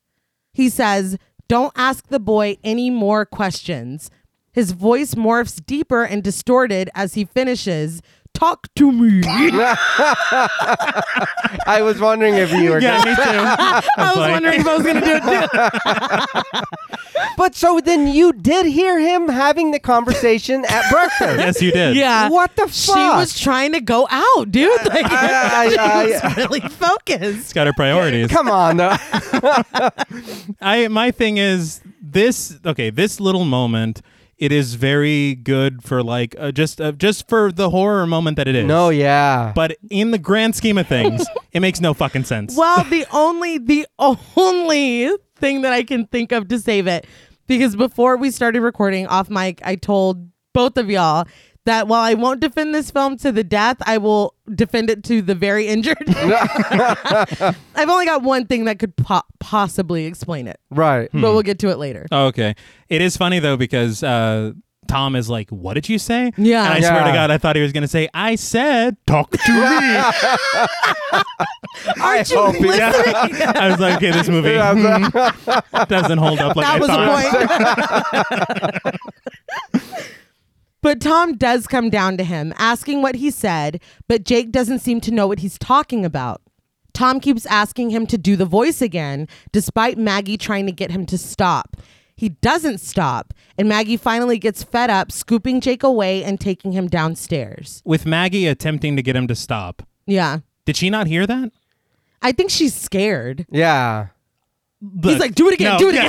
Speaker 1: He says, Don't ask the boy any more questions. His voice morphs deeper and distorted as he finishes, Talk to me. *laughs*
Speaker 2: I was wondering if you were.
Speaker 3: Yeah, me too.
Speaker 1: *laughs*
Speaker 3: I
Speaker 1: I was wondering if I was going to do it too. *laughs*
Speaker 2: But so then you did hear him having the conversation at breakfast.
Speaker 3: Yes, you did.
Speaker 1: *laughs* Yeah.
Speaker 2: What the fuck?
Speaker 1: She was trying to go out, *laughs* dude. Like,
Speaker 2: *laughs* I-
Speaker 1: she
Speaker 2: I-
Speaker 1: was really
Speaker 3: It's
Speaker 1: focused.
Speaker 3: got her priorities.
Speaker 2: Come on, though.
Speaker 3: I my thing is this okay, this little moment it is very good for like uh, just uh, just for the horror moment that it is.
Speaker 2: no, yeah.
Speaker 3: But in
Speaker 1: *laughs*
Speaker 3: the grand scheme of things, it makes no fucking sense.
Speaker 1: Well, the only the only thing that I can think of to save it. Because before we started recording off mic, I told both of y'all that while I won't defend this film to the death, I will defend it to the very injured. I've only got one thing that could po- possibly explain it,
Speaker 2: Right.
Speaker 1: but we'll get to it later.
Speaker 3: Okay. It is funny though because uh, Tom is like, "What did you say?"
Speaker 1: Yeah.
Speaker 3: And I swear to
Speaker 2: Yeah.
Speaker 3: God, I thought he was gonna say, "I said talk to me."
Speaker 2: *laughs*
Speaker 3: *laughs*
Speaker 1: Aren't you
Speaker 2: hope he-
Speaker 1: listening?
Speaker 3: I was like, "Okay, this movie hmm, *laughs* doesn't
Speaker 1: *laughs*
Speaker 3: hold up like I
Speaker 1: that was
Speaker 3: thought."
Speaker 1: a point. *laughs* but Tom does come down to him, asking what he said, but Jake doesn't seem to know what he's talking about. Tom keeps asking him to do the voice again, despite Maggie trying to get him to stop. He doesn't stop, and Maggie finally gets fed up, scooping Jake away and taking him downstairs.
Speaker 3: With Maggie attempting to get him to stop,
Speaker 1: Yeah.
Speaker 3: did she not hear that?
Speaker 1: I think she's scared.
Speaker 2: Yeah.
Speaker 1: He's like, do it again,
Speaker 3: No,
Speaker 1: do it
Speaker 3: yeah.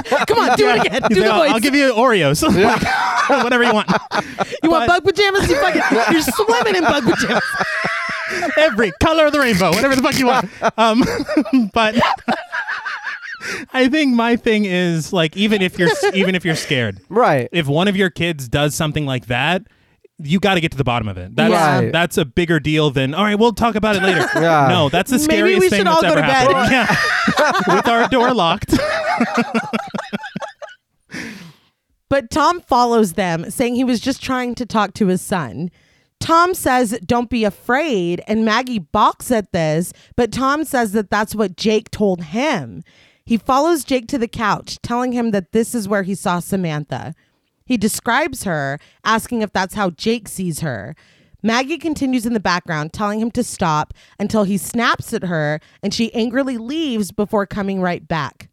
Speaker 1: again. Come on, do it again. Do
Speaker 3: He's
Speaker 1: the
Speaker 3: like,
Speaker 1: voice.
Speaker 3: I'll, I'll give you Oreos, *laughs* Like, whatever you want. *laughs*
Speaker 1: you want bug
Speaker 3: but-
Speaker 1: pajamas? You fucking, you're swimming in bug pajamas.
Speaker 3: Every color of the rainbow, whatever the fuck you want. Um, *laughs* but I think my thing is like, even if you're even if you're scared,
Speaker 2: Right.
Speaker 3: if one of your kids does something like that, you got to get to the bottom of it. That's
Speaker 2: Right.
Speaker 3: that's a bigger deal than all right. We'll talk about it later.
Speaker 2: Yeah.
Speaker 3: No, that's the
Speaker 1: Maybe
Speaker 3: scariest
Speaker 1: we
Speaker 3: thing
Speaker 1: should
Speaker 3: that's
Speaker 1: all go
Speaker 3: ever
Speaker 1: to bed.
Speaker 3: happened. *laughs* Yeah. with our door locked.
Speaker 1: But Tom follows them, saying he was just trying to talk to his son. Tom says, Don't be afraid. And Maggie balks at this, but Tom says that that's what Jake told him. He follows Jake to the couch, telling him that this is where he saw Samantha. He describes her, asking if that's how Jake sees her. Maggie continues in the background, telling him to stop until he snaps at her and she angrily leaves before coming right back.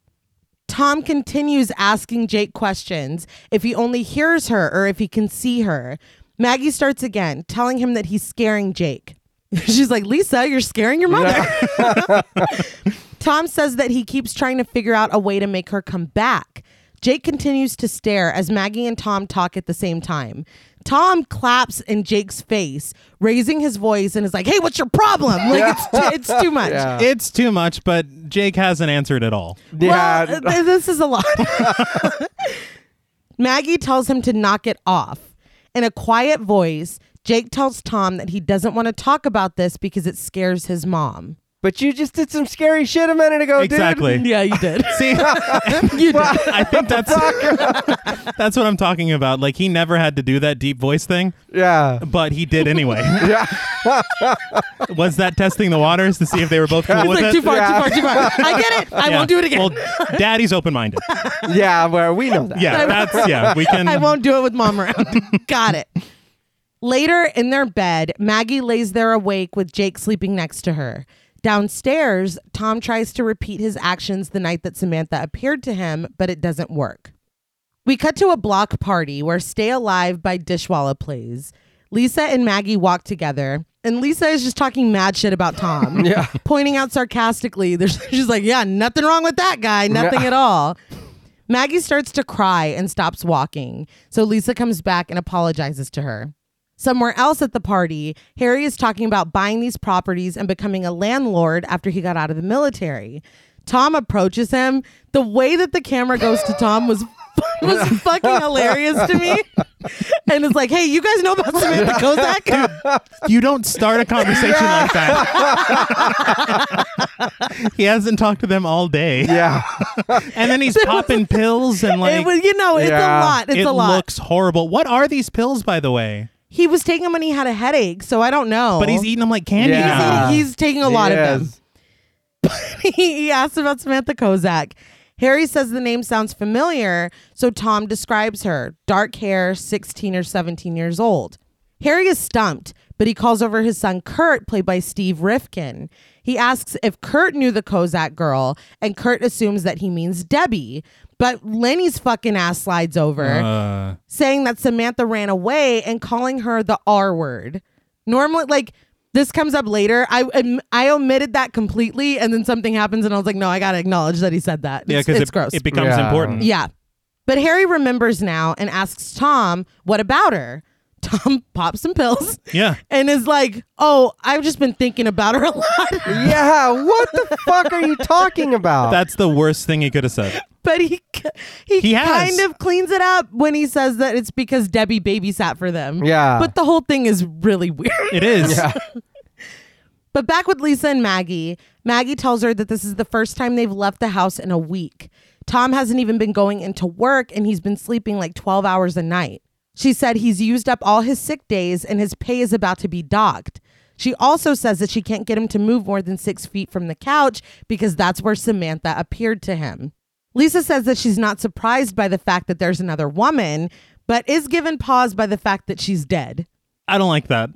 Speaker 1: Tom continues asking Jake questions if he only hears her or if he can see her. Maggie starts again, telling him that he's scaring Jake. *laughs* She's like, Lisa, you're scaring your mother. *laughs* Tom says that he keeps trying to figure out a way to make her come back. Jake continues to stare as Maggie and Tom talk at the same time. Tom claps in Jake's face, raising his voice, and is like, Hey, what's your problem? Like, it's, it's too much.
Speaker 2: Yeah.
Speaker 3: it's too much, but Jake hasn't answered at all.
Speaker 2: Yeah.
Speaker 1: Well, uh, th- this is a lot. *laughs* Maggie tells him to knock it off. In a quiet voice, Jake tells Tom that he doesn't want to talk about this because it scares his mom.
Speaker 2: But you just did some scary shit a minute ago,
Speaker 3: exactly.
Speaker 1: Yeah, you did. *laughs*
Speaker 3: See,
Speaker 1: you did.
Speaker 3: I think that's *laughs* that's what I'm talking about. Like he never had to do that deep voice thing,
Speaker 2: dude. Yeah.
Speaker 3: but he did anyway. *laughs* Was that testing the waters to see if they were both cool
Speaker 1: He's
Speaker 3: with
Speaker 1: like,
Speaker 3: it?
Speaker 1: too far, too
Speaker 2: Yeah.
Speaker 1: far, too far. I get it. I
Speaker 3: Yeah.
Speaker 1: won't do it again.
Speaker 3: Well,
Speaker 1: *laughs*
Speaker 3: Daddy's open-minded.
Speaker 2: Yeah, where we know that.
Speaker 3: Yeah, that's yeah. We can.
Speaker 1: I won't do it with mom around. Got it. Later in their bed, Maggie lays there awake with Jake sleeping next to her. Downstairs, Tom tries to repeat his actions the night that Samantha appeared to him, but it doesn't work. We cut to a block party where Stay Alive by Dishwalla plays. Lisa and Maggie walk together, and Lisa is just talking mad shit about Tom.
Speaker 2: Yeah.
Speaker 1: Pointing out sarcastically, there's, *laughs* she's like, Yeah, nothing wrong with that guy, nothing at all. Maggie starts to cry and stops walking, so Lisa comes back and apologizes to her. Somewhere else at the party, Harry is talking about buying these properties and becoming a landlord after he got out of the military. Tom approaches him. The way that the camera goes to Tom was *laughs* was fucking hilarious to
Speaker 3: *laughs*
Speaker 1: me. And it's like, hey, you guys know about Samantha Kozak?
Speaker 3: You don't start a conversation like that. he hasn't talked to them all day,
Speaker 2: Yeah.
Speaker 1: *laughs*
Speaker 3: and then he's popping pills and like
Speaker 1: it was, you know, it's
Speaker 2: Yeah.
Speaker 1: a lot. It's
Speaker 3: it
Speaker 1: a lot.
Speaker 3: looks horrible. What are these pills, by the way?
Speaker 1: he was taking them when he had a headache, so I don't know.
Speaker 3: But he's eating them like candy
Speaker 2: Yeah.
Speaker 3: now.
Speaker 2: eating-
Speaker 1: he's taking a lot of them.
Speaker 2: yes.
Speaker 1: *laughs* he asks about Samantha Kozak. Harry says the name sounds familiar, so Tom describes her dark hair, 16 or 17 years old. Harry is stumped, but he calls over his son Kurt, played by Steve Rifkin. He asks if Kurt knew the Kozak girl, and Kurt assumes that he means Debbie. But Lenny's fucking ass slides over
Speaker 3: Uh,
Speaker 1: saying that Samantha ran away and calling her the R word. Normally, like this comes up later. I um, I omitted that completely, and then something happens, and I was like, no, I gotta acknowledge that he said that. It's-
Speaker 3: yeah,
Speaker 1: it's,
Speaker 3: because it,
Speaker 1: gross.
Speaker 3: it becomes
Speaker 2: Yeah.
Speaker 3: important.
Speaker 1: yeah, but Harry remembers now and asks Tom, "What about her?" *laughs* Tom pops some pills
Speaker 3: *laughs* Yeah.
Speaker 1: and is like, "Oh, I've just been thinking about her a lot." *laughs*
Speaker 2: Yeah, what the fuck are you talking about?
Speaker 3: That's the worst thing he could have said.
Speaker 1: But he k- he,
Speaker 3: He has.
Speaker 1: kind of cleans it up when he says that it's because Debbie babysat for them.
Speaker 2: Yeah.
Speaker 1: But the whole thing is really weird. *laughs*
Speaker 3: It is.
Speaker 1: But back with Lisa and Maggie, Maggie tells her that this is the first time they've left the house in a week. Tom hasn't even been going into work and he's been sleeping like 12 hours a night. She said he's used up all his sick days and his pay is about to be docked. She also says that she can't get him to move more than six feet from the couch because that's where Samantha appeared to him. Lisa says that she's not surprised by the fact that there's another woman, but is given pause by the fact that she's dead.
Speaker 3: I don't
Speaker 1: *laughs*
Speaker 3: like that.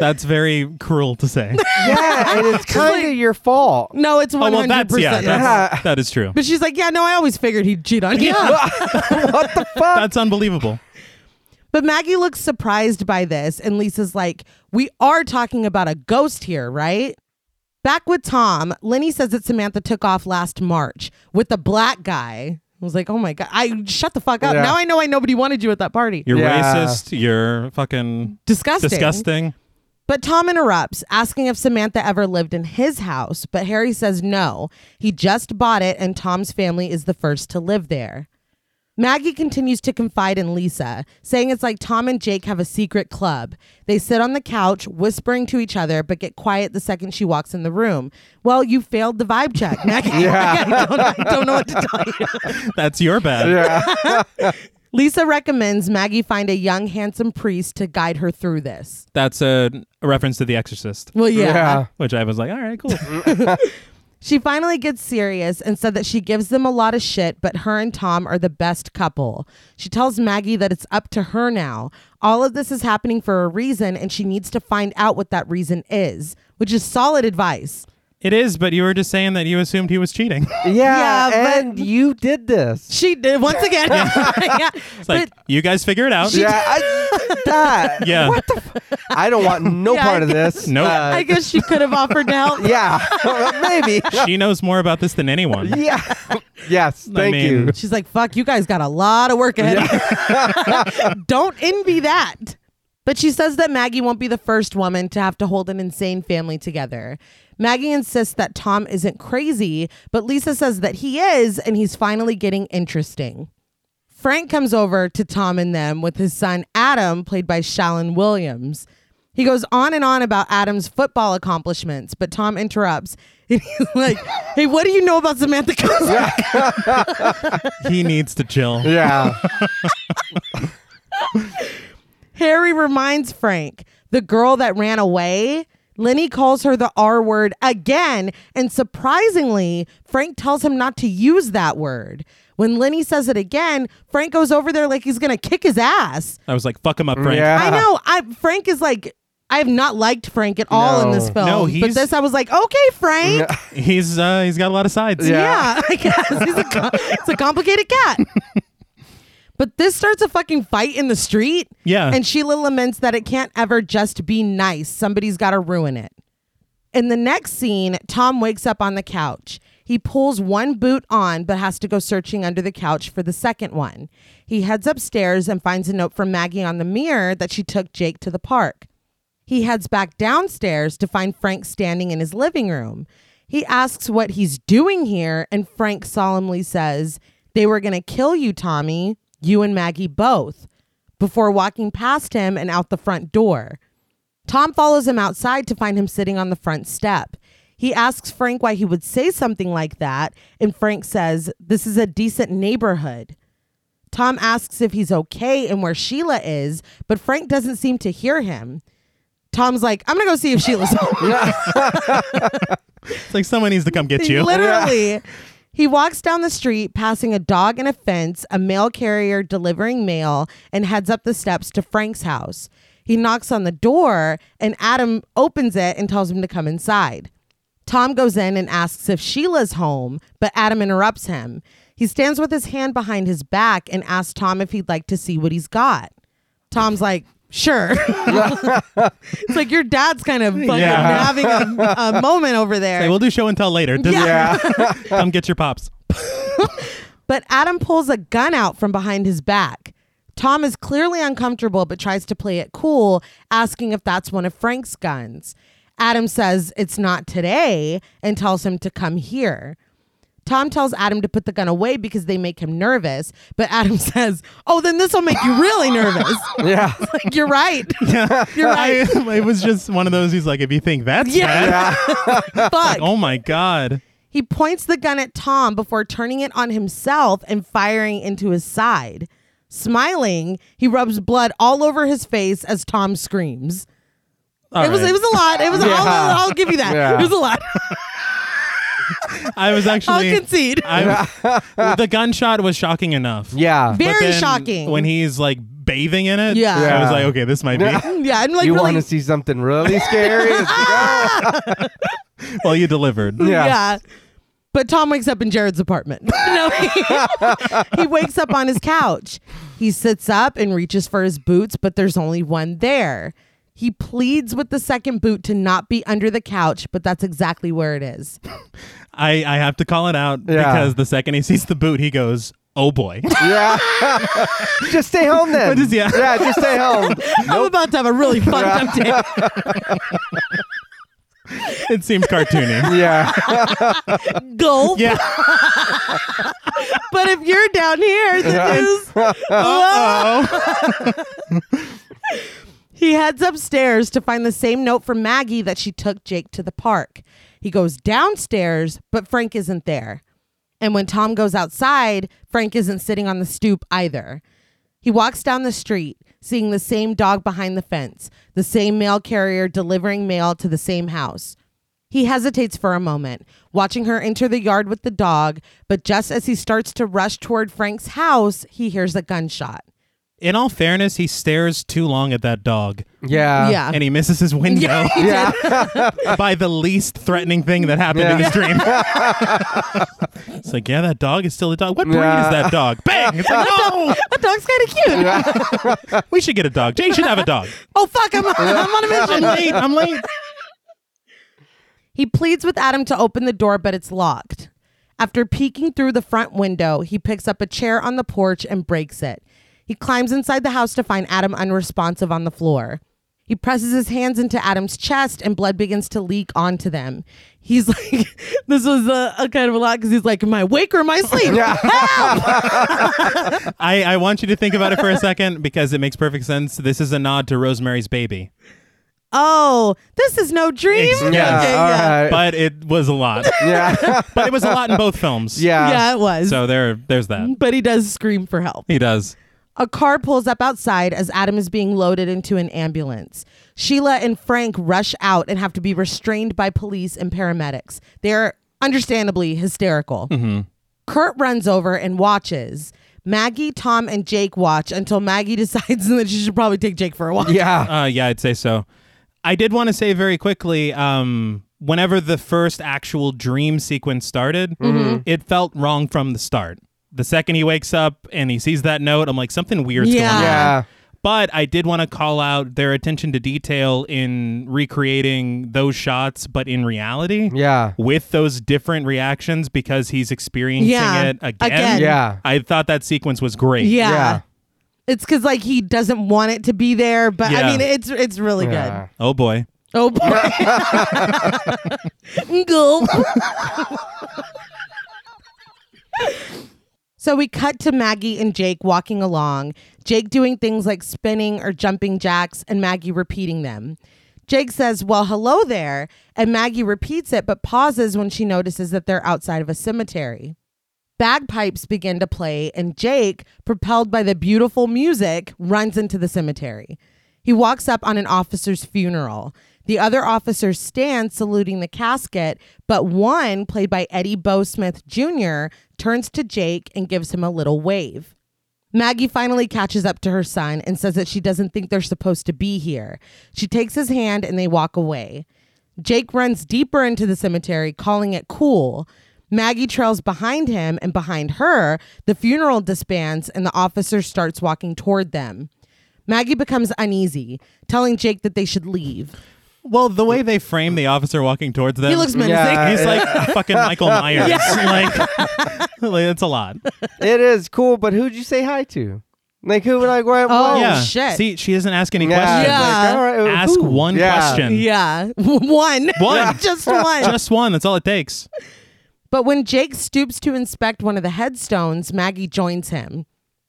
Speaker 3: That's very cruel to say.
Speaker 2: yeah, and it's kind of your fault.
Speaker 1: No, it's 100%.
Speaker 3: Oh well, that's yeah, that's, that
Speaker 1: *laughs*
Speaker 3: is true.
Speaker 1: But she's like, yeah, no, I always figured he'd cheat on you.
Speaker 2: what the fuck?
Speaker 3: That's unbelievable.
Speaker 1: *laughs* But Maggie looks surprised by this, and Lisa's like, we are talking about a ghost here, right? Back with Tom, Lenny says that Samantha took off last March with the black guy. I was like, oh my God. I shut the fuck up.
Speaker 2: Yeah.
Speaker 1: Now I know why nobody wanted you at that party.
Speaker 3: You're
Speaker 2: Yeah.
Speaker 3: racist. You're fucking
Speaker 1: disgusting. *laughs*
Speaker 3: disgusting.
Speaker 1: But Tom interrupts, asking if Samantha ever lived in his house, but Harry says no. He just bought it, and Tom's family is the first to live there. Maggie continues to confide in Lisa, saying it's like Tom and Jake have a secret club. They sit on the couch, whispering to each other, but get quiet the second she walks in the room. Well, you failed the vibe check, Maggie. *laughs* I, don't, I don't know what to tell you.
Speaker 3: That's your bad.
Speaker 1: Lisa recommends Maggie find a young, handsome priest to guide her through this.
Speaker 3: That's a, a reference to The Exorcist,
Speaker 1: Well, yeah.
Speaker 2: yeah.
Speaker 3: which I was like, all right, cool.
Speaker 2: Mm.
Speaker 1: She finally gets serious and said that she gives them a lot of shit, but her and Tom are the best couple. She tells Maggie that it's up to her now. All of this is happening for a reason, and she needs to find out what that reason is, which is solid advice.
Speaker 3: it is, but you were just saying that you assumed he was cheating.
Speaker 2: Yeah,
Speaker 1: but-
Speaker 2: and you did this.
Speaker 1: She did once again. *laughs* Yeah.
Speaker 3: It's like, you guys figure it out.
Speaker 2: Yeah, I, that.
Speaker 3: Yeah.
Speaker 2: I don't want no
Speaker 1: Yeah, I
Speaker 2: part of this. Uh,
Speaker 3: Nope.
Speaker 1: but I guess she could have offered to help. *laughs*
Speaker 2: yeah, *laughs* maybe.
Speaker 3: *laughs* she knows more about this than anyone.
Speaker 2: yeah. Yes.
Speaker 3: I
Speaker 2: Thank
Speaker 3: mean-
Speaker 2: you.
Speaker 1: *laughs* She's like, fuck, you guys got a lot of work ahead. of you." *laughs* Don't envy that. But she says that Maggie won't be the first woman to have to hold an insane family together. Maggie insists that Tom isn't crazy, but Lisa says that he is, and he's finally getting interesting. Frank comes over to Tom and them with his son Adam, played by Shallon Williams. He goes on and on about Adam's football accomplishments, but Tom interrupts. And he's like, hey, what do you know about Samantha Cousins?
Speaker 3: He needs to chill.
Speaker 2: Yeah.
Speaker 1: Harry reminds Frank, the girl that ran away. Lenny calls her the R word again, and surprisingly, Frank tells him not to use that word. When Lenny says it again, Frank goes over there like he's gonna kick his ass.
Speaker 3: I was like, fuck him up, Frank.
Speaker 2: Yeah.
Speaker 1: I know. I Frank is like, I have not liked Frank at all in
Speaker 2: No.
Speaker 1: this film.
Speaker 3: No,
Speaker 1: but
Speaker 3: he's-
Speaker 1: this I was like, okay, Frank.
Speaker 3: He's uh, he's got a lot of sides.
Speaker 2: Yeah.
Speaker 1: Yeah, *laughs* I guess he's a co- it's a complicated cat. but this starts a fucking fight in the street.
Speaker 3: Yeah.
Speaker 1: and Sheila laments that it can't ever just be nice. Somebody's got to ruin it. In the next scene, Tom wakes up on the couch. He pulls one boot on, but has to go searching under the couch for the second one. He heads upstairs and finds a note from Maggie on the mirror that she took Jake to the park. He heads back downstairs to find Frank standing in his living room. He asks what he's doing here, and Frank solemnly says, They were going to kill you, Tommy, you and Maggie both, before walking past him and out the front door. Tom follows him outside to find him sitting on the front step. He asks Frank why he would say something like that, and Frank says, This is a decent neighborhood. Tom asks if he's okay and where Sheila is, but Frank doesn't seem to hear him. Tom's like, I'm gonna go see if Sheila's home.
Speaker 3: It's like someone needs to come get you.
Speaker 1: Literally.
Speaker 3: *laughs*
Speaker 1: He walks down the street, passing a dog and a fence, a mail carrier delivering mail, and heads up the steps to Frank's house. He knocks on the door, and Adam opens it and tells him to come inside. Tom goes in and asks if Sheila's home, but Adam interrupts him. He stands with his hand behind his back and asks Tom if he'd like to see what he's got. Tom's like, sure. *laughs*
Speaker 3: *laughs*
Speaker 1: it's like your dad's kind of fucking
Speaker 3: Yeah.
Speaker 1: having a, a moment over there.
Speaker 3: Hey, we'll do show and tell later. Doesn't-
Speaker 2: Yeah.
Speaker 3: Come get your pops.
Speaker 1: But Adam pulls a gun out from behind his back. Tom is clearly uncomfortable but tries to play it cool, asking if that's one of Frank's guns. Adam says it's not today and tells him to come here. Tom tells Adam to put the gun away because they make him nervous, but Adam *laughs* says, "Oh, then this will make you really nervous." *laughs*
Speaker 2: Yeah.
Speaker 1: like, you're right. You're
Speaker 3: *laughs*
Speaker 1: right.
Speaker 3: it was just one of those. He's like, if you think that's
Speaker 1: Yeah.
Speaker 3: bad,
Speaker 1: *laughs* Fuck.
Speaker 3: oh my god.
Speaker 1: He points the gun at Tom before turning it on himself and firing into his side. Smiling, he rubs blood all over his face as Tom screams.
Speaker 3: All
Speaker 1: it was
Speaker 3: right.
Speaker 1: it was a lot.
Speaker 3: *laughs*
Speaker 1: It was
Speaker 2: Yeah.
Speaker 1: I'll, I'll give you that.
Speaker 2: Yeah.
Speaker 1: It was a lot. *laughs*
Speaker 3: I was
Speaker 1: I'll
Speaker 3: actually.
Speaker 1: concede. *laughs*
Speaker 3: I, the gunshot was shocking enough.
Speaker 2: Yeah.
Speaker 3: But
Speaker 1: Very
Speaker 3: then
Speaker 1: shocking.
Speaker 3: When he's like bathing in it,
Speaker 1: Yeah.
Speaker 3: I was
Speaker 2: Yeah.
Speaker 3: like, okay, this might be.
Speaker 1: yeah, I'm like
Speaker 2: you
Speaker 1: really
Speaker 2: want to see something really scary?
Speaker 3: *laughs*
Speaker 1: *laughs*
Speaker 3: well, you delivered.
Speaker 2: Yeah.
Speaker 1: Yeah. But Tom wakes up in Jared's apartment. *laughs* no, *laughs* he, he wakes up on his couch. He sits up and reaches for his boots, but there's only one there. He pleads with the second boot to not be under the couch, but that's exactly where it is.
Speaker 3: I, I have to call it out
Speaker 2: Yeah.
Speaker 3: because the second he sees the boot, he goes, oh boy.
Speaker 2: yeah. *laughs* just stay home then.
Speaker 3: What is- yeah.
Speaker 2: yeah, just stay home.
Speaker 1: I'm about to have a really fucked up day.
Speaker 3: it seems cartoony.
Speaker 2: Yeah.
Speaker 1: Gulp.
Speaker 3: yeah.
Speaker 1: *laughs* But if you're down here, this is.
Speaker 3: Oh.
Speaker 1: He heads upstairs to find the same note from Maggie that she took Jake to the park. He goes downstairs, but Frank isn't there. And when Tom goes outside, Frank isn't sitting on the stoop either. He walks down the street, seeing the same dog behind the fence, the same mail carrier delivering mail to the same house. He hesitates for a moment, watching her enter the yard with the dog, but just as he starts to rush toward Frank's house, he hears a gunshot.
Speaker 3: In all fairness, he stares too long at that dog
Speaker 2: Yeah.
Speaker 1: yeah.
Speaker 3: and he misses his window
Speaker 2: Yeah.
Speaker 3: *laughs* by the least threatening thing that happened in
Speaker 2: Yeah.
Speaker 3: his
Speaker 2: *laughs*
Speaker 3: dream. it's like, yeah, that dog is still a dog. What breed
Speaker 2: Yeah.
Speaker 3: is that dog? Bang! It's like, no!
Speaker 1: That dog's kind of cute.
Speaker 3: We should get a dog. Jake should have a dog.
Speaker 1: Oh fuck! I'm, I'm on a
Speaker 3: I'm *laughs*
Speaker 1: mission.
Speaker 3: late. I'm late.
Speaker 1: He pleads with Adam to open the door, but it's locked. After peeking through the front window, he picks up a chair on the porch and breaks it. He climbs inside the house to find Adam unresponsive on the floor. He presses his hands into Adam's chest and blood begins to leak onto them. He's *laughs* like, this was a, a kind of a lot because he's like, am I awake or am I asleep?
Speaker 3: I, I want you to think about it for a second because it makes perfect sense. This is a nod to Rosemary's Baby,
Speaker 1: Oh, this is no dream.
Speaker 3: Ex- yeah,
Speaker 1: Okay,
Speaker 2: all
Speaker 1: yeah.
Speaker 2: right.
Speaker 3: but it was a lot.
Speaker 1: *laughs*
Speaker 2: yeah. *laughs*
Speaker 3: but it was a lot in both films.
Speaker 2: Yeah.
Speaker 1: yeah, it was.
Speaker 3: So there, there's that.
Speaker 1: but he does scream for help.
Speaker 3: He does.
Speaker 1: A car pulls up outside as Adam is being loaded into an ambulance. Sheila and Frank rush out and have to be restrained by police and paramedics. They're understandably hysterical.
Speaker 2: Mm-hmm.
Speaker 1: Kurt runs over and watches. Maggie, Tom, and Jake watch until Maggie *laughs* decides that she should probably take Jake for a walk.
Speaker 2: Yeah.
Speaker 3: Uh, yeah, I'd say so. I did want to say very quickly. Um, whenever the first actual dream sequence started,
Speaker 1: Mm-hmm.
Speaker 3: it felt wrong from the start. The second he wakes up and he sees that note, I'm like, something weird's
Speaker 1: Yeah.
Speaker 3: going on.
Speaker 2: Yeah.
Speaker 3: But I did want to call out their attention to detail in recreating those shots, but in reality,
Speaker 2: Yeah.
Speaker 3: with those different reactions because he's experiencing
Speaker 1: Yeah,
Speaker 3: it again.
Speaker 1: again.
Speaker 2: Yeah.
Speaker 3: I thought that sequence was great.
Speaker 1: Yeah.
Speaker 2: Yeah.
Speaker 1: It's because like he doesn't want it to be there, but I
Speaker 3: Yeah.
Speaker 1: mean it's it's really good.
Speaker 2: Yeah.
Speaker 3: Oh boy.
Speaker 1: Oh boy. Gulp. so we cut to Maggie and Jake walking along, Jake doing things like spinning or jumping jacks, and Maggie repeating them. Jake says, Well, hello there. And Maggie repeats it, but pauses when she notices that they're outside of a cemetery. Bagpipes begin to play, and Jake, propelled by the beautiful music, runs into the cemetery. He walks up on an officer's funeral. The other officers stand saluting the casket, but one, played by Eddie Bo Smith Jr., turns to Jake and gives him a little wave. Maggie finally catches up to her son and says that she doesn't think they're supposed to be here. She takes his hand and they walk away. Jake runs deeper into the cemetery, calling it cool. Maggie trails behind him, and behind her, the funeral disbands and the officer starts walking toward them. Maggie becomes uneasy, telling Jake that they should leave.
Speaker 3: Well, the way they frame the officer walking towards them,
Speaker 1: He looks menacing.
Speaker 2: Uh, Yeah.
Speaker 3: he's like a
Speaker 2: *laughs*
Speaker 3: fucking Michael Myers. Like, *laughs* like, that's a lot.
Speaker 2: It is cool, but who'd you say hi to? Like who would I? Why,
Speaker 1: Oh,
Speaker 2: why-
Speaker 3: yeah.
Speaker 1: shit.
Speaker 3: See, she doesn't ask any
Speaker 2: Yeah,
Speaker 3: questions.
Speaker 1: Yeah.
Speaker 2: it's like, all right,
Speaker 3: Ask
Speaker 2: who?
Speaker 3: one
Speaker 2: Yeah.
Speaker 3: question.
Speaker 1: *laughs* Yeah. one. *laughs*
Speaker 3: One.
Speaker 1: Just one.
Speaker 3: Just one. That's all it takes.
Speaker 1: But when Jake stoops to inspect one of the headstones, Maggie joins him.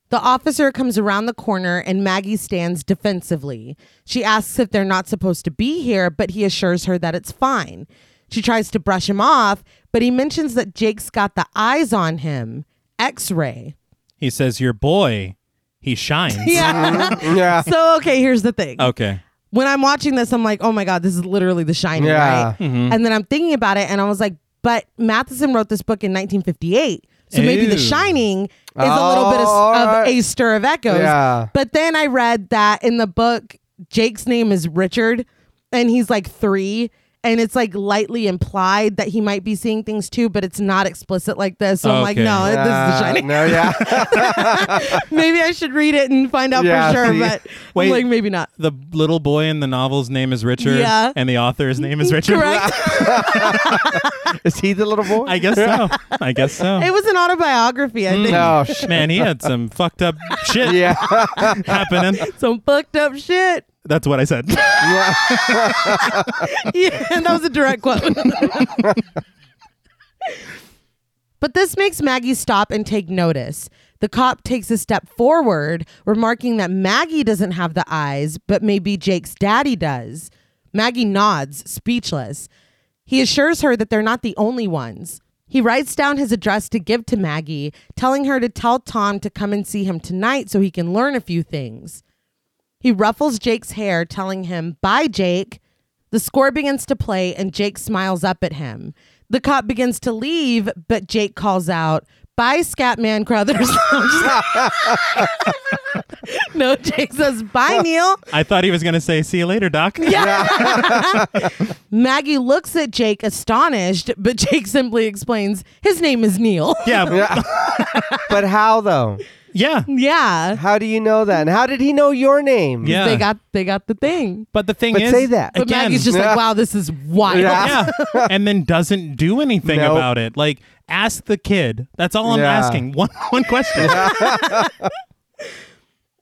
Speaker 1: The officer comes around the corner and Maggie stands defensively. She asks if they're not supposed to be here, but he assures her that it's fine. She tries to brush him off, but he mentions that Jake's got the eyes on him X ray.
Speaker 3: He says, Your boy, he shines.
Speaker 1: *laughs* Yeah.
Speaker 2: Yeah.
Speaker 1: so, okay, here's the thing.
Speaker 3: Okay.
Speaker 1: when I'm watching this, I'm like, oh my God, this is literally the shining,
Speaker 2: Yeah.
Speaker 1: right? And then I'm thinking about it and I was like, but Matheson wrote this book in 1958. So maybe the
Speaker 3: Ew.
Speaker 1: shining is a little bit of,
Speaker 2: Oh,
Speaker 1: of
Speaker 2: alright.
Speaker 1: a stir of echoes.
Speaker 2: Yeah.
Speaker 1: But then I read that in the book, Jake's name is Richard and he's like three. And it's like lightly implied that he might be seeing things too, but it's not explicit like this. So I'm like,
Speaker 3: Okay.
Speaker 1: no, this is the
Speaker 2: Uh,
Speaker 1: shining. *laughs*
Speaker 2: No, yeah.
Speaker 1: Maybe I should read it and find out
Speaker 2: Yeah,
Speaker 1: for sure,
Speaker 2: see?
Speaker 1: but
Speaker 3: Wait.
Speaker 1: like maybe
Speaker 2: *laughs*
Speaker 1: not.
Speaker 3: The little boy in the novel's name is Richard.
Speaker 1: Yeah.
Speaker 3: And the author's name is Richard.
Speaker 1: Correct.
Speaker 2: is he the little boy?
Speaker 3: I guess so. I guess so.
Speaker 1: It was an autobiography, I think.
Speaker 2: no. Sh-
Speaker 3: *laughs* Man, he had some fucked up shit
Speaker 2: yeah.
Speaker 3: happening.
Speaker 1: Some fucked up shit. *laughs*
Speaker 3: That's what I said.
Speaker 2: yeah.
Speaker 1: Yeah, that was a direct quote. but this makes Maggie stop and take notice. The cop takes a step forward, remarking that Maggie doesn't have the eyes, but maybe Jake's daddy does. Maggie nods, speechless. He assures her that they're not the only ones. He writes down his address to give to Maggie, telling her to tell Tom to come and see him tonight so he can learn a few things. He ruffles Jake's hair, telling him, Bye, Jake. The score begins to play, and Jake smiles up at him. The cop begins to leave, but Jake calls out, Bye, Scatman Crothers. *laughs* no, Jake says, Bye, Neil.
Speaker 3: I thought he was going to say, See you later, Doc.
Speaker 1: *laughs* Maggie looks at Jake astonished, but Jake simply explains, His name is Neil. *laughs*
Speaker 3: Yeah.
Speaker 2: But how though?
Speaker 3: Yeah.
Speaker 1: yeah.
Speaker 2: How do you know that? And how did he know your name?
Speaker 3: Yeah.
Speaker 1: They got they got the thing.
Speaker 3: But the thing
Speaker 2: But
Speaker 3: is,
Speaker 2: say that.
Speaker 1: But
Speaker 3: again,
Speaker 1: Maggie's just like, wow, this is wild.
Speaker 3: *laughs*
Speaker 2: Yeah.
Speaker 3: yeah, and then doesn't do anything
Speaker 2: Nope.
Speaker 3: about it. Like, ask the kid. That's all I'm
Speaker 2: Yeah.
Speaker 3: asking. *laughs* One one question. *laughs*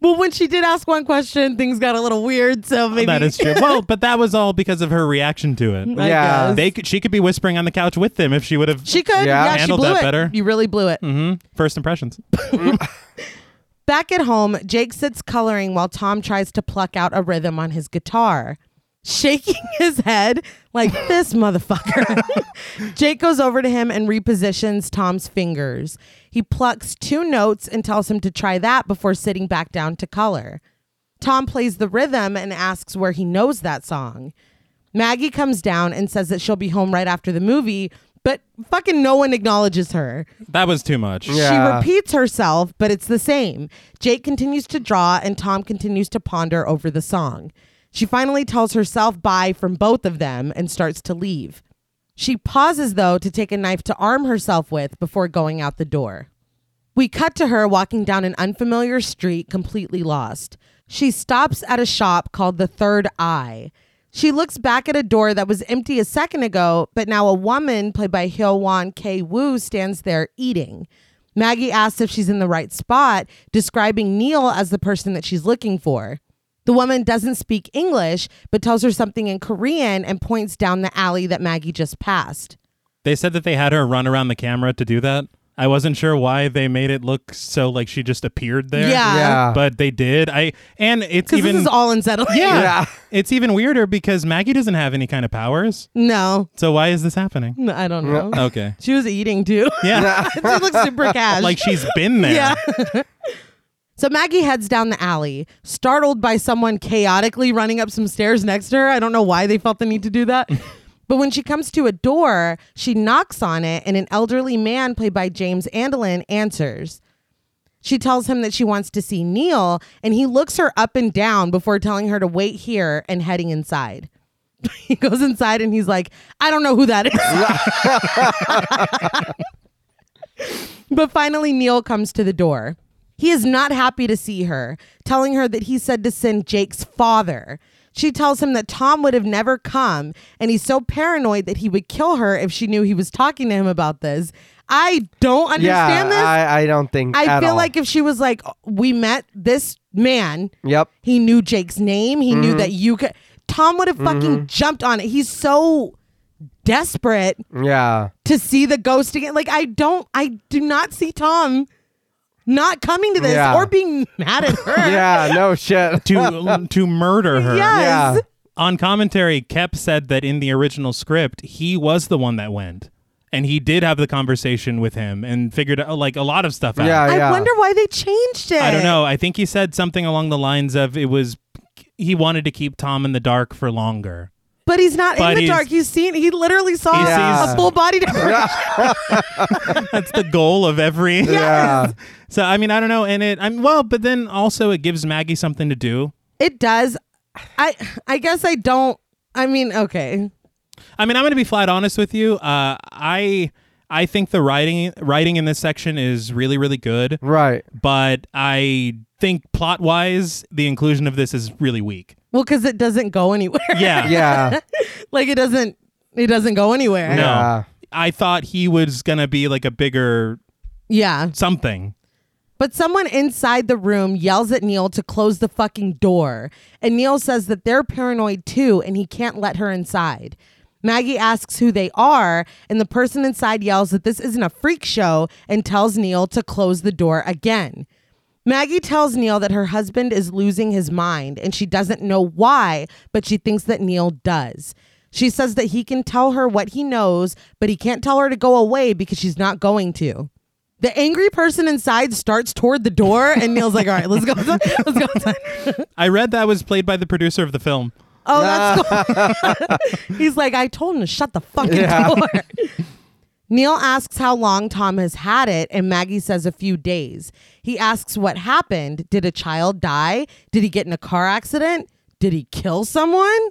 Speaker 1: Well, when she did ask one question, things got a little weird. So maybe
Speaker 3: That is true. Well, but that was all because of her reaction to it.
Speaker 1: I
Speaker 2: Yeah.
Speaker 1: guess.
Speaker 3: They could, she could be whispering on the couch with them if she would have
Speaker 1: She could.
Speaker 2: Yeah.
Speaker 1: Yeah, she
Speaker 3: Handled
Speaker 1: blew
Speaker 3: that
Speaker 1: it.
Speaker 3: better.
Speaker 1: You really blew it.
Speaker 3: first impressions.
Speaker 1: Back at home, Jake sits coloring while Tom tries to pluck out a rhythm on his guitar. Shaking *laughs* his head like this motherfucker. *laughs* Jake goes over to him and repositions Tom's fingers. He plucks two notes and tells him to try that before sitting back down to color. Tom plays the rhythm and asks where he knows that song. Maggie comes down and says that she'll be home right after the movie, but fucking no one acknowledges her.
Speaker 3: That was too much.
Speaker 2: Yeah.
Speaker 1: She repeats herself, but it's the same. Jake continues to draw, and Tom continues to ponder over the song. She finally tells herself bye from both of them and starts to leave. She pauses, though, to take a knife to arm herself with before going out the door. We cut to her walking down an unfamiliar street, completely lost. She stops at a shop called The Third Eye. She looks back at a door that was empty a second ago, but now a woman, played by Hyo-won K. Woo, stands there eating. Maggie asks if she's in the right spot, describing Neil as the person that she's looking for. The woman doesn't speak English, but tells her something in Korean and points down the alley that Maggie just passed.
Speaker 3: They said that they had her run around the camera to do that. I wasn't sure why they made it look so like she just appeared there.
Speaker 1: Yeah.
Speaker 2: Yeah.
Speaker 3: But they did. I and it's
Speaker 1: Because
Speaker 3: even
Speaker 1: this is all unsettling.
Speaker 3: yeah,
Speaker 2: Yeah.
Speaker 3: It's even weirder because Maggie doesn't have any kind of powers.
Speaker 1: *laughs* No,
Speaker 3: So why is this happening?
Speaker 1: No, I don't know.
Speaker 3: Okay.
Speaker 1: She was eating too. *laughs*
Speaker 3: Yeah.
Speaker 1: she looks
Speaker 3: *laughs*
Speaker 1: super cash.
Speaker 3: like she's been there.
Speaker 1: yeah. *laughs* so Maggie heads down the alley, startled by someone chaotically running up some stairs next to her. I don't know why they felt the need to do
Speaker 3: *laughs*
Speaker 1: that. But when she comes to a door, she knocks on it, and an elderly man, played by James Andelin, answers. She tells him that she wants to see Neil, and he looks her up and down before telling her to wait here and heading inside. *laughs* He goes inside and he's like, I don't know who that is.
Speaker 2: *laughs*
Speaker 1: but finally, Neil comes to the door. He is not happy to see her, telling her that he said to send Jake's father. She tells him that Tom would have never come, and he's so paranoid that he would kill her if she knew he was talking to him about this, I don't understand
Speaker 2: yeah,
Speaker 1: this.
Speaker 2: I, I don't think.
Speaker 1: I
Speaker 2: at
Speaker 1: feel
Speaker 2: all.
Speaker 1: like if she was like, we met this man,
Speaker 2: Yep.
Speaker 1: he knew Jake's name, he
Speaker 2: Mm-hmm.
Speaker 1: knew that you could. Tom would have fucking jumped on it. He's so desperate
Speaker 2: Yeah.
Speaker 1: to see the ghost again. Like I don't, I do not see Tom not coming to this
Speaker 2: Yeah.
Speaker 1: or being mad at her.
Speaker 2: *laughs* Yeah. No shit.
Speaker 1: *laughs*
Speaker 2: *laughs*
Speaker 3: to to murder her.
Speaker 1: Yes.
Speaker 2: Yeah.
Speaker 3: On commentary, Kep said that in the original script, he was the one that went, and he did have the conversation with him and figured out like a lot of stuff out.
Speaker 2: Yeah.
Speaker 1: I
Speaker 2: yeah.
Speaker 1: wonder why they changed it.
Speaker 3: I don't know. I think he said something along the lines of it was he wanted to keep Tom in the dark for longer.
Speaker 1: But he's not
Speaker 3: But
Speaker 1: in the
Speaker 3: he's-
Speaker 1: dark. He's seen. He literally saw
Speaker 3: He
Speaker 2: sees-
Speaker 1: a full body.
Speaker 2: *laughs*
Speaker 1: Yeah.
Speaker 3: That's the goal of every.
Speaker 2: *laughs* Yeah.
Speaker 3: So I mean, I don't know. And it, I'm well, but then also it gives Maggie something to do.
Speaker 1: It does. I. I guess I don't. I mean, okay.
Speaker 3: I mean, I'm going to be flat honest with you. Uh, I I think the writing writing in this section is really really good,
Speaker 2: Right.
Speaker 3: but I think plot wise the inclusion of this is really weak.
Speaker 1: Well, because it doesn't go anywhere.
Speaker 3: Yeah.
Speaker 2: Yeah.
Speaker 1: *laughs* like it doesn't. It doesn't go anywhere.
Speaker 3: No.
Speaker 2: Yeah.
Speaker 3: I thought he was going to be like a bigger
Speaker 1: Yeah.
Speaker 3: something.
Speaker 1: But someone inside the room yells at Neil to close the fucking door. And Neil says that they're paranoid too and he can't let her inside. Maggie asks who they are, and the person inside yells that this isn't a freak show and tells Neil to close the door again. Maggie tells Neil that her husband is losing his mind and she doesn't know why, but she thinks that Neil does. She says that he can tell her what he knows, but he can't tell her to go away because she's not going to. The angry person inside starts toward the door, and Neil's like, "All right, let's go. *laughs* Inside. Let's go." Inside.
Speaker 3: I read that was played by the producer of the film.
Speaker 1: Oh, that's cool. *laughs* He's like, "I told him to shut the fucking door." Neil asks how long Tom has had it, and Maggie says a few days. He asks what happened. Did a child die? Did he get in a car accident? Did he kill someone?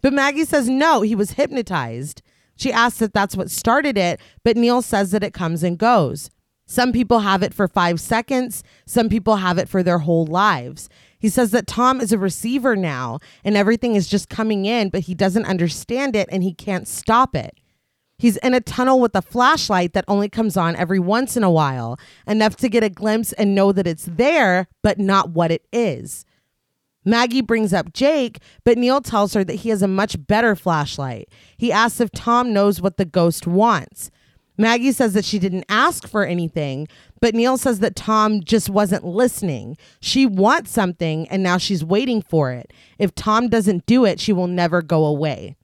Speaker 1: But Maggie says no, he was hypnotized. She asks if that's what started it, but Neil says that it comes and goes. Some people have it for five seconds, some people have it for their whole lives. He says that Tom is a receiver now and everything is just coming in, but he doesn't understand it and he can't stop it. He's in a tunnel with a flashlight that only comes on every once in a while, enough to get a glimpse and know that it's there, but not what it is. Maggie brings up Jake, but Neil tells her that he has a much better flashlight. He asks if Tom knows what the ghost wants. Maggie says that she didn't ask for anything, but Neil says that Tom just wasn't listening. She wants something, and now she's waiting for it. If Tom doesn't do it, she will never go away.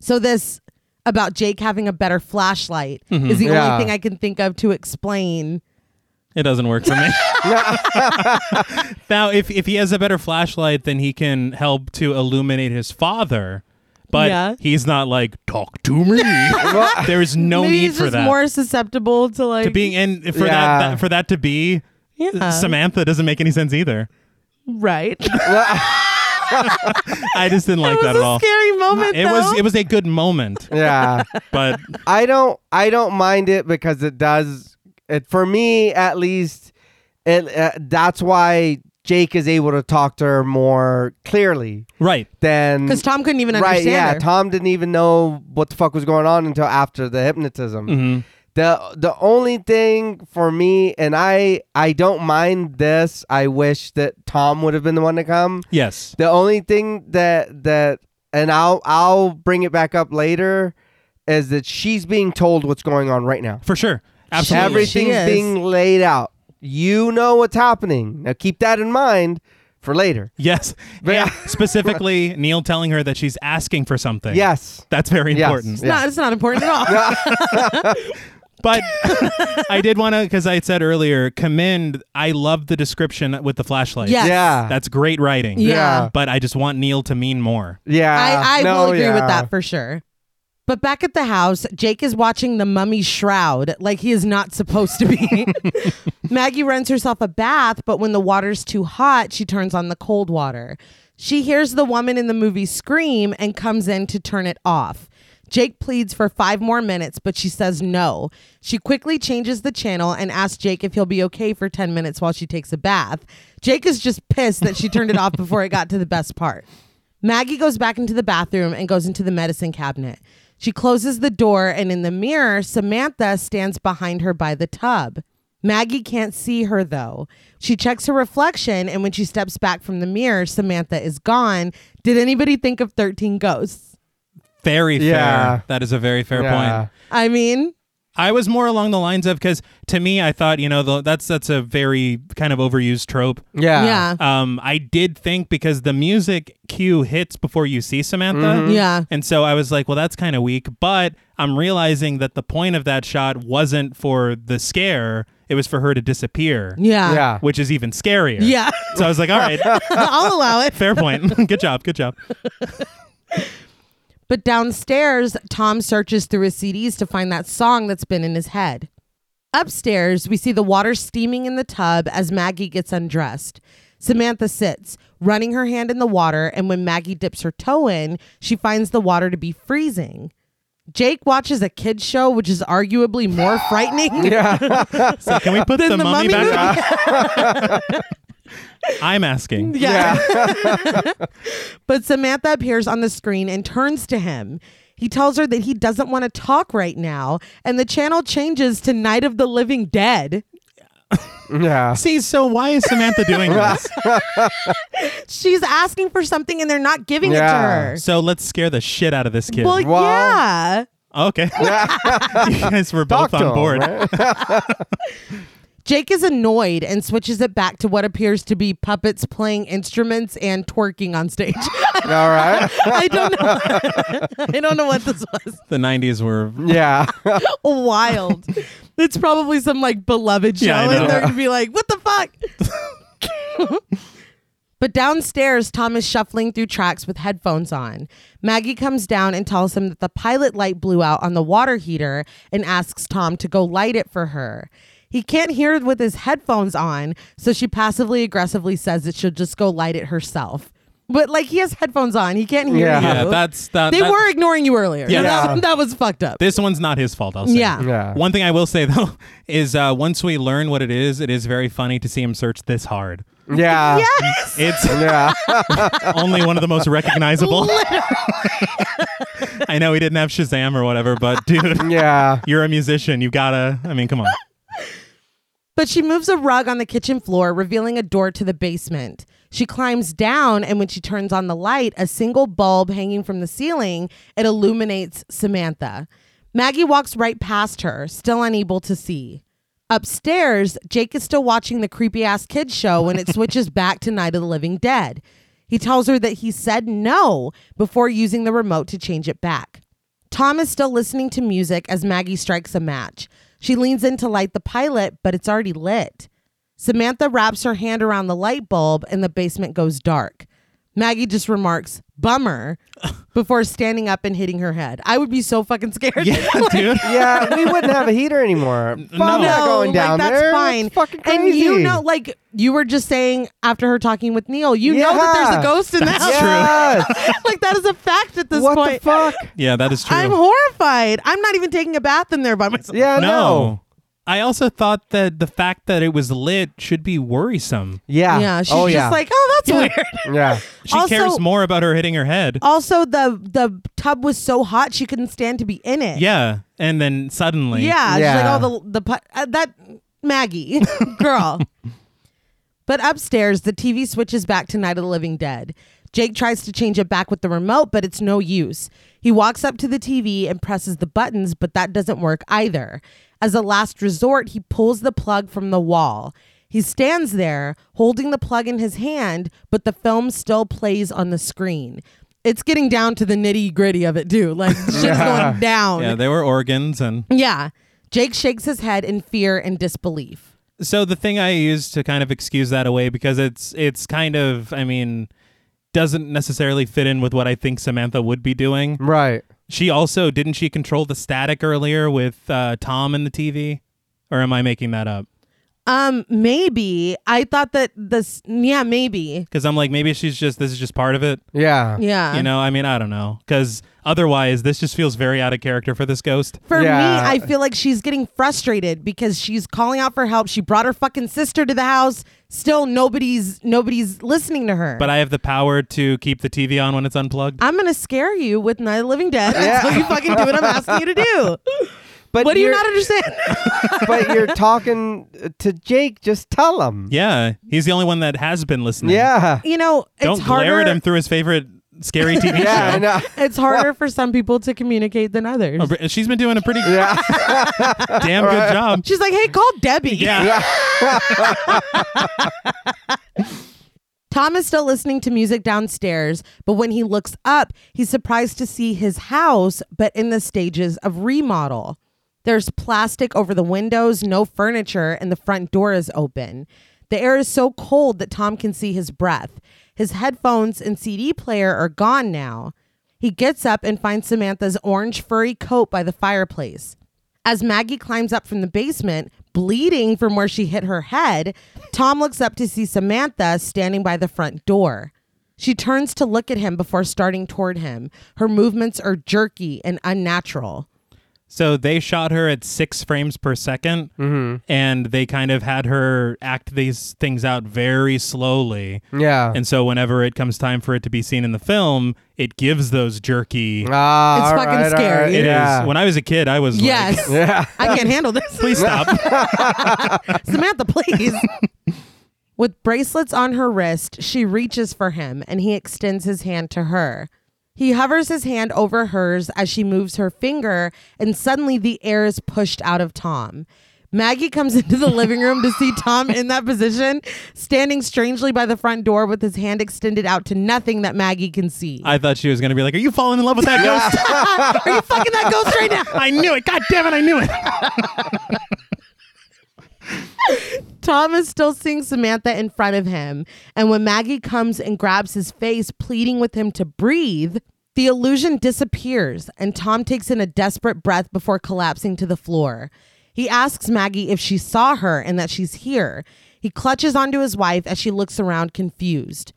Speaker 1: So this about Jake having a better flashlight
Speaker 3: Mm-hmm.
Speaker 1: is the
Speaker 2: Yeah.
Speaker 1: only thing I can think of to explain.
Speaker 3: It doesn't
Speaker 1: *laughs*
Speaker 3: work for me. *laughs* now, if if he has a better flashlight, then he can help to illuminate his father. But
Speaker 1: Yeah.
Speaker 3: he's not like talk
Speaker 1: *laughs*
Speaker 3: to me. there is no
Speaker 1: Maybe
Speaker 3: need
Speaker 1: he's
Speaker 3: for
Speaker 1: just
Speaker 3: that.
Speaker 1: more susceptible to like
Speaker 3: to being and for
Speaker 2: Yeah.
Speaker 3: that, that for that to be
Speaker 1: Yeah.
Speaker 3: Samantha doesn't make any sense either.
Speaker 1: right. *laughs*
Speaker 3: I just didn't like
Speaker 1: it
Speaker 3: that
Speaker 1: was
Speaker 3: at
Speaker 1: a
Speaker 3: all.
Speaker 1: scary moment.
Speaker 3: It was it was a good moment,
Speaker 2: Yeah.
Speaker 1: *laughs*
Speaker 3: but
Speaker 2: I don't I don't mind it because it does it for me at least it uh, that's why Jake is able to talk to her more clearly
Speaker 3: right.
Speaker 2: than
Speaker 1: because Tom couldn't even
Speaker 2: right
Speaker 1: understand.
Speaker 2: yeah
Speaker 1: her.
Speaker 2: Tom didn't even know what the fuck was going on until after the hypnotism. The the only thing for me and I I don't mind this I wish that Tom would have been the one to come.
Speaker 3: Yes.
Speaker 2: The only thing that that and I'll I'll bring it back up later is that she's being told what's going on right now.
Speaker 3: For sure. Absolutely.
Speaker 1: She
Speaker 2: Everything's
Speaker 1: is.
Speaker 2: being laid out. You know what's happening. Now keep that in mind for later.
Speaker 3: Yes.
Speaker 2: Yeah.
Speaker 3: And specifically Neil telling her that she's asking for something.
Speaker 2: Yes.
Speaker 3: That's very
Speaker 2: Yes.
Speaker 3: important.
Speaker 1: It's not. It's not important at
Speaker 2: *laughs*
Speaker 1: all.
Speaker 3: But *laughs* I did want to, because I had said earlier, commend. I love the description with the flashlight.
Speaker 1: Yes.
Speaker 2: Yeah.
Speaker 3: That's great writing.
Speaker 1: Yeah.
Speaker 3: But I just want Neil to mean more.
Speaker 2: Yeah.
Speaker 1: I, I
Speaker 2: No,
Speaker 1: will agree with
Speaker 2: yeah.
Speaker 1: that for sure. But back at the house, Jake is watching the mummy shroud like he is not supposed to
Speaker 2: *laughs*
Speaker 1: be. Maggie runs herself a bath, but when the water's too hot, she turns on the cold water. She hears the woman in the movie scream and comes in to turn it off. Jake pleads for five more minutes, but she says no. She quickly changes the channel and asks Jake if he'll be okay for 10 minutes while she takes a bath. Jake is just pissed that she turned it off before it got to the best part. Maggie goes back into the bathroom and goes into the medicine cabinet. She closes the door, and in the mirror, Samantha stands behind her by the tub. Maggie can't see her, though. She checks her reflection, and when she steps back from the mirror, Samantha is gone. Did anybody think of 13 ghosts?
Speaker 3: Very
Speaker 2: Yeah.
Speaker 3: fair. That is a very fair
Speaker 2: Yeah.
Speaker 3: point.
Speaker 1: I mean,
Speaker 3: I was more along the lines of because to me, I thought you know the, that's that's a very kind of overused trope.
Speaker 2: Yeah.
Speaker 1: yeah.
Speaker 3: Um, I did think because the music cue hits before you see Samantha.
Speaker 1: Mm-hmm. Yeah.
Speaker 3: And so I was like, well, that's kind of weak. But I'm realizing that the point of that shot wasn't for the scare, it was for her to disappear,
Speaker 1: Yeah.
Speaker 2: Yeah.
Speaker 3: which is even scarier.
Speaker 1: Yeah. *laughs*
Speaker 3: So I was like, all right,
Speaker 1: I'll allow it.
Speaker 3: fair point. *laughs* good job. Good job.
Speaker 1: But downstairs, Tom searches through his CDs to find that song that's been in his head. Upstairs, we see the water steaming in the tub as Maggie gets undressed. Samantha sits, running her hand in the water, and when Maggie dips her toe in, she finds the water to be freezing. Jake watches a kids show, which is arguably more frightening.
Speaker 3: So can we put
Speaker 1: Then
Speaker 3: the,
Speaker 1: the
Speaker 3: mummy,
Speaker 1: mummy
Speaker 3: back on? I'm asking.
Speaker 1: *laughs* Yeah. but Samantha appears on the screen and turns to him. He tells her that he doesn't want to talk right now, and the channel changes to Night of the Living Dead.
Speaker 2: *laughs*
Speaker 1: *laughs*
Speaker 2: Yeah.
Speaker 3: See, so why is Samantha doing this?
Speaker 1: She's asking for something and they're not giving it to
Speaker 2: Yeah.
Speaker 1: her.
Speaker 3: So let's scare the shit out of this kid.
Speaker 1: Well,
Speaker 2: Well-
Speaker 1: yeah. *laughs*
Speaker 3: okay. *laughs* you guys were
Speaker 2: Talk
Speaker 3: both
Speaker 2: to
Speaker 3: on
Speaker 2: him,
Speaker 3: board.
Speaker 2: right?
Speaker 1: Jake is annoyed and switches it back to what appears to be puppets playing instruments and twerking on stage. *laughs*
Speaker 2: All right.
Speaker 1: I don't know. *laughs* I don't know what this was.
Speaker 3: The 90s were
Speaker 1: *laughs*
Speaker 2: Yeah.
Speaker 1: Wild. It's probably some like beloved show,
Speaker 3: Yeah, I know.
Speaker 1: and they're gonna be like, "What the fuck." But downstairs, Tom is shuffling through tracks with headphones on. Maggie comes down and tells him that the pilot light blew out on the water heater and asks Tom to go light it for her. He can't hear with his headphones on, so she passively aggressively says that she'll just go light it herself. But like he has headphones on, he can't hear
Speaker 2: Yeah.
Speaker 1: you.
Speaker 3: Yeah, that's- that-
Speaker 1: They
Speaker 3: that-
Speaker 1: were ignoring you earlier.
Speaker 3: Yeah.
Speaker 1: That, that was fucked up.
Speaker 3: This one's not his fault, I'll say.
Speaker 1: Yeah.
Speaker 2: Yeah.
Speaker 3: One thing I will say *laughs* though is uh, once we learn what it is, it is very funny to see him search this hard.
Speaker 2: Yeah.
Speaker 3: *laughs*
Speaker 1: yes. *laughs*
Speaker 3: It's
Speaker 2: Yeah.
Speaker 3: only one of the most recognizable.
Speaker 1: Literally.
Speaker 3: I know he didn't have Shazam or whatever, but *laughs* dude,
Speaker 2: Yeah.
Speaker 3: you're a musician. You gotta. I mean,
Speaker 1: *laughs*
Speaker 3: come on.
Speaker 1: But she moves a rug on the kitchen floor, revealing a door to the basement. She climbs down, and when she turns on the light, a single bulb hanging from the ceiling, it illuminates Samantha. Maggie walks right past her, still unable to see. Upstairs, Jake is still watching the creepy ass kids show when it switches back to Night of the Living Dead. He tells her that he said no before using the remote to change it back. Tom is still listening to music as Maggie strikes a match. She leans in to light the pilot, but it's already lit. Samantha wraps her hand around the light bulb and the basement goes dark. Maggie just remarks,
Speaker 2: *laughs*
Speaker 1: bummer, before standing up and hitting her head. I would be so fucking scared. *laughs*
Speaker 3: Yeah, dude.
Speaker 2: Yeah. We wouldn't have a heater
Speaker 3: *laughs*
Speaker 2: anymore. Fuck, I'm not going
Speaker 1: like,
Speaker 2: down
Speaker 1: that's
Speaker 2: there.
Speaker 1: fine.
Speaker 2: It's fucking crazy.
Speaker 1: And you know, like you were just saying after her talking with Neil, you know that there's a
Speaker 2: Yeah.
Speaker 1: ghost in the house.
Speaker 2: Yes.
Speaker 1: *laughs* like that is a fact at this
Speaker 2: what
Speaker 1: point.
Speaker 2: the fuck?
Speaker 3: Yeah, that is true.
Speaker 1: I'm horrified. I'm not even taking a bath in there by myself.
Speaker 2: *laughs* Yeah.
Speaker 3: no. I also thought that the fact that it was lit should be worrisome.
Speaker 2: Yeah.
Speaker 1: Yeah, she's
Speaker 2: oh,
Speaker 1: just
Speaker 2: yeah.
Speaker 1: like, oh, that's weird.
Speaker 2: Yeah.
Speaker 3: She
Speaker 1: Also- Oh.
Speaker 3: cares more about her hitting her head.
Speaker 1: Also, the the tub was so hot she couldn't stand to be in it.
Speaker 3: Yeah, and then suddenly.
Speaker 1: yeah. She's
Speaker 2: Yeah.
Speaker 1: like, oh, the the pu- uh, that Maggie *laughs* girl. but upstairs, the TV switches back to Night of the Living Dead. Jake tries to change it back with the remote, but it's no use. He walks up to the TV and presses the buttons, but that doesn't work either. As a last resort, he pulls the plug from the wall. He stands there holding the plug in his hand, but the film still plays on the screen. It's getting down to the nitty gritty of it, too. Like, shit's going down.
Speaker 3: *laughs* Yeah, they were organs and
Speaker 1: Yeah. Jake shakes his head in fear and disbelief.
Speaker 3: so the thing I use to kind of excuse that away because it's it's kind of I mean doesn't necessarily fit in with what I think Samantha would be doing.
Speaker 2: Right.
Speaker 3: She also didn't she control the static earlier with uh, Tom and the TV, or am I making that up?
Speaker 1: Um, maybe I thought that this. Yeah, maybe.
Speaker 3: Because I'm like, maybe she's just this is just part of it.
Speaker 2: Yeah.
Speaker 1: Yeah.
Speaker 3: you know, I mean, I don't know. Because otherwise, this just feels very out of character for this ghost.
Speaker 1: For
Speaker 2: Yeah.
Speaker 1: me, I feel like she's getting frustrated because she's calling out for help. She brought her fucking sister to the house. Still, nobody's nobody's listening to her.
Speaker 3: But I have the power to keep the TV on when it's unplugged.
Speaker 1: I'm gonna scare you with Night of the Living Dead until you fucking do what I'm asking you to do.
Speaker 2: But
Speaker 1: What do you
Speaker 2: you're-
Speaker 1: not understand? *laughs*
Speaker 2: but you're talking to Jake. Just tell him.
Speaker 3: yeah, he's the only one that has been listening.
Speaker 2: Yeah.
Speaker 1: you know,
Speaker 3: don't
Speaker 1: it's harder.
Speaker 3: glare at him through his favorite scary TV
Speaker 2: Yeah. I
Speaker 3: show.
Speaker 2: know.
Speaker 1: It's harder for some people to communicate than others.
Speaker 3: Oh, br- She's been doing a pretty *laughs* damn good job.
Speaker 1: She's like, "Hey, call Debbie."
Speaker 3: Yeah.
Speaker 1: Tom is still listening to music downstairs, but when he looks up, he's surprised to see his house, but in the stages of remodel. There's plastic over the windows, no furniture, and the front door is open. The air is so cold that Tom can see his breath. His headphones and CD player are gone now. He gets up and finds Samantha's orange furry coat by the fireplace. As Maggie climbs up from the basement, bleeding from where she hit her head, Tom looks up to see Samantha standing by the front door. She turns to look at him before starting toward him. Her movements are jerky and unnatural.
Speaker 3: So they shot her at six frames per 2nd
Speaker 2: Mm-hmm.
Speaker 3: and they kind of had her act these things out very slowly.
Speaker 2: Yeah.
Speaker 3: And so whenever it comes time for it to be seen in the film, it gives those jerky.
Speaker 2: Ah,
Speaker 1: It's
Speaker 2: all
Speaker 1: fucking
Speaker 2: right, all
Speaker 1: scary.
Speaker 2: right,
Speaker 3: It is.
Speaker 2: yeah.
Speaker 3: When I was a kid, I was like, *laughs*
Speaker 1: Yes.
Speaker 2: Yeah.
Speaker 1: I can't handle this. *laughs*
Speaker 3: please stop.
Speaker 1: Samantha, please. *laughs* With bracelets on her wrist, she reaches for him and he extends his hand to her. He hovers his hand over hers as she moves her finger, and suddenly the air is pushed out of Tom. Maggie comes *laughs* into the living room to see Tom in that position, standing strangely by the front door with his hand extended out to nothing that Maggie can see.
Speaker 3: I thought she was going to be like, Are you falling in love with that ghost?
Speaker 1: Are you fucking that ghost right now?
Speaker 3: I knew it. God damn it. I
Speaker 2: *laughs*
Speaker 3: knew it.
Speaker 1: Tom is still seeing Samantha in front of him. And when Maggie comes and grabs his face, pleading with him to breathe, the illusion disappears and Tom takes in a desperate breath before collapsing to the floor. He asks Maggie if she saw her and that she's here. He clutches onto his wife as she looks around confused.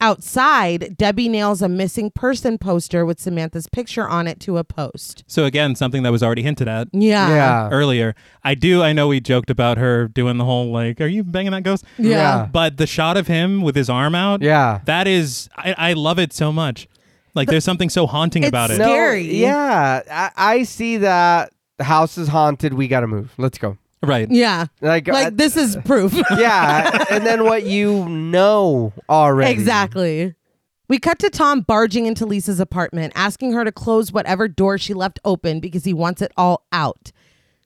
Speaker 1: Outside, Debbie nails a missing person poster with Samantha's picture on it to a post.
Speaker 3: So, again, something that was already hinted at.
Speaker 1: Yeah.
Speaker 2: Yeah.
Speaker 3: Earlier, I do. I know we joked about her doing the whole like, "Are you banging that ghost?"
Speaker 2: Yeah.
Speaker 3: But the shot of him with his arm out,
Speaker 2: Yeah.
Speaker 3: that is, I, I love it so much. Like, there's something so haunting
Speaker 1: It's
Speaker 3: about it.
Speaker 1: so- Scary.
Speaker 2: yeah. I, I see that the house is haunted. We got to move. Let's go.
Speaker 3: right?
Speaker 1: Yeah.
Speaker 2: Like, uh,
Speaker 1: Like, this is proof.
Speaker 2: yeah. and then what you know already.
Speaker 1: Exactly. We cut to Tom barging into Lisa's apartment, asking her to close whatever door she left open because he wants it all out.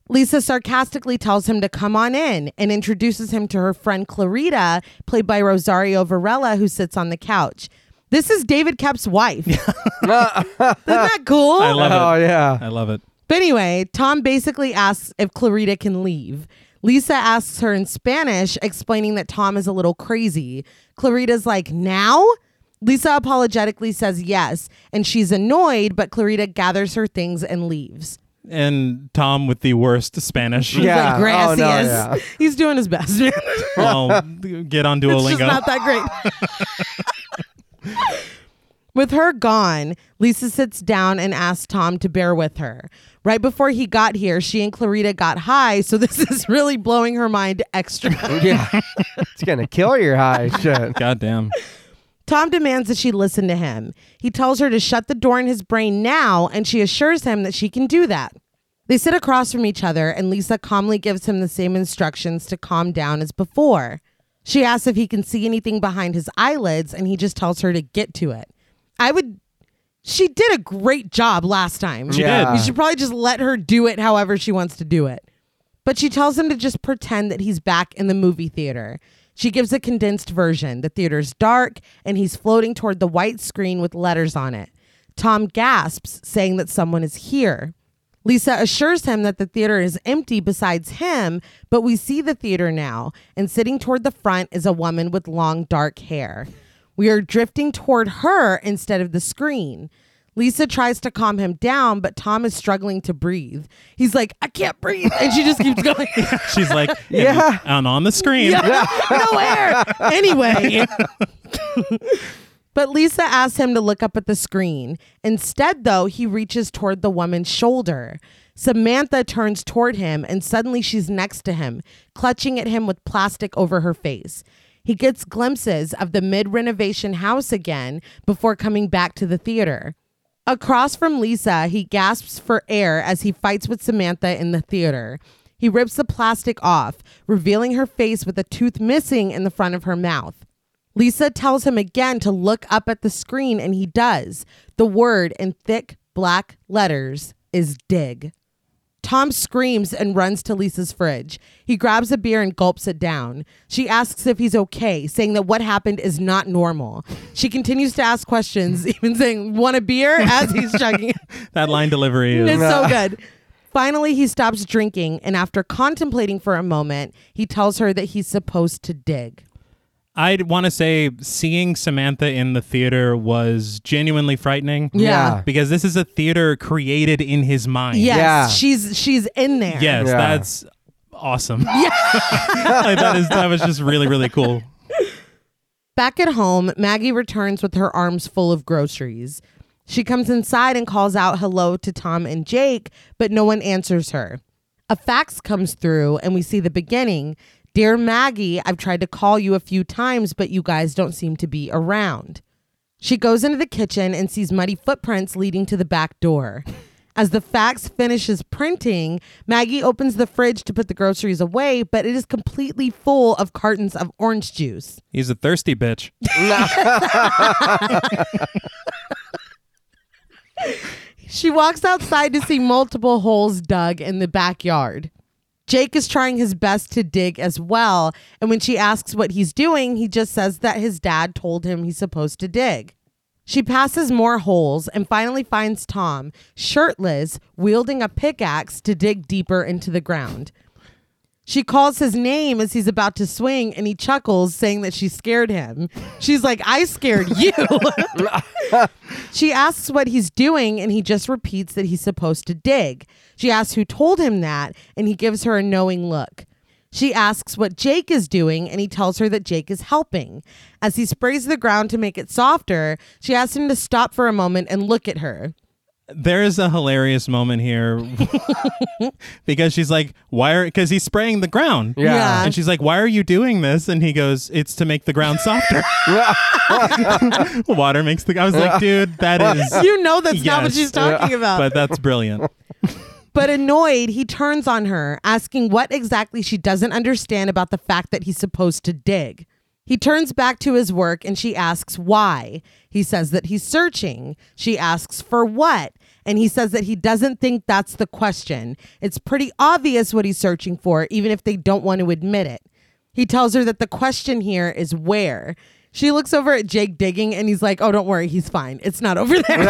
Speaker 1: Lisa sarcastically tells him to come on in and introduces him to her friend Clarita, played by Rosario Varela, who sits on the couch. This is David Kep's wife. Isn't that cool?
Speaker 3: I love
Speaker 2: Oh,
Speaker 3: it. *laughs*
Speaker 2: yeah.
Speaker 3: I love it.
Speaker 1: But anyway, Tom basically asks if Clarita can leave. Lisa asks her in Spanish, explaining that Tom is a little crazy. Clarita's like, now? Lisa apologetically says yes, and she's annoyed, but Clarita gathers her things and leaves.
Speaker 3: And Tom with the worst Spanish. *laughs*
Speaker 2: Yeah.
Speaker 1: Like,
Speaker 2: Oh, no,
Speaker 1: gracias.
Speaker 2: yeah.
Speaker 1: *laughs* He's doing his best. *laughs* man.
Speaker 3: well, get on
Speaker 1: it's
Speaker 3: Duolingo.
Speaker 1: just not that great. *laughs* with her gone, Lisa sits down and asks Tom to bear with her. Right before he got here, she and Clarita got high, so this *laughs* is really blowing her mind extra.
Speaker 2: Yeah. it's going to kill your high shit.
Speaker 3: God damn.
Speaker 1: Tom demands that she listen to him. He tells her to shut the door in his brain now, and she assures him that she can do that. They sit across from each other, and Lisa calmly gives him the same instructions to calm down as before. She asks if he can see anything behind his eyelids, and he just tells her to get to it. I would. She did a great job last time.
Speaker 3: She
Speaker 2: Yeah.
Speaker 1: You should probably just let her do it however she wants to do it. But she tells him to just pretend that he's back in the movie theater. She gives a condensed version. The theater's dark and he's floating toward the white screen with letters on it. Tom gasps, saying that someone is here. Lisa assures him that the theater is empty besides him, but we see the theater now, and sitting toward the front is a woman with long dark hair. We are drifting toward her instead of the screen. Lisa tries to calm him down, but Tom is struggling to breathe. He's like, I can't breathe. And she just keeps *laughs* going.
Speaker 2: *laughs*
Speaker 3: She's like,
Speaker 2: Yeah.
Speaker 3: yeah, and on the
Speaker 1: *laughs*
Speaker 3: screen.
Speaker 1: no air. Anyway. but Lisa asks him to look up at the screen. Instead, though, he reaches toward the woman's shoulder. Samantha turns toward him, and suddenly she's next to him, clutching at him with plastic over her face. He gets glimpses of the mid renovation house again before coming back to the theater. Across from Lisa, he gasps for air as he fights with Samantha in the theater. He rips the plastic off, revealing her face with a tooth missing in the front of her mouth. Lisa tells him again to look up at the screen, and he does. The word in thick black letters is dig. Tom screams and runs to Lisa's fridge. He grabs a beer and gulps it down. She asks if he's okay, saying that what happened is not normal. She continues to ask questions, *laughs* even saying, Want a beer? as he's chugging it.
Speaker 3: *laughs* That line delivery
Speaker 1: It's
Speaker 3: is
Speaker 1: so good. Finally, he stops drinking, and after contemplating for a moment, he tells her that he's supposed to dig.
Speaker 3: I want to say seeing Samantha in the theater was genuinely frightening.
Speaker 1: Yeah.
Speaker 3: Because this is a theater created in his mind.
Speaker 1: Yes,
Speaker 2: Yeah.
Speaker 1: she's she's in there.
Speaker 3: Yes,
Speaker 2: Yeah.
Speaker 3: that's awesome. *laughs* Yeah. that is that was just really really cool.
Speaker 1: Back at home, Maggie returns with her arms full of groceries. She comes inside and calls out hello to Tom and Jake, but no one answers her. A fax comes through and we see the beginning. Dear Maggie, I've tried to call you a few times, but you guys don't seem to be around. She goes into the kitchen and sees muddy footprints leading to the back door. As the fax finishes printing, Maggie opens the fridge to put the groceries away, but it is completely full of cartons of orange juice.
Speaker 3: He's a thirsty bitch.
Speaker 1: She walks outside to see multiple holes dug in the backyard. Jake is trying his best to dig as well, and when she asks what he's doing, he just says that his dad told him he's supposed to dig. She passes more holes and finally finds Tom, shirtless, wielding a pickaxe to dig deeper into the ground. She calls his name as he's about to swing and he chuckles, saying that she scared him. She's like, I scared you. She asks what he's doing, and he just repeats that he's supposed to dig. She asks who told him that, and he gives her a knowing look. She asks what Jake is doing, and he tells her that Jake is helping. As he sprays the ground to make it softer, she asks him to stop for a moment and look at her.
Speaker 3: There is a hilarious moment here because she's like, "Why are?" Because he's spraying the ground.
Speaker 2: Yeah.
Speaker 1: Yeah.
Speaker 3: And she's like, "Why are you doing this?" And he goes, "It's to make the ground
Speaker 2: *laughs*
Speaker 3: softer. *laughs* Water makes the." I was like, "Dude, that is."
Speaker 1: You know that's not what
Speaker 3: Yes.
Speaker 1: she's talking about.
Speaker 3: But that's brilliant.
Speaker 1: But annoyed, he turns on her, asking what exactly she doesn't understand about the fact that he's supposed to dig. He turns back to his work and she asks why. He says that he's searching. She asks for what? And he says that he doesn't think that's the question. It's pretty obvious what he's searching for, even if they don't want to admit it. He tells her that the question here is where. She looks over at Jake digging and he's like, Oh, don't worry, he's fine. It's not over there.
Speaker 2: *laughs*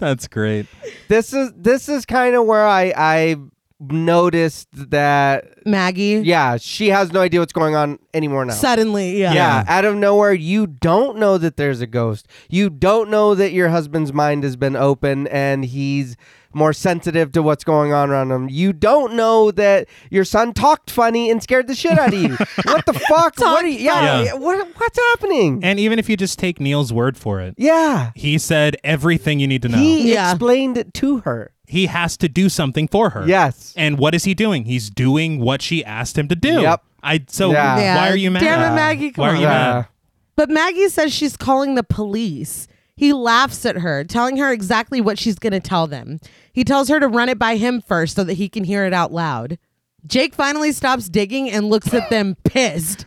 Speaker 3: That's great.
Speaker 2: This is this is kind of where I I noticed that
Speaker 1: Mm. Maggie,
Speaker 2: yeah she has no idea what's going on anymore now.
Speaker 1: suddenly,
Speaker 2: yeah, out of nowhere, you don't know that there's a ghost. You don't know that your husband's mind has been open and he's more sensitive to what's going on around him. You don't know that your son talked funny and scared the shit out of you.
Speaker 3: *laughs*
Speaker 2: what the fuck? What are you, yeah,
Speaker 3: Yeah.
Speaker 2: What, what's happening?
Speaker 3: And even if you just take Neil's word for it,
Speaker 2: yeah.
Speaker 3: he said everything you need to know.
Speaker 2: He
Speaker 1: Yeah.
Speaker 2: explained it to her.
Speaker 3: he has to do something for her.
Speaker 2: Yes.
Speaker 3: And what is he doing? He's doing what she asked him to do.
Speaker 2: Yep.
Speaker 3: I so
Speaker 2: Yeah.
Speaker 1: Yeah.
Speaker 3: why are you mad?
Speaker 1: Damn it, Maggie, come
Speaker 3: why are
Speaker 1: on.
Speaker 3: you
Speaker 2: Yeah.
Speaker 3: mad?
Speaker 1: But Maggie says she's calling the police. He laughs at her, telling her exactly what she's going to tell them. He tells her to run it by him first so that he can hear it out loud. Jake finally stops digging and looks at them pissed.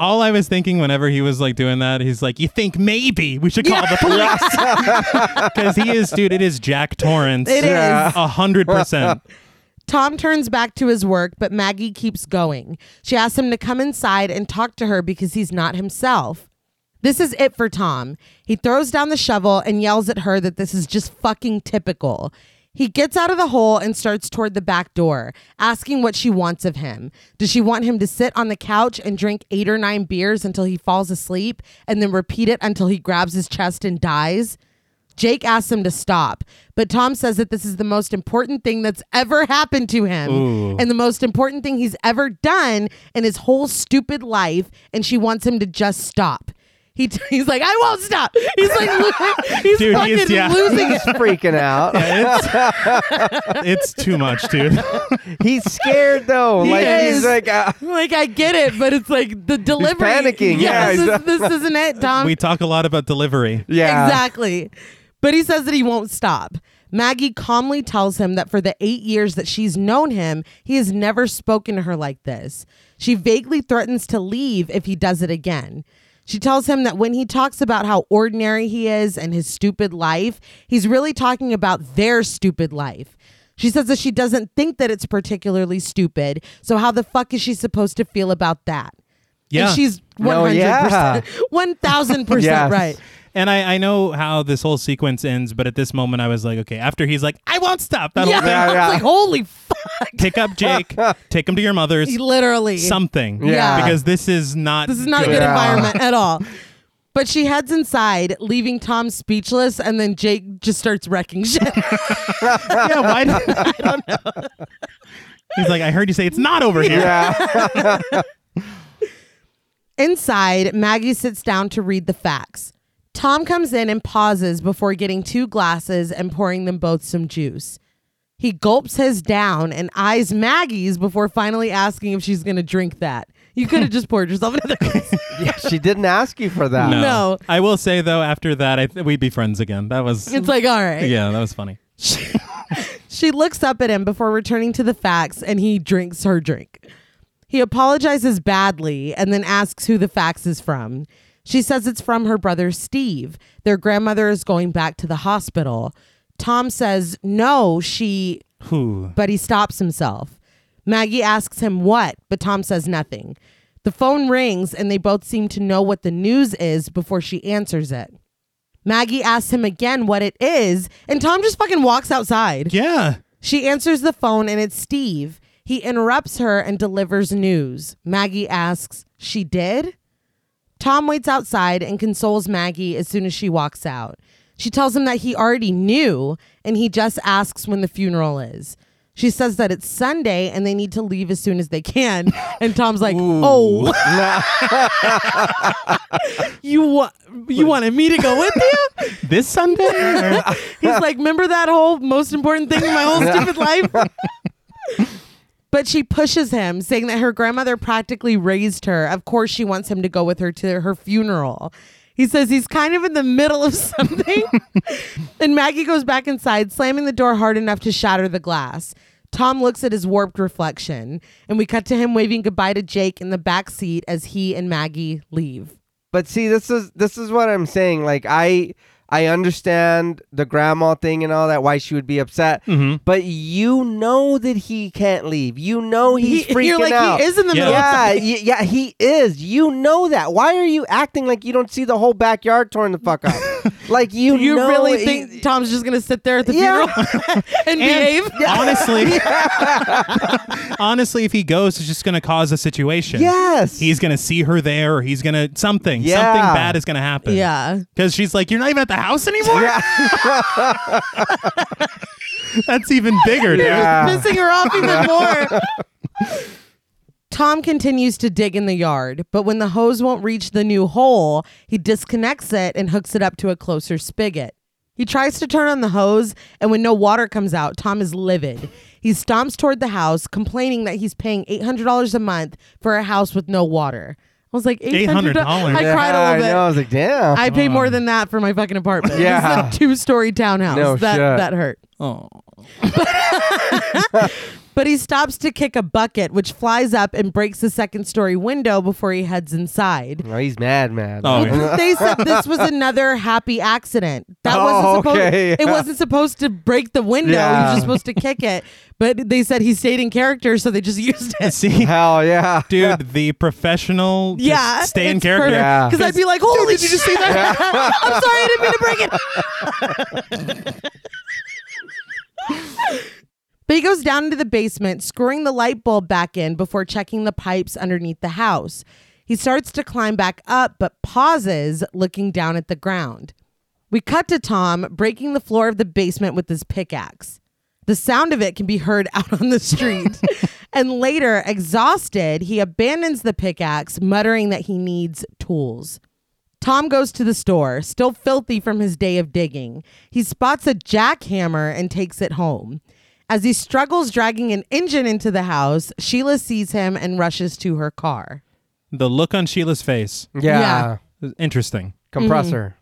Speaker 3: All I was thinking whenever he was like doing that, he's like, "You think maybe we should call the police?" *laughs* Because he is, dude. It is Jack Torrance.
Speaker 1: It is.
Speaker 3: a hundred percent.
Speaker 1: Tom turns back to his work, but Maggie keeps going. She asks him to come inside and talk to her because he's not himself. This is it for Tom. He throws down the shovel and yells at her that this is just fucking typical. He gets out of the hole and starts toward the back door, asking what she wants of him. Does she want him to sit on the couch and drink eight or nine beers until he falls asleep and then repeat it until he grabs his chest and dies? Jake asks him to stop, but Tom says that this is the most important thing that's ever happened to him
Speaker 3: Ooh.
Speaker 1: and the most important thing he's ever done in his whole stupid life. And she wants him to just stop. He t- *laughs* he's like, I won't stop. He's like, *laughs* he's
Speaker 3: Dude,
Speaker 1: fucking
Speaker 3: he's- yeah.
Speaker 1: losing
Speaker 2: *laughs*
Speaker 3: *laughs*
Speaker 2: He's
Speaker 1: it.
Speaker 2: freaking out.
Speaker 3: It's, it's too much, dude. *laughs*
Speaker 2: He's scared though.
Speaker 3: He
Speaker 2: like
Speaker 1: is.
Speaker 2: he's like, uh,
Speaker 1: Like I get it, but it's like the delivery.
Speaker 2: panicking. Yeah,
Speaker 1: this,
Speaker 2: he's-
Speaker 1: is, this isn't it, Tom.
Speaker 3: We talk a lot about delivery.
Speaker 2: yeah,
Speaker 1: Exactly. But he says that he won't stop. Maggie calmly tells him that for the eight years that she's known him, he has never spoken to her like this. She vaguely threatens to leave if he does it again. She tells him that when he talks about how ordinary he is and his stupid life, he's really talking about their stupid life. She says that she doesn't think that it's particularly stupid, so how the fuck is she supposed to feel about that?
Speaker 3: Yeah.
Speaker 1: And she's 100%,
Speaker 2: No, yeah.
Speaker 1: 1000%
Speaker 2: *laughs* Yes.
Speaker 1: right.
Speaker 3: And I, I know how this whole sequence ends, but at this moment I was like, okay, after he's like, I won't stop. That'll
Speaker 1: *laughs* Yeah,
Speaker 2: Yeah,
Speaker 1: I was
Speaker 2: yeah.
Speaker 1: like, holy fuck. *laughs*
Speaker 3: pick
Speaker 2: *laughs*
Speaker 3: up Jake, take him to your mother's,
Speaker 1: Literally.
Speaker 3: something.
Speaker 1: Yeah.
Speaker 3: Because this is not
Speaker 1: this is not a good
Speaker 2: Yeah.
Speaker 1: environment at all. But she heads inside, leaving Tom speechless, and then Jake just starts wrecking
Speaker 2: *laughs*
Speaker 1: shit.
Speaker 3: yeah, why did, I don't know. He's like, I heard you say it's not over here.
Speaker 2: yeah.
Speaker 1: *laughs* Inside, Maggie sits down to read the facts. Tom comes in and pauses before getting two glasses and pouring them both some juice. He gulps his down and eyes Maggie's before finally asking if she's going to drink that. You could have just poured yourself another
Speaker 2: *laughs*
Speaker 1: glass.
Speaker 2: Yeah, She didn't ask you for that.
Speaker 3: No.
Speaker 1: No.
Speaker 3: I will say though, after that, I th- we'd be friends again. That was
Speaker 1: It's like, all right.
Speaker 3: yeah, that was funny.
Speaker 1: She looks up at him before returning to the facts and he drinks her drink. He apologizes badly and then asks who the fax is from. She says it's from her brother Steve. Their grandmother is going back to the hospital. Tom says, No, she,
Speaker 3: Whew.
Speaker 1: but he stops himself. Maggie asks him what, but Tom says nothing. The phone rings and they both seem to know what the news is before she answers it. Maggie asks him again what it is, and Tom just fucking walks outside.
Speaker 3: Yeah.
Speaker 1: She answers the phone and it's Steve. He interrupts her and delivers news. Maggie asks, She did? Tom waits outside and consoles Maggie as soon as she walks out. She tells him that he already knew and he just asks when the funeral is. She says that it's Sunday and they need to leave as soon as they can. *laughs* And Tom's like, "Oh, *laughs* you wa- you wanted me to go with you?"
Speaker 3: This
Speaker 1: *laughs*
Speaker 3: Sunday?
Speaker 1: He's like, remember that whole most important thing in my whole stupid
Speaker 2: *laughs*
Speaker 1: life? but she pushes him, saying that her grandmother practically raised her. Of course, she wants him to go with her to her funeral. He says he's kind of in the middle of *laughs* something. and Maggie goes back inside, slamming the door hard enough to shatter the glass. Tom looks at his warped reflection, and we cut to him waving goodbye to Jake in the back seat as he and Maggie leave.
Speaker 2: But see, this is this is what I'm saying. Like I I understand the grandma thing and all that, why she would be upset.
Speaker 3: Mm-hmm.
Speaker 2: But you know that he can't leave. You know he's
Speaker 1: He-
Speaker 2: freaking
Speaker 1: you're like
Speaker 2: out.
Speaker 1: he is in the
Speaker 3: Yeah.
Speaker 1: middle of
Speaker 2: yeah,
Speaker 1: something.
Speaker 2: y- yeah, he is. You know that. Why are you acting like you don't see the whole backyard torn the
Speaker 1: *laughs*
Speaker 2: fuck up? like you,
Speaker 1: You
Speaker 2: know
Speaker 1: really
Speaker 2: he-
Speaker 1: think Tom's just gonna sit there at the *laughs*
Speaker 2: Yeah.
Speaker 1: funeral and, behave?
Speaker 3: And honestly,
Speaker 1: *laughs*
Speaker 3: *laughs* honestly, if he goes, it's just going to cause a situation.
Speaker 2: Yes.
Speaker 1: *laughs*
Speaker 3: He's going to see her there, or he's going to something.
Speaker 2: Yeah.
Speaker 3: Something bad is going to happen.
Speaker 1: Yeah.
Speaker 3: Because she's like, you're not even at the house anymore?
Speaker 2: Yeah.
Speaker 3: *laughs* That's even bigger, dude.
Speaker 2: Yeah.
Speaker 1: Pissing her off even more. Tom continues to dig in the yard, but when the hose won't reach the new hole, he disconnects it and hooks it up to a closer spigot. He tries to turn on the hose, and when no water comes out, Tom is livid. He stomps toward the house, complaining that he's paying $800 a month for a house with no water. I was like, $800? I cried
Speaker 3: $800.
Speaker 1: a
Speaker 2: Yeah,
Speaker 1: little bit.
Speaker 2: I know. I was like, damn.
Speaker 1: I pay more than that for my fucking apartment.
Speaker 2: Yeah.
Speaker 1: This is a two story townhouse.
Speaker 2: No
Speaker 1: that
Speaker 2: shit.
Speaker 1: that hurt.
Speaker 3: Oh.
Speaker 1: But *laughs* he stops to kick a bucket, which flies up and breaks the second story window before he heads inside.
Speaker 2: No, he's mad, mad.
Speaker 3: Oh, yeah.
Speaker 1: They said this was another happy accident. That wasn't
Speaker 2: Oh,
Speaker 1: supposed
Speaker 2: okay,
Speaker 1: it
Speaker 2: yeah.
Speaker 1: wasn't supposed to break the window. You're
Speaker 2: Yeah.
Speaker 1: just supposed to kick it. But they said he stayed in character, so they just used it.
Speaker 3: *laughs* See,
Speaker 2: Hell yeah.
Speaker 3: dude, the professional just
Speaker 1: Yeah.
Speaker 3: stay in character.
Speaker 2: perfect. Yeah.
Speaker 1: Because I'd be like, holy did you just see that? *laughs* I'm sorry, I didn't mean to break it. but he goes down into the basement, screwing the light bulb back in before checking the pipes underneath the house. He starts to climb back up, but pauses, looking down at the ground. We cut to Tom breaking the floor of the basement with his pickaxe. The sound of it can be heard *laughs* out on the street. and later, exhausted, he abandons the pickaxe, muttering that he needs tools. Tom goes to the store, still filthy from his day of digging. He spots a jackhammer and takes it home. As he struggles dragging an engine into the house, Sheila sees him and rushes to her car.
Speaker 3: The look on Sheila's face
Speaker 2: Yeah.
Speaker 1: Yeah.
Speaker 3: is interesting.
Speaker 2: Compressor.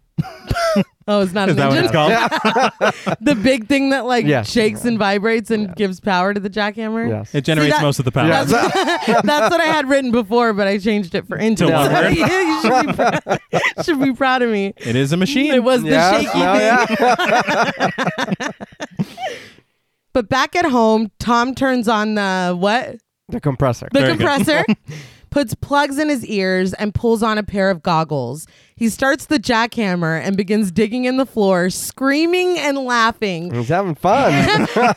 Speaker 1: Oh, it's not
Speaker 3: Is
Speaker 1: an
Speaker 3: that what
Speaker 1: engine.
Speaker 3: it's called?
Speaker 1: the big thing that like
Speaker 2: Yeah.
Speaker 1: shakes and vibrates and gives power to the jackhammer.
Speaker 2: Yes.
Speaker 3: It generates
Speaker 1: that-
Speaker 3: most of the power.
Speaker 2: Yeah.
Speaker 1: That's, *laughs* that's what I had written before, but I changed it for engine.
Speaker 3: one
Speaker 1: So *laughs*
Speaker 3: word?
Speaker 1: you should
Speaker 3: *laughs*
Speaker 1: be, proud, *laughs* should be proud of me.
Speaker 3: It is a machine.
Speaker 1: It was the
Speaker 2: Yes,
Speaker 1: shaky
Speaker 2: well,
Speaker 1: thing.
Speaker 2: yeah.
Speaker 1: *laughs* But back at home, Tom turns on the what?
Speaker 2: The compressor.
Speaker 1: The
Speaker 3: Very good.
Speaker 1: *laughs* compressor. puts plugs in his ears and pulls on a pair of goggles. He starts the jackhammer and begins digging in the floor, screaming and laughing. *laughs*
Speaker 2: He's having fun.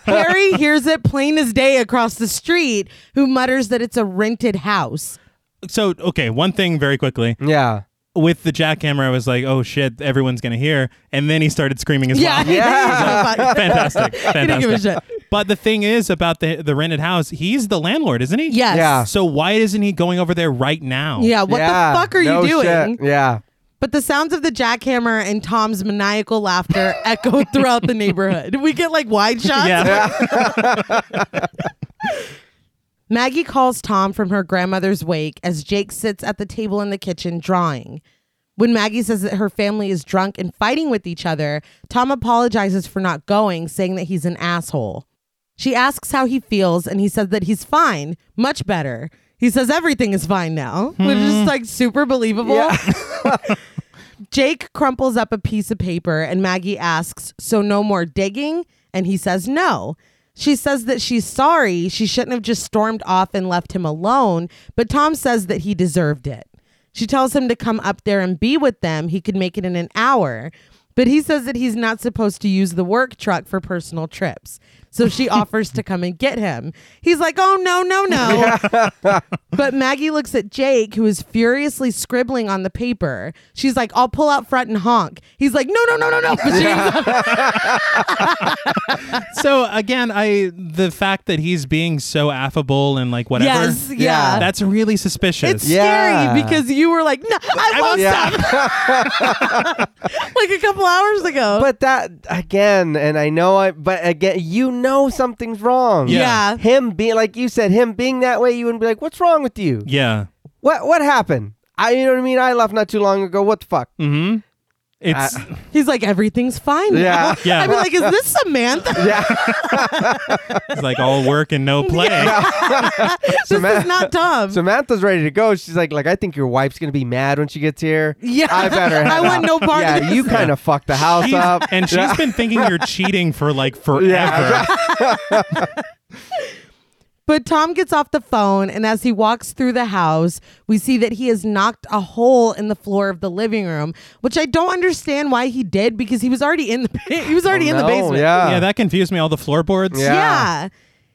Speaker 1: Harry hears it plain as day across the street, who mutters that it's a rented house.
Speaker 3: so okay, one thing very quickly.
Speaker 2: yeah.
Speaker 3: With the jackhammer, I was like, "Oh shit, everyone's gonna hear!" And then he started screaming as
Speaker 1: Yeah, *laughs*
Speaker 3: well.
Speaker 1: yeah.
Speaker 3: *laughs* fantastic,
Speaker 1: *laughs* He didn't
Speaker 3: fantastic.
Speaker 1: give a shit.
Speaker 3: But the thing is about the the rented house, he's the landlord, isn't he?
Speaker 1: Yes.
Speaker 2: Yeah.
Speaker 3: So why isn't he going over there right now?
Speaker 1: Yeah, Uh, what
Speaker 2: yeah.
Speaker 1: the fuck are
Speaker 2: No
Speaker 1: you doing?
Speaker 2: shit. Yeah.
Speaker 1: But the sounds of the jackhammer and Tom's maniacal laughter echo throughout the neighborhood. We get like wide shots.
Speaker 3: Yeah.
Speaker 1: Maggie calls Tom from her grandmother's wake as Jake sits at the table in the kitchen drawing. When Maggie says that her family is drunk and fighting with each other, Tom apologizes for not going, saying that he's an asshole. She asks how he feels, and he says that he's fine, much better. He says everything is fine now, which is like super believable. Jake crumples up a piece of paper and Maggie asks, So no more digging? And he says, No. She says that she's sorry. She shouldn't have just stormed off and left him alone, but Tom says that he deserved it. She tells him to come up there and be with them. He could make it in an hour. But he says that he's not supposed to use the work truck for personal trips. So she offers to come and get him. He's like, oh, no, no, no. But Maggie looks at Jake, who is furiously scribbling on the paper. She's like, I'll pull out front and honk. He's like, no, no, no, no, no. But she hangs up.
Speaker 3: so again, I the fact that he's being so affable and like
Speaker 1: *laughs*
Speaker 3: whatever.
Speaker 1: yes, yeah.
Speaker 2: Yeah.
Speaker 3: That's really suspicious.
Speaker 1: Uh, it's
Speaker 2: Yeah.
Speaker 1: scary because you were like, no, I won't
Speaker 2: Yeah.
Speaker 1: stop. Like a couple hours ago.
Speaker 2: But that again, and I know I. But again, you know something's wrong.
Speaker 1: yeah.
Speaker 2: Him being like you said, him being that way, you wouldn't be like, "What's wrong with you?
Speaker 3: yeah.
Speaker 2: What what happened? I you know what I mean? I left not too long ago. What the fuck?
Speaker 3: Mm-hmm. It's
Speaker 1: *laughs* He's like, everything's fine
Speaker 2: Yeah.
Speaker 1: now. *laughs*
Speaker 3: Yeah.
Speaker 1: I'd be like, is this Samantha? *laughs*
Speaker 2: *laughs* Yeah,
Speaker 3: it's like all work and no play.
Speaker 1: this
Speaker 2: Samantha-
Speaker 1: is not Tom.
Speaker 2: Samantha's ready to go. She's like, like I think your wife's gonna be mad when she gets here.
Speaker 1: Yeah.
Speaker 2: I
Speaker 1: *laughs*
Speaker 2: better.
Speaker 1: I
Speaker 2: head
Speaker 1: want
Speaker 2: out."
Speaker 1: no part
Speaker 2: Yeah,
Speaker 1: of this.
Speaker 2: you kind of fucked the house
Speaker 3: She's- *laughs*
Speaker 2: up.
Speaker 3: and she's been thinking you're cheating for
Speaker 1: *laughs*
Speaker 3: like forever.
Speaker 2: Yeah.
Speaker 1: But Tom gets off the phone, and as he walks through the house, we see that he has knocked a hole in the floor of the living room, which I don't understand why he did because he was already in the *laughs* he was already in the
Speaker 2: Oh, No,
Speaker 1: basement.
Speaker 2: Yeah,
Speaker 3: Yeah, that confused me. All the floorboards.
Speaker 2: Yeah.
Speaker 1: Yeah.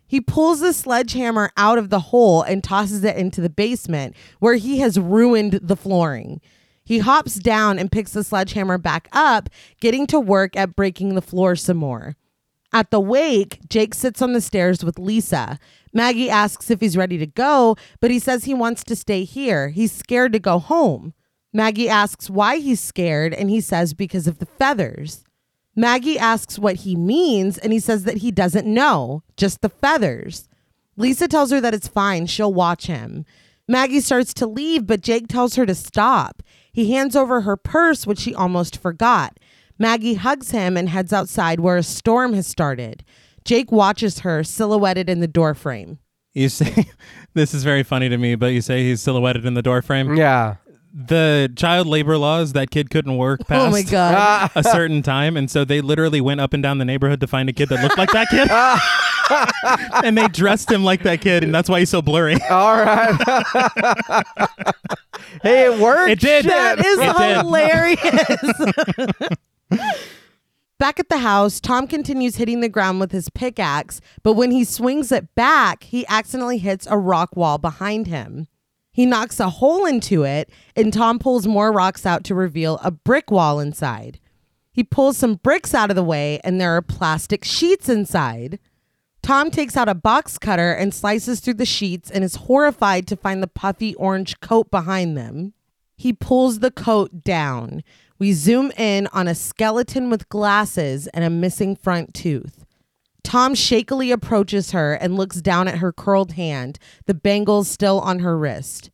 Speaker 1: He pulls the sledgehammer out of the hole and tosses it into the basement where he has ruined the flooring. He hops down and picks the sledgehammer back up, getting to work at breaking the floor some more. At the wake, Jake sits on the stairs with Lisa. Maggie asks if he's ready to go, but he says he wants to stay here. He's scared to go home. Maggie asks why he's scared, and he says because of the feathers. Maggie asks what he means, and he says that he doesn't know, just the feathers. Lisa tells her that it's fine, she'll watch him. Maggie starts to leave, but Jake tells her to stop. He hands over her purse, which she almost forgot. Maggie hugs him and heads outside where a storm has started. Jake watches her, silhouetted in the doorframe.
Speaker 3: You say *laughs* this is very funny to me, but you say he's silhouetted in the
Speaker 1: Mm.
Speaker 3: doorframe.
Speaker 2: yeah.
Speaker 3: The child labor laws that kid couldn't work past.
Speaker 1: Oh my God.
Speaker 3: A certain time, and so they literally went up and down the neighborhood to find a kid that looked like that kid,
Speaker 1: *laughs*
Speaker 3: and they dressed him like that kid, and that's why he's so blurry.
Speaker 1: Oh,
Speaker 2: All right. hey, it worked.
Speaker 3: It did.
Speaker 1: That is
Speaker 3: It did.
Speaker 1: hilarious. back at the house, Tom continues hitting the ground with his pickaxe, but when he swings it back, he accidentally hits a rock wall behind him. He knocks a hole into it, and Tom pulls more rocks out to reveal a brick wall inside. He pulls some bricks out of the way, and there are plastic sheets inside. Tom takes out a box cutter and slices through the sheets and is horrified to find the puffy orange coat behind them. He pulls the coat down. We zoom in on a skeleton with glasses and a missing front tooth. Tom shakily approaches her and looks down at her curled hand, the bangles still on her wrist.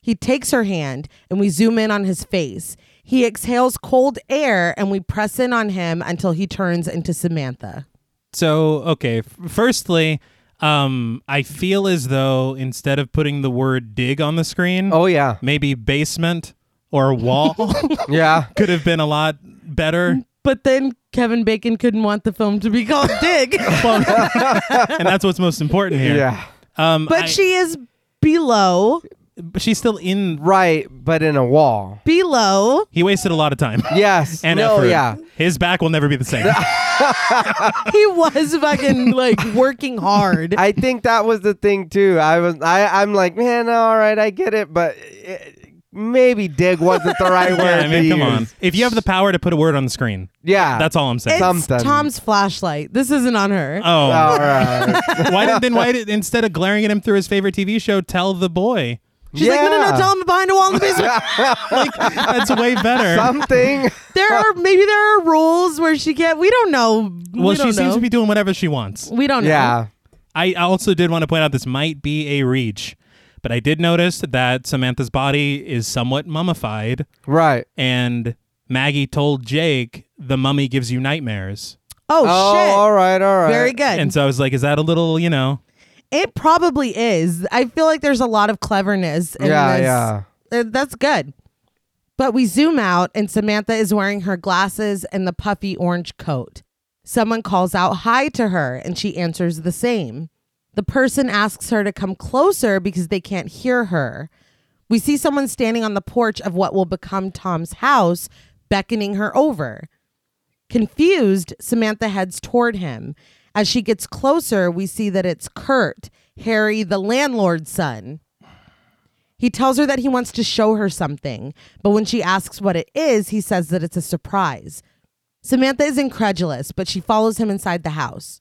Speaker 1: He takes her hand and we zoom in on his face. He exhales cold air and we press in on him until he turns into Samantha.
Speaker 3: So, okay. f- Firstly, um, I feel as though instead of putting the word dig on the screen,
Speaker 2: Oh yeah,
Speaker 3: maybe basement or
Speaker 2: *laughs*
Speaker 3: wall
Speaker 2: yeah.
Speaker 3: could have been a lot better.
Speaker 1: But then Kevin Bacon couldn't want the film to be
Speaker 2: *laughs*
Speaker 1: called Dig.
Speaker 2: Um,
Speaker 3: Well, and that's what's most important here.
Speaker 2: Yeah.
Speaker 3: Um,
Speaker 1: but
Speaker 3: I-
Speaker 1: she is below,
Speaker 3: but she's still in.
Speaker 2: Right, but in a wall.
Speaker 1: below.
Speaker 3: He wasted a lot of time
Speaker 2: Yes.
Speaker 3: and
Speaker 2: no,
Speaker 3: effort.
Speaker 2: yeah.
Speaker 3: His back will never be
Speaker 2: *laughs*
Speaker 3: the same.
Speaker 1: He was fucking like working hard.
Speaker 2: I think that was the thing too. I was I I'm like, man, all right, I get it, but it, maybe dig wasn't
Speaker 1: *laughs*
Speaker 2: the right word.
Speaker 3: yeah, I mean,
Speaker 2: to
Speaker 3: come
Speaker 2: use.
Speaker 3: on. If you have the power to put a word on the screen,
Speaker 2: Yeah.
Speaker 3: that's all I'm saying.
Speaker 1: it's
Speaker 2: something.
Speaker 1: Tom's flashlight. This isn't on her.
Speaker 2: Um, *laughs*
Speaker 3: oh,
Speaker 2: all right.
Speaker 3: why did then? Why did instead of glaring at him through his favorite TV show, tell the boy?
Speaker 1: *laughs* She's like, no, no, no,
Speaker 2: Yeah.
Speaker 1: tell him behind a wall in the
Speaker 2: *laughs*
Speaker 1: basement.
Speaker 3: Like that's way better.
Speaker 1: *laughs*
Speaker 2: Something. *laughs*
Speaker 1: there are maybe there are rules where she can't. We don't know.
Speaker 3: well,
Speaker 1: we
Speaker 3: she
Speaker 1: don't
Speaker 3: seems
Speaker 1: know.
Speaker 3: to be doing whatever she wants.
Speaker 1: We don't know.
Speaker 2: yeah.
Speaker 3: I also did want to point out this might be a reach, but I did notice that Samantha's body is somewhat mummified,
Speaker 2: Right.
Speaker 3: and Maggie told Jake the mummy gives you nightmares.
Speaker 1: Oh,
Speaker 2: Oh,
Speaker 1: shit.
Speaker 2: all right, all right.
Speaker 1: Very good.
Speaker 3: And so I was like, is that a little, you know?
Speaker 1: it probably is. I feel like there's a lot of cleverness in
Speaker 2: Yeah,
Speaker 1: this.
Speaker 2: yeah.
Speaker 1: Uh, that's good. But we zoom out, and Samantha is wearing her glasses and the puffy orange coat. Someone calls out hi to her, and she answers the same. The person asks her to come closer because they can't hear her. We see someone standing on the porch of what will become Tom's house, beckoning her over. Confused, Samantha heads toward him. As she gets closer, we see that it's Kurt, Harry, the landlord's son. He tells her that he wants to show her something, but when she asks what it is, he says that it's a surprise. Samantha is incredulous, but she follows him inside the house.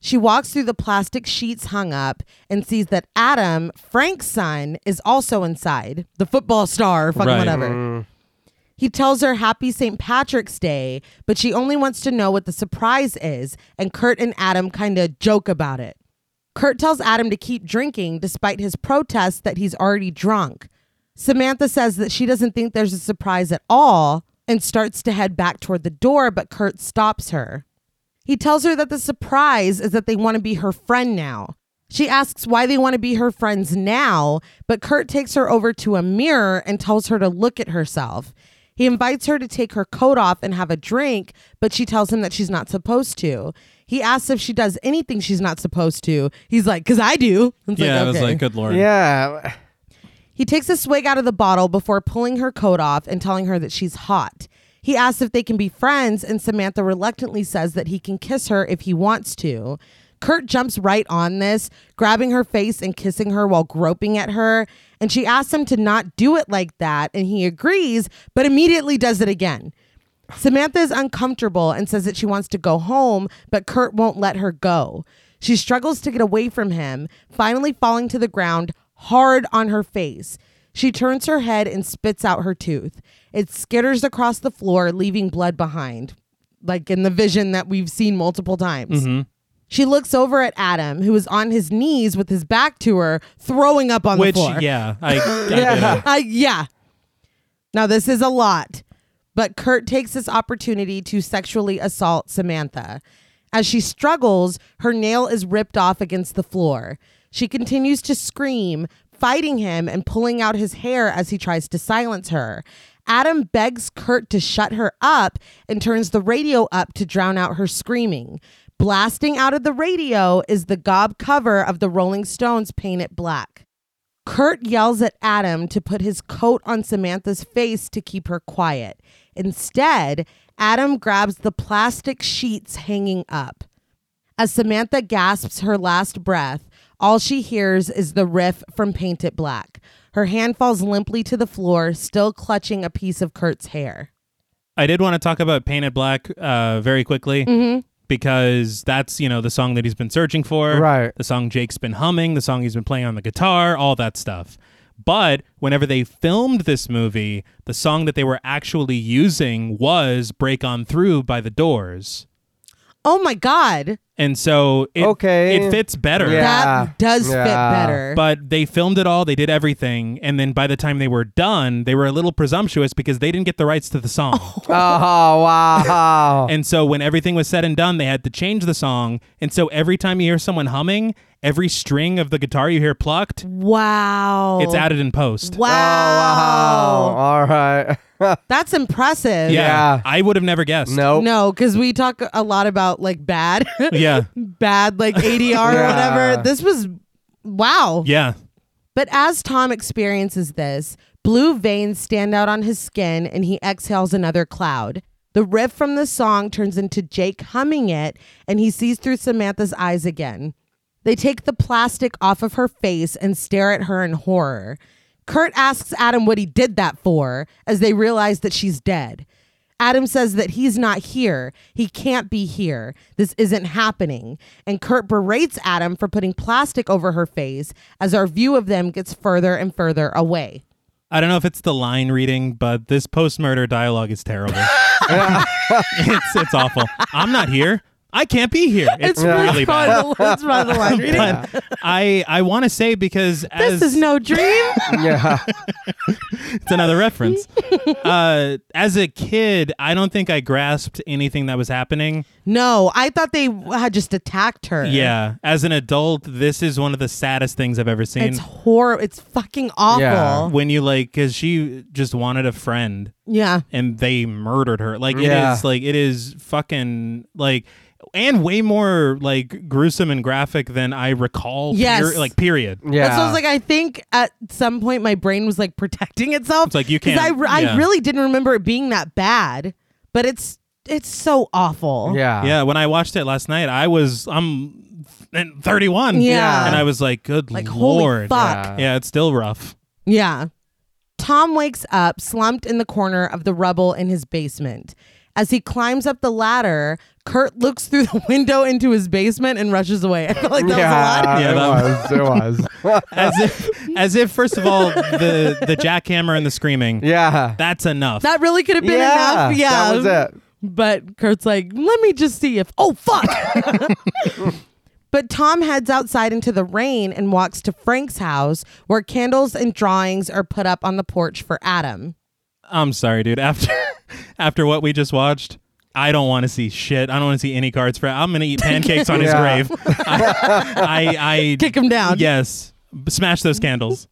Speaker 1: She walks through the plastic sheets hung up and sees that Adam, Frank's son, is also inside, the football star, fucking
Speaker 3: Right.
Speaker 1: whatever. He tells her happy St. Patrick's Day, but she only wants to know what the surprise is, and Kurt and Adam kind of joke about it. Kurt tells Adam to keep drinking despite his protest that he's already drunk. Samantha says that she doesn't think there's a surprise at all and starts to head back toward the door, but Kurt stops her. He tells her that the surprise is that they want to be her friend now. She asks why they want to be her friends now, but Kurt takes her over to a mirror and tells her to look at herself. He invites her to take her coat off and have a drink, but she tells him that she's not supposed to. He asks if she does anything she's not supposed to. He's like, "Cause I do." It's
Speaker 3: yeah, I was
Speaker 1: okay.
Speaker 3: like, good lord.
Speaker 2: Yeah.
Speaker 1: He takes a swig out of the bottle before pulling her coat off and telling her that she's hot. He asks if they can be friends, and Samantha reluctantly says that he can kiss her if he wants to. Kurt jumps right on this, grabbing her face and kissing her while groping at her. And she asks him to not do it like that, and he agrees, but immediately does it again. Samantha is uncomfortable and says that she wants to go home, but Kurt won't let her go. She struggles to get away from him, finally falling to the ground hard on her face. She turns her head and spits out her tooth. It skitters across the floor, leaving blood behind, like in the vision that we've seen multiple times.
Speaker 3: Mm-hmm.
Speaker 1: She looks over at Adam, who is on his knees with his back to her, throwing up on
Speaker 3: Which,
Speaker 1: the floor.
Speaker 3: yeah, I, I get it.
Speaker 1: Uh, *laughs* yeah. Now, this is a lot, but Kurt takes this opportunity to sexually assault Samantha. As she struggles, her nail is ripped off against the floor. She continues to scream, fighting him and pulling out his hair as he tries to silence her. Adam begs Kurt to shut her up and turns the radio up to drown out her screaming. Blasting out of the radio is the gob cover of the Rolling Stones' Paint It Black. Kurt yells at Adam to put his coat on Samantha's face to keep her quiet. Instead, Adam grabs the plastic sheets hanging up. As Samantha gasps her last breath, all she hears is the riff from Paint It Black. Her hand falls limply to the floor, still clutching a piece of Kurt's hair.
Speaker 3: I did want to talk about Painted Black uh, very quickly
Speaker 2: Mm-hmm.
Speaker 3: because that's you know the song that he's been searching for,
Speaker 2: Right.
Speaker 3: The song Jake's been humming, the song he's been playing on the guitar, all that stuff. But whenever they filmed this movie, the song that they were actually using was "Break On Through" by The Doors,
Speaker 1: Oh my God.
Speaker 3: and so it,
Speaker 2: Okay.
Speaker 3: it fits better.
Speaker 2: Yeah.
Speaker 1: That does
Speaker 2: Yeah.
Speaker 1: fit better.
Speaker 3: But they filmed it all, they did everything, and then by the time they were done, they were a little presumptuous because they didn't get the rights to the song.
Speaker 2: Oh
Speaker 1: *laughs*
Speaker 2: wow!
Speaker 1: Oh.
Speaker 3: And so when everything was said and done, they had to change the song. And so every time you hear someone humming, every string of the guitar you hear plucked,
Speaker 1: wow.
Speaker 3: it's added in post.
Speaker 1: Wow.
Speaker 2: Oh, all right. *laughs*
Speaker 1: That's impressive.
Speaker 2: Yeah.
Speaker 3: I would have never guessed.
Speaker 2: nope.
Speaker 1: No, because we talk a lot about like bad,
Speaker 3: Oh.
Speaker 1: *laughs*
Speaker 3: Yeah.
Speaker 1: bad like ADR or
Speaker 2: Yeah.
Speaker 1: whatever. This was wow.
Speaker 3: Yeah.
Speaker 1: But as Tom experiences this, blue veins stand out on his skin and he exhales another cloud. The riff from the song turns into Jake humming it and he sees through Samantha's eyes again. They take the plastic off of her face and stare at her in horror. Kurt asks Adam what he did that for as they realize that she's dead. Adam says that he's not here. He can't be here. This isn't happening. And Kurt berates Adam for putting plastic over her face as our view of them gets further and further away.
Speaker 3: I don't know if it's the line reading, but this post murder dialogue is terrible. *laughs* it's, it's awful. I'm not here. I can't be here. It's, really bad.
Speaker 1: That's by the line reading.
Speaker 3: *laughs* But I, I want to say because as
Speaker 1: This is no dream.
Speaker 2: Yeah.
Speaker 3: It's another reference. Uh, as a kid, I don't think I grasped anything that was happening.
Speaker 1: no, I thought they had just attacked her.
Speaker 3: Yeah. As an adult, this is one of the saddest things I've ever seen.
Speaker 1: It's horrible. It's fucking awful.
Speaker 2: Yeah.
Speaker 1: Yeah.
Speaker 3: when you like, because she just wanted a friend and they murdered her. Like,
Speaker 2: Yeah.
Speaker 3: it is like, it is fucking like, and way more like gruesome and graphic than I recall.
Speaker 1: Yes.
Speaker 3: like, period.
Speaker 2: Yeah.
Speaker 1: That's what I was like. I think at some point my brain was like protecting itself.
Speaker 3: It's like, you
Speaker 1: 'Cause
Speaker 3: can't-
Speaker 1: I, re- I
Speaker 3: yeah.
Speaker 1: really didn't remember it being that bad, but it's it's so awful. *laughs*
Speaker 2: yeah.
Speaker 3: Yeah. When I watched it last night, I was, I'm th- 31.
Speaker 1: Yeah.
Speaker 3: And I was like, good
Speaker 1: Like holy
Speaker 3: lord.
Speaker 1: fuck.
Speaker 2: Yeah.
Speaker 3: Yeah. It's still rough.
Speaker 1: Yeah. Tom wakes up slumped in the corner of the rubble in his basement. As he climbs up the ladder, Kurt looks through the *laughs* window into his basement and rushes away. *laughs* I feel like that was a lot.
Speaker 2: yeah,
Speaker 3: Yeah,
Speaker 2: it was. It was.
Speaker 1: *laughs*
Speaker 3: as if as if first of all the the jackhammer and the screaming
Speaker 2: yeah.
Speaker 3: that's enough
Speaker 1: That really could have been
Speaker 2: yeah.
Speaker 1: enough. Yeah.
Speaker 2: That was it.
Speaker 1: But Kurt's like, let me just see if. Oh, fuck. but Tom heads outside into the rain and walks to Frank's house where candles and drawings are put up on the porch for Adam.
Speaker 3: i'm sorry dude after *laughs* after what we just watched I don't want to see shit. I don't want to see any cards for. I'm
Speaker 1: *laughs*
Speaker 3: gonna eat pancakes on his
Speaker 2: Yeah.
Speaker 3: grave. I, I, I
Speaker 1: Kick him down.
Speaker 3: Yes, B- smash those candles.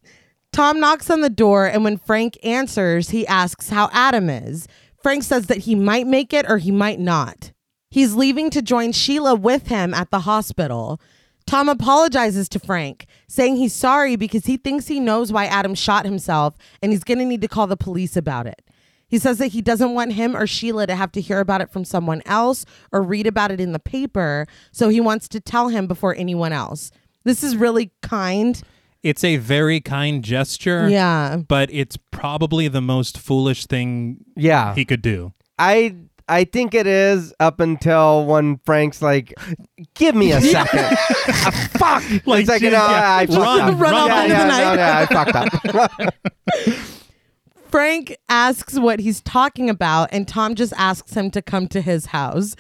Speaker 1: Tom knocks on the door, and when Frank answers, he asks how Adam is. Frank says that he might make it or he might not. He's leaving to join Sheila with him at the hospital. Tom apologizes to Frank, saying he's sorry because he thinks he knows why Adam shot himself and he's going to need to call the police about it. He says that he doesn't want him or Sheila to have to hear about it from someone else or read about it in the paper, so he wants to tell him before anyone else. This is really kind.
Speaker 3: It's a very kind gesture.
Speaker 1: Yeah.
Speaker 3: but it's probably the most foolish thing
Speaker 2: Yeah.
Speaker 3: he could do.
Speaker 2: I I think it is up until when Frank's like, "Give me a second. Ah, fuck."
Speaker 3: Like,
Speaker 2: it's like,
Speaker 3: yeah,
Speaker 2: no, I, I
Speaker 3: run,
Speaker 2: fucked up.
Speaker 1: run off
Speaker 2: yeah,
Speaker 1: into the
Speaker 2: yeah,
Speaker 1: night.
Speaker 2: no, yeah, I fucked up.
Speaker 1: Frank asks what he's talking about, and Tom just asks him to come to his house.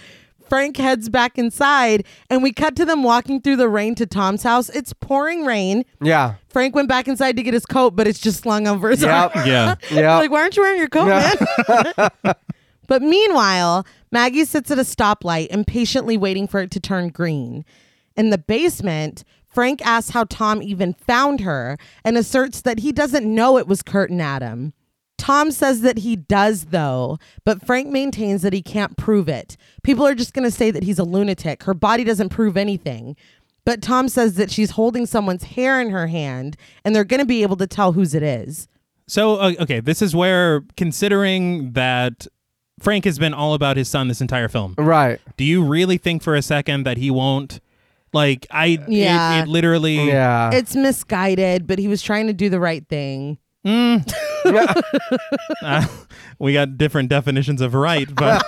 Speaker 1: Frank heads back inside, and we cut to them walking through the rain to Tom's house. It's pouring rain.
Speaker 2: yeah.
Speaker 1: Frank went back inside to get his coat, but it's just slung over his arm.
Speaker 2: Yep.
Speaker 1: *laughs*
Speaker 3: Yeah,
Speaker 2: Yeah.
Speaker 1: Like, why aren't you wearing your coat,
Speaker 2: Yeah.
Speaker 1: man?
Speaker 2: *laughs*
Speaker 1: but meanwhile, Maggie sits at a stoplight, impatiently waiting for it to turn green. In the basement, Frank asks how Tom even found her and asserts that he doesn't know it was Kurt and Adam. Tom says that he does, though, but Frank maintains that he can't prove it. People are just going to say that he's a lunatic. Her body doesn't prove anything. But Tom says that she's holding someone's hair in her hand and they're going to be able to tell whose it is.
Speaker 3: So uh, okay, this is where considering that Frank has been all about his son this entire film.
Speaker 2: Right.
Speaker 3: Do you really think for a second that he won't? Like I,
Speaker 1: Yeah.
Speaker 3: it, it literally.
Speaker 2: Yeah.
Speaker 1: it's misguided, but he was trying to do the right thing.
Speaker 3: Mm, Uh, we got different definitions of right, *laughs* but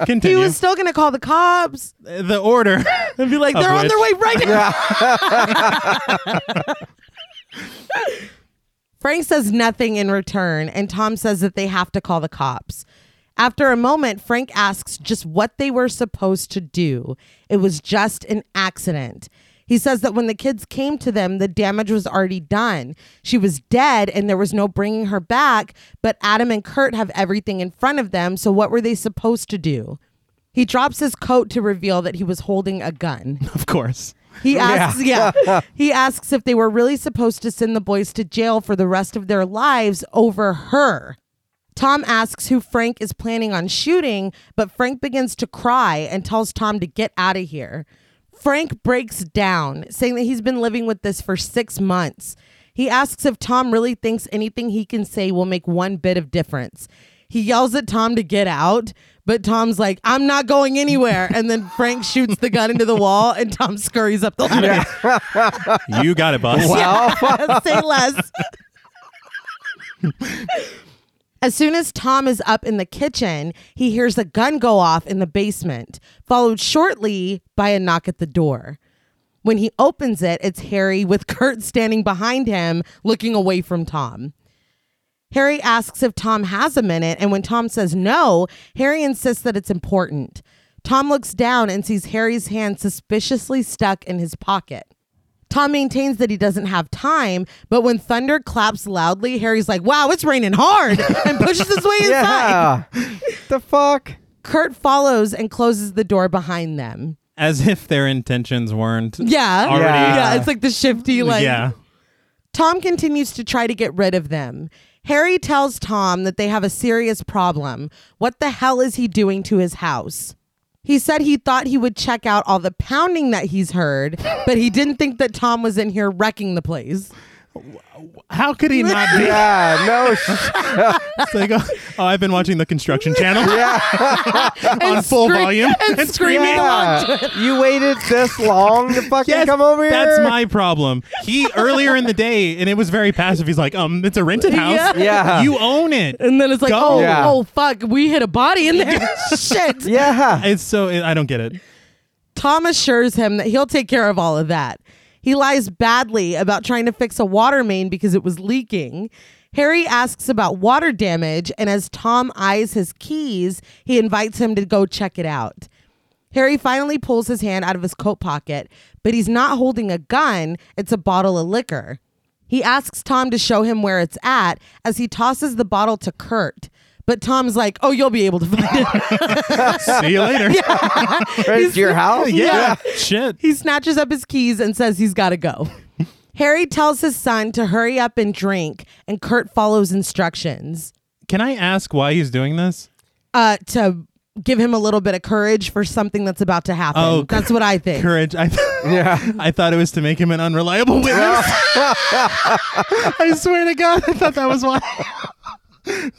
Speaker 1: He
Speaker 3: continue.
Speaker 1: was still going to call the cops
Speaker 3: the order. *laughs*
Speaker 1: and be like,
Speaker 3: Of
Speaker 1: they're on their way
Speaker 3: which-
Speaker 1: right now. Frank says nothing in return, and Tom says that they have to call the cops. After a moment, Frank asks just what they were supposed to do. It was just an accident. He says that when the kids came to them, the damage was already done. She was dead and there was no bringing her back, but Adam and Kurt have everything in front of them, so what were they supposed to do? He drops his coat to reveal that he was holding a gun.
Speaker 3: of course.
Speaker 1: He asks, *laughs* yeah. he asks if they were really supposed to send the boys to jail for the rest of their lives over her. Tom asks who Frank is planning on shooting, but Frank begins to cry and tells Tom to get out of here. Frank breaks down, saying that he's been living with this for six months. He asks if Tom really thinks anything he can say will make one bit of difference. He yells at Tom to get out, but Tom's like, I'm not going anywhere. And then Frank shoots the gun into the wall, and Tom scurries up the ladder.
Speaker 3: You got it, boss.
Speaker 1: *laughs* Yeah, say less. As soon as Tom is up in the kitchen, he hears a gun go off in the basement, followed shortly by a knock at the door. When he opens it, it's Harry with *laughs* Kurt standing behind him, looking away from Tom. Harry asks if Tom has a minute, and when Tom says no, Harry insists that it's important. Tom looks down and sees Harry's hand suspiciously stuck in his pocket. Tom maintains that he doesn't have time, but when thunder claps loudly, Harry's like, wow, it's raining hard, *laughs* and pushes his way inside.
Speaker 2: yeah. the fuck?
Speaker 1: Kurt follows and closes the door behind them.
Speaker 3: As if their intentions weren't.
Speaker 1: Yeah.
Speaker 3: Already-
Speaker 1: yeah. it's like the shifty, like.
Speaker 3: yeah.
Speaker 1: Tom continues to try to get rid of them. Harry tells Tom that they have a serious problem. What the hell is he doing to his house? He said he thought he would check out all the pounding that he's heard, but he didn't think that Tom was in here wrecking the place.
Speaker 3: How could he not *laughs* be?
Speaker 2: Yeah, no. sh-
Speaker 3: It's like, oh, oh, I've been watching the construction channel *laughs* on
Speaker 1: And
Speaker 3: full
Speaker 1: scream-
Speaker 3: volume
Speaker 1: and screaming along to
Speaker 2: yeah. You waited this long to fucking
Speaker 3: Yes,
Speaker 2: come over here?
Speaker 3: That's my problem. He earlier in the day, and it was very passive. He's like, um, it's a rented house.
Speaker 2: Yeah.
Speaker 3: You own it.
Speaker 1: And then it's like,
Speaker 3: Go.
Speaker 1: oh,
Speaker 2: Yeah.
Speaker 1: oh, fuck, we hit a body in
Speaker 3: *laughs*
Speaker 1: there. Shit.
Speaker 2: Yeah.
Speaker 3: It's so I don't get it.
Speaker 1: Tom assures him that he'll take care of all of that. He lies badly about trying to fix a water main because it was leaking. Harry asks about water damage, and as Tom eyes his keys, he invites him to go check it out. Harry finally pulls his hand out of his coat pocket, but he's not holding a gun, it's a bottle of liquor. He asks Tom to show him where it's at as he tosses the bottle to Kurt. But Tom's like, "Oh, you'll be able to find it." *laughs*
Speaker 3: See you later.
Speaker 2: Right, it's your house?
Speaker 3: Yeah. Shit.
Speaker 1: He snatches up his keys and says he's got to go. Harry tells his son to hurry up and drink, and Kurt follows instructions
Speaker 3: Can I ask why he's doing this?
Speaker 1: uh, to give him a little bit of courage for something that's about to happen.
Speaker 3: Oh,
Speaker 1: that's what I think.
Speaker 3: Courage. *laughs* I
Speaker 2: Yeah.
Speaker 3: I thought it was to make him an unreliable witness. I swear to God, I thought that was why.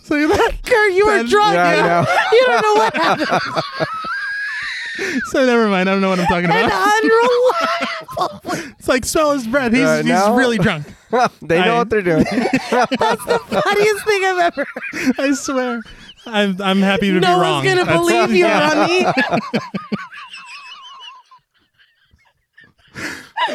Speaker 3: so you're like,
Speaker 1: Kurt, you were
Speaker 3: Then-
Speaker 1: drunk.
Speaker 2: Yeah,
Speaker 1: you,
Speaker 2: I know. *laughs*
Speaker 1: *laughs* you don't know what happened.
Speaker 3: so never mind. I don't know what I'm talking
Speaker 1: An
Speaker 3: about.
Speaker 1: unreliable.
Speaker 3: It's like swallow his breath. He's,
Speaker 2: Uh,
Speaker 3: he's
Speaker 2: now-
Speaker 3: really drunk.
Speaker 2: they know
Speaker 3: I-
Speaker 2: what they're doing.
Speaker 1: That's the funniest thing I've ever.
Speaker 3: I swear. I'm, I'm happy to
Speaker 1: No
Speaker 3: be wrong.
Speaker 1: one's gonna
Speaker 3: That's-
Speaker 1: believe you,
Speaker 3: yeah.
Speaker 1: honey.
Speaker 3: *laughs*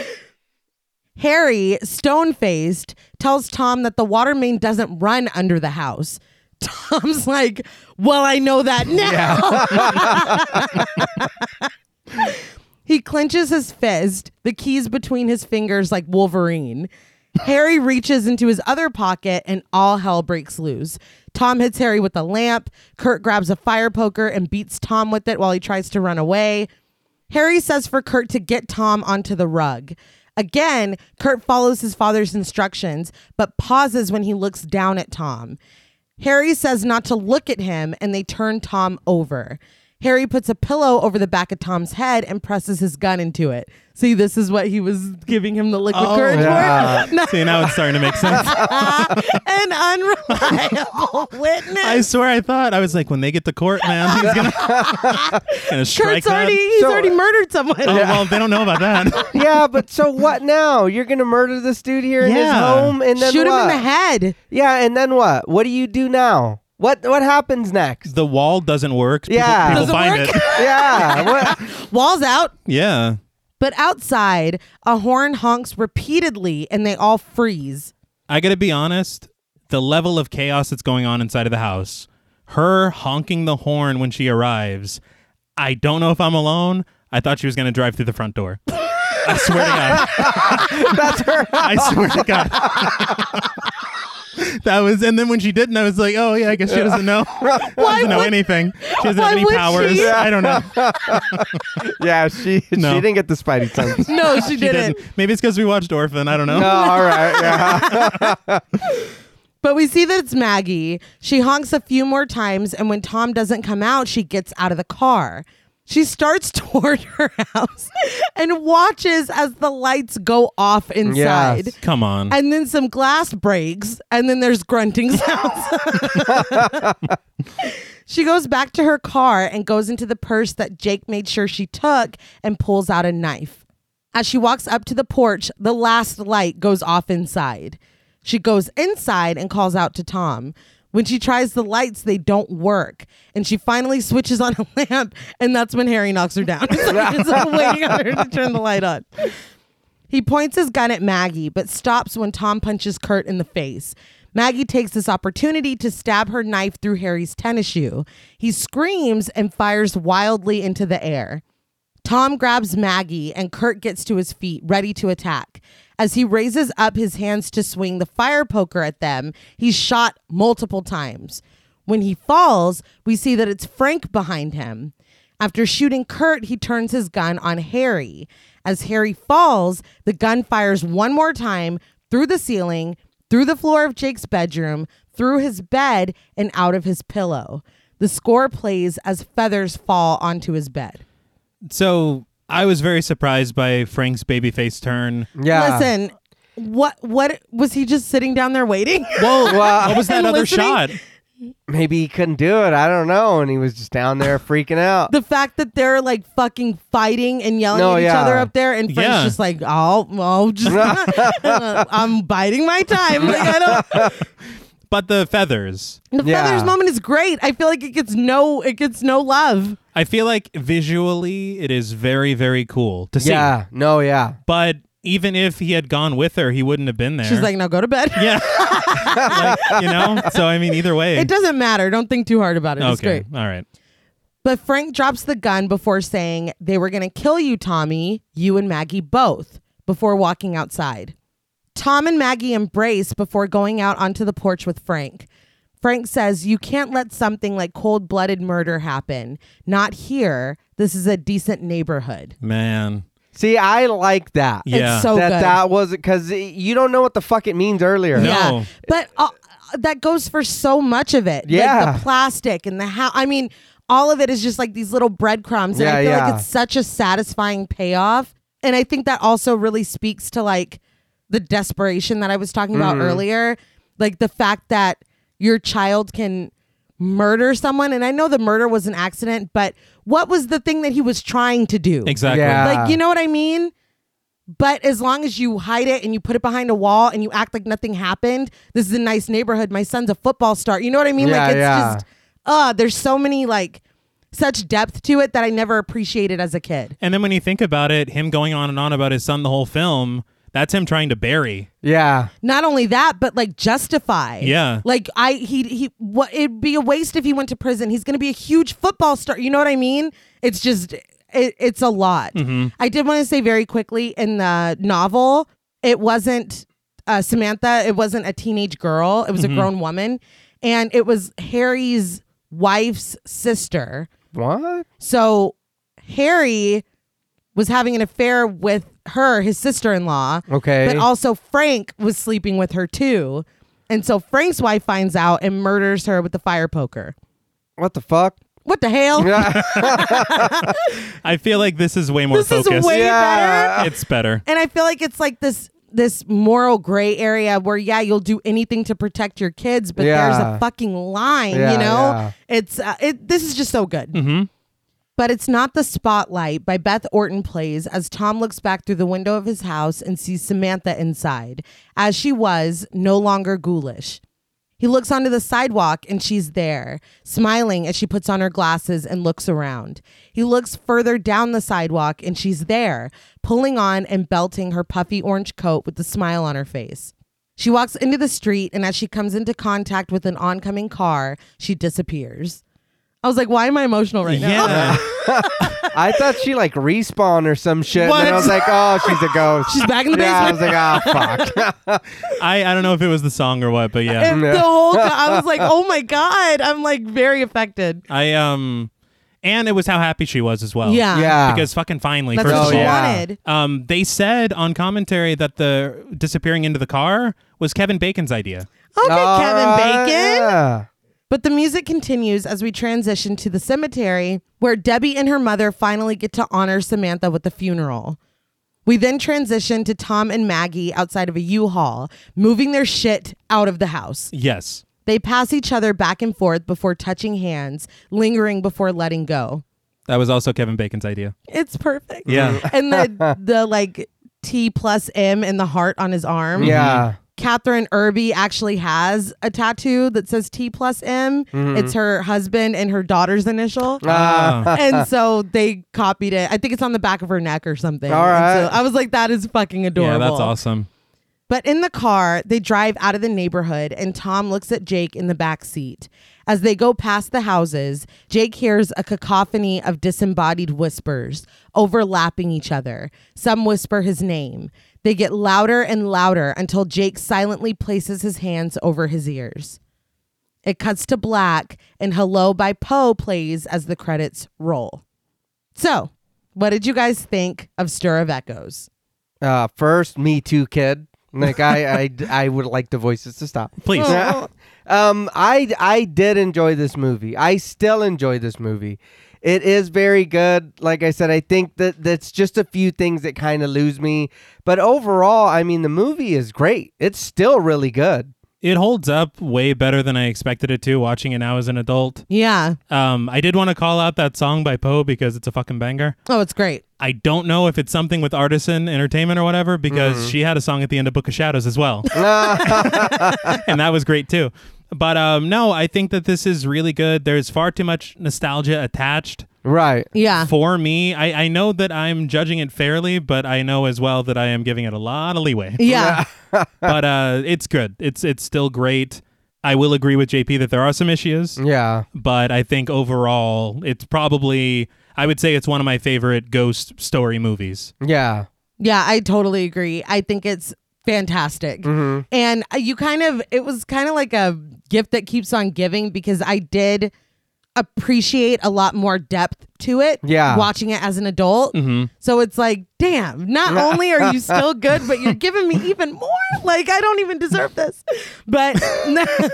Speaker 1: Harry, stone faced, tells Tom that the water main doesn't run under the house. Tom's like, Well, I know that now. he clenches his fist, the keys between his fingers like Wolverine. Harry reaches into his other pocket and all hell breaks loose. Tom hits Harry with a lamp. Kurt grabs a fire poker and beats Tom with it while he tries to run away. Harry says for Kurt to get Tom onto the rug. Again, Kurt follows his father's instructions, but pauses when he looks down at Tom. Harry says not to look at him, and they turn Tom over. Harry puts a pillow over the back of Tom's head and presses his gun into it. See, this is what he was giving him the liquid
Speaker 3: Oh,
Speaker 1: courage
Speaker 2: yeah.
Speaker 1: for. *laughs* No,
Speaker 3: See, now it's starting to make
Speaker 1: *laughs*
Speaker 3: sense.
Speaker 1: An
Speaker 3: *laughs*
Speaker 1: unreliable witness.
Speaker 3: I swear, I thought I was like, when they get to court, man, he's gonna, *laughs* gonna strike
Speaker 1: Kurt's
Speaker 3: that.
Speaker 1: already he's
Speaker 2: So-
Speaker 1: already murdered someone.
Speaker 3: Oh well, they don't know about that. *laughs*
Speaker 2: yeah, but so what now? You're gonna murder this dude here in his
Speaker 3: Yeah.
Speaker 2: home and then
Speaker 1: Shoot him in
Speaker 2: what?
Speaker 1: the head.
Speaker 2: Yeah, and then what? What do you do now? What what happens next?
Speaker 3: the wall doesn't work. People-
Speaker 2: Yeah.
Speaker 3: people,
Speaker 1: Doesn't
Speaker 3: find
Speaker 1: work.
Speaker 3: it.
Speaker 2: yeah, what?
Speaker 1: Walls out.
Speaker 3: Yeah,
Speaker 1: But outside, a horn honks repeatedly and they all freeze.
Speaker 3: I gotta be honest. The level of chaos that's going on inside of the house, her honking the horn when she arrives. I don't know if I'm alone. I thought she was gonna drive through the front door. I swear to God.
Speaker 2: That's her.
Speaker 3: I swear to God. *laughs* that was, and then when she didn't, I was like, oh yeah, I guess she
Speaker 1: *laughs*
Speaker 3: doesn't know. She doesn't know
Speaker 1: would-
Speaker 3: anything. She doesn't
Speaker 1: why
Speaker 3: have any
Speaker 1: would
Speaker 3: powers.
Speaker 1: she?
Speaker 3: I don't know.
Speaker 2: Yeah, she
Speaker 3: No.
Speaker 2: she didn't get the spidey sense.
Speaker 1: No, she,
Speaker 3: She
Speaker 1: didn't.
Speaker 3: doesn't. Maybe it's because we watched Orphan. I don't know.
Speaker 2: *laughs* No, all right, *laughs* yeah.
Speaker 1: But we see that it's Maggie. She honks a few more times, and when Tom doesn't come out, she gets out of the car. She starts *laughs* toward her house and watches as the lights go off inside.
Speaker 2: Yes.
Speaker 3: Come on.
Speaker 1: And then some glass breaks, and then there's grunting *laughs* sounds. she goes back to her car and goes into the purse that Jake made sure she took and pulls out a knife. As she walks up to the porch, the last light goes off inside. She goes inside and calls out to Tom. When she tries the lights, they don't work. And she finally switches on a *laughs* lamp, and that's when Harry knocks her down. *laughs* It's like, it's like waiting on her to turn the light on. He points his gun at Maggie, but stops when Tom punches Kurt in the face. Maggie takes this opportunity to stab her knife through Harry's tennis shoe. He screams and fires wildly into the air. Tom grabs Maggie, and Kurt gets to his feet, ready to attack. As he raises up his hands to swing the fire poker at them, he's shot multiple times. When he falls, we see that it's Frank behind him. After shooting Kurt, he turns his gun on Harry. As Harry falls, the gun fires one more time through the ceiling, through the floor of Jake's bedroom, through his bed, and out of his pillow. The score plays as feathers fall onto his bed.
Speaker 3: so I was very surprised by Frank's babyface turn.
Speaker 2: Yeah.
Speaker 1: Listen, what what was he just sitting down there waiting? *laughs*
Speaker 3: Whoa, what was that
Speaker 1: And
Speaker 3: other
Speaker 1: listening-
Speaker 3: shot?
Speaker 2: Maybe he couldn't do it. I don't know. And he was just down there freaking out.
Speaker 1: the fact that they're like fucking fighting and yelling
Speaker 2: No,
Speaker 1: at each
Speaker 2: yeah.
Speaker 1: other up there, and Frank's
Speaker 3: Yeah.
Speaker 1: just like, oh, well, *laughs* just *laughs* I'm biding my time. Like, I don't.
Speaker 2: *laughs*
Speaker 3: But the feathers.
Speaker 1: The
Speaker 2: Yeah.
Speaker 1: feathers moment is great. I feel like it gets no it gets no love.
Speaker 3: I feel like visually it is very, very cool to see.
Speaker 2: yeah. No, yeah.
Speaker 3: But even if he had gone with her, he wouldn't have been there.
Speaker 1: She's like, now go to bed.
Speaker 3: *laughs* yeah. Like, you know? So, I mean, either
Speaker 1: *laughs*
Speaker 3: way.
Speaker 1: It doesn't matter. Don't think too hard about it. It's
Speaker 3: okay.
Speaker 1: great.
Speaker 3: All right.
Speaker 1: But Frank drops the gun before saying they were going to kill you, Tommy, you and Maggie both, before walking outside. Tom and Maggie embrace before going out onto the porch with Frank. Frank says, You can't let something like cold blooded murder happen. Not here. This is a decent neighborhood.
Speaker 3: Man.
Speaker 2: See, I like that.
Speaker 3: Yeah.
Speaker 1: It's so
Speaker 2: that
Speaker 1: good.
Speaker 2: that was because you don't know what the fuck it means earlier.
Speaker 3: No.
Speaker 1: Yeah. But uh, that goes for so much of it.
Speaker 2: Yeah.
Speaker 1: Like the plastic and the how. I mean, all of it is just like these little breadcrumbs. and I
Speaker 2: Yeah,
Speaker 1: feel
Speaker 2: yeah.
Speaker 1: like it's such a satisfying payoff. And I think that also really speaks to like the desperation that I was talking about
Speaker 2: Mm.
Speaker 1: earlier. Like the fact that your child can murder someone. And I know the murder was an accident, but what was the thing that he was trying to do?
Speaker 3: Exactly.
Speaker 2: Yeah.
Speaker 1: Like, you know what I mean? But as long as you hide it and you put it behind a wall and you act like nothing happened, this is a nice neighborhood. My son's a football star. You know what I mean?
Speaker 2: Yeah,
Speaker 1: like it's
Speaker 2: yeah.
Speaker 1: just uh there's so many like such depth to it that I never appreciated as a kid.
Speaker 3: And then when you think about it, him going on and on about his son the whole film, that's him trying to bury.
Speaker 2: Yeah.
Speaker 1: Not only that, but like justify.
Speaker 3: Yeah.
Speaker 1: Like I he he what it'd be a waste if he went to prison. He's gonna be a huge football star. You know what I mean? It's just it, it's a lot. I did want to say very quickly in the novel, it wasn't uh, Samantha. It wasn't a teenage girl. It was a grown woman, and it was Harry's wife's sister.
Speaker 2: What?
Speaker 1: So Harry was having an affair with her, his sister-in-law.
Speaker 2: Okay.
Speaker 1: But also Frank was sleeping with her too. And so Frank's wife finds out and murders her with the fire poker.
Speaker 2: what the fuck? *laughs*
Speaker 1: What the hell?
Speaker 2: yeah.
Speaker 3: I feel like this is way more
Speaker 1: This is
Speaker 3: focused.
Speaker 1: way
Speaker 2: Yeah.
Speaker 1: better.
Speaker 3: It's better.
Speaker 1: And I feel like it's like this this moral gray area where yeah, you'll do anything to protect your kids, but there's
Speaker 2: Yeah.
Speaker 1: a fucking line,
Speaker 2: Yeah,
Speaker 1: you know?
Speaker 2: yeah. Mm-hmm.
Speaker 1: It's uh, it this is just so good.
Speaker 3: Mhm.
Speaker 1: But it's not the spotlight by Beth Orton plays as Tom looks back through the window of his house and sees Samantha inside, as she was, no longer ghoulish. He looks onto the sidewalk and she's there, smiling as she puts on her glasses and looks around. He looks further down the sidewalk and she's there, pulling on and belting her puffy orange coat with the smile on her face. She walks into the street and as she comes into contact with an oncoming car, she disappears. I was like, why am *laughs* I emotional right now?
Speaker 3: Yeah.
Speaker 2: I thought she like respawned or some shit. And then I
Speaker 3: What?
Speaker 2: was like, oh, she's a ghost.
Speaker 1: She's back in the
Speaker 2: yeah, I was
Speaker 1: basement. *laughs*
Speaker 2: like, ah, fuck.
Speaker 3: I, I don't know if it was the song or what, but
Speaker 1: *laughs*
Speaker 3: yeah.
Speaker 1: And the whole time, I was like, oh my God. I'm like very affected.
Speaker 3: I um and it was how happy she was as well.
Speaker 1: Yeah.
Speaker 2: Oh. yeah. Oh,
Speaker 3: Because fucking finally,
Speaker 1: That's
Speaker 3: first
Speaker 1: what
Speaker 3: of
Speaker 1: she
Speaker 3: all.
Speaker 2: yeah.
Speaker 1: wanted.
Speaker 3: Um they said on commentary that the disappearing into the car was Kevin Bacon's idea.
Speaker 1: Okay,
Speaker 2: All
Speaker 1: *laughs* Kevin
Speaker 2: right,
Speaker 1: Bacon.
Speaker 2: Yeah.
Speaker 1: But the music continues as we transition to the cemetery, where Debbie and her mother finally get to honor Samantha with the funeral. We then transition to Tom and Maggie outside of a U Haul, moving their shit out of the house.
Speaker 3: Yes.
Speaker 1: They pass each other back and forth before touching hands, lingering before letting go.
Speaker 3: That was also Kevin Bacon's idea.
Speaker 1: It's perfect.
Speaker 3: Yeah.
Speaker 1: And the, the like T plus M and the heart on his arm.
Speaker 2: Yeah.
Speaker 1: Catherine Irby actually has a tattoo that says T plus M.
Speaker 2: Mm-hmm.
Speaker 1: It's her husband and her daughter's initial.
Speaker 3: Ah.
Speaker 1: and so they copied it. I think it's on the back of her neck or something.
Speaker 2: All
Speaker 1: And so
Speaker 2: right.
Speaker 1: I was like, that is fucking adorable.
Speaker 3: yeah, that's awesome.
Speaker 1: But in the car, they drive out of the neighborhood, and Tom looks at Jake in the back seat. As they go past the houses, Jake hears a cacophony of disembodied whispers overlapping each other. Some whisper his name. They get louder and louder until Jake silently places his hands over his ears. It cuts to black, and Hello by Poe plays as the credits roll. So, what did you guys think of Stir of Echoes?
Speaker 2: Uh, first, me too, kid. Like I, I, I would like the voices to stop.
Speaker 3: Please.
Speaker 2: Yeah. um, I I did enjoy this movie. I still enjoy this movie. It is very good. Like I said, I think that that's just a few things that kind of lose me. But overall, I mean, the movie is great. It's still really good.
Speaker 3: It holds up way better than I expected it to watching it now as an adult.
Speaker 1: Yeah.
Speaker 3: Um, I did want to call out that song by Poe because it's a fucking banger.
Speaker 1: Oh, it's great.
Speaker 3: I don't know if it's something with Artisan Entertainment or whatever because she had a song at the end of Book of Shadows as well. *laughs* and that was great too. But um, no, I think that this is really good. There's far too much nostalgia attached
Speaker 2: Right.
Speaker 1: Yeah.
Speaker 3: for me. I, I know that I'm judging it fairly, but I know as well that I am giving it a lot of leeway.
Speaker 1: Yeah.
Speaker 3: but uh, it's good. It's it's still great. I will agree with JP that there are some issues,
Speaker 2: Yeah.
Speaker 3: but I think overall it's probably I would say it's one of my favorite ghost story movies.
Speaker 2: Yeah.
Speaker 1: *laughs* Yeah, I totally agree. I think it's fantastic.
Speaker 2: Mm-hmm.
Speaker 1: And uh, you kind of it was kind of like a gift that keeps on giving because I did appreciate a lot more depth to it
Speaker 2: Yeah. Mm-hmm.
Speaker 1: watching it as an adult. So it's like, damn, not only are
Speaker 2: *laughs*
Speaker 1: you still good, but you're giving me even more. Like I don't even deserve this. But *laughs*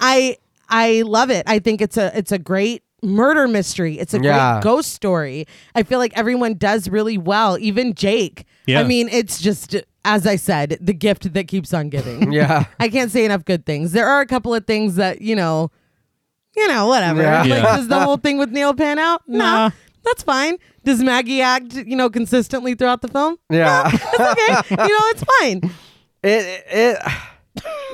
Speaker 1: I I love it. I think it's a it's a great murder mystery. It's a
Speaker 2: Yeah.
Speaker 1: great ghost story. I feel like everyone does really well, even Jake.
Speaker 3: Yeah.
Speaker 1: I mean, it's just as I said, the gift that keeps on giving.
Speaker 2: *laughs* Yeah.
Speaker 1: I can't say enough good things. There are a couple of things that, you know, you know, whatever.
Speaker 2: Yeah.
Speaker 1: Like,
Speaker 3: Yeah.
Speaker 1: does the whole thing with Neil pan out? No.
Speaker 3: *laughs* Nah.
Speaker 1: That's fine. Does Maggie act, you know, consistently throughout the film? *laughs*
Speaker 2: Yeah.
Speaker 1: It's okay.
Speaker 2: *laughs*
Speaker 1: you know, it's fine.
Speaker 2: It it.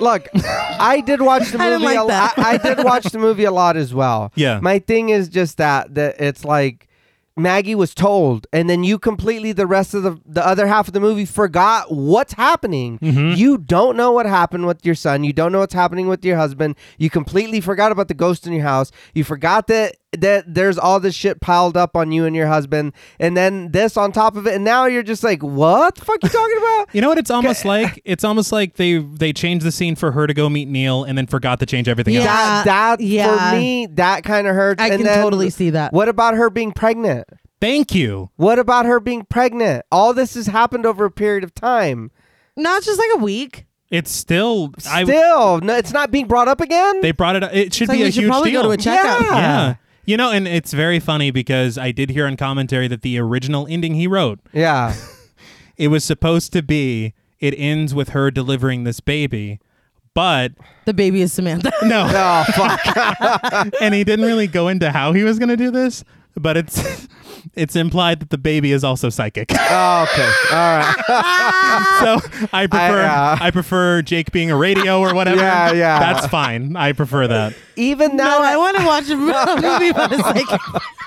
Speaker 2: Look, I did watch
Speaker 1: *laughs*
Speaker 2: the
Speaker 1: I didn't
Speaker 2: movie.
Speaker 1: like
Speaker 2: a,
Speaker 1: that.
Speaker 2: I, I did watch the movie a lot as well.
Speaker 3: Yeah.
Speaker 2: My thing is just that that it's like Maggie was told, and then you completely the rest of the the other half of the movie forgot what's happening. You don't know what happened with your son. You don't know what's happening with your husband. You completely forgot about the ghost in your house. You forgot that that there's all this shit piled up on you and your husband, and then this on top of it, and now you're just like, what the fuck you talking about?
Speaker 3: You know what
Speaker 1: *laughs*
Speaker 3: it's almost like? It's almost like they they changed the scene for her to go meet Neil and then forgot to change everything
Speaker 1: Yeah.
Speaker 3: else.
Speaker 2: that that
Speaker 1: Uh, yeah.
Speaker 2: for me that kind of hurts.
Speaker 1: I
Speaker 2: And
Speaker 1: can
Speaker 2: then
Speaker 1: totally see that.
Speaker 2: What about her being pregnant?
Speaker 3: Thank you.
Speaker 2: What about her being pregnant? All this has happened over a period of time.
Speaker 1: No, it's just like a week.
Speaker 3: It's still, I
Speaker 2: Still, no, it's not being brought up again.
Speaker 3: they brought it up. It should
Speaker 1: It's like
Speaker 3: be a
Speaker 1: we should
Speaker 3: huge
Speaker 1: probably
Speaker 3: deal.
Speaker 1: go to a checkup.
Speaker 2: Yeah.
Speaker 3: yeah. You know, and it's very funny because I did hear on commentary that the original ending he wrote,
Speaker 2: Yeah.
Speaker 3: it was supposed to be it ends with her delivering this baby. But
Speaker 1: The baby is Samantha. *laughs*
Speaker 3: no,
Speaker 2: Oh fuck.
Speaker 3: *laughs* and he didn't really go into how he was going to do this, but it's *laughs* it's implied that the baby is also psychic.
Speaker 2: Oh, okay. All right.
Speaker 3: *laughs* so I prefer I,
Speaker 2: uh,
Speaker 3: prefer Jake being a radio or whatever.
Speaker 2: Yeah, yeah.
Speaker 3: That's fine. I prefer that.
Speaker 2: Even
Speaker 1: no,
Speaker 2: now,
Speaker 1: I want to watch a *laughs* movie about a psychic, *laughs*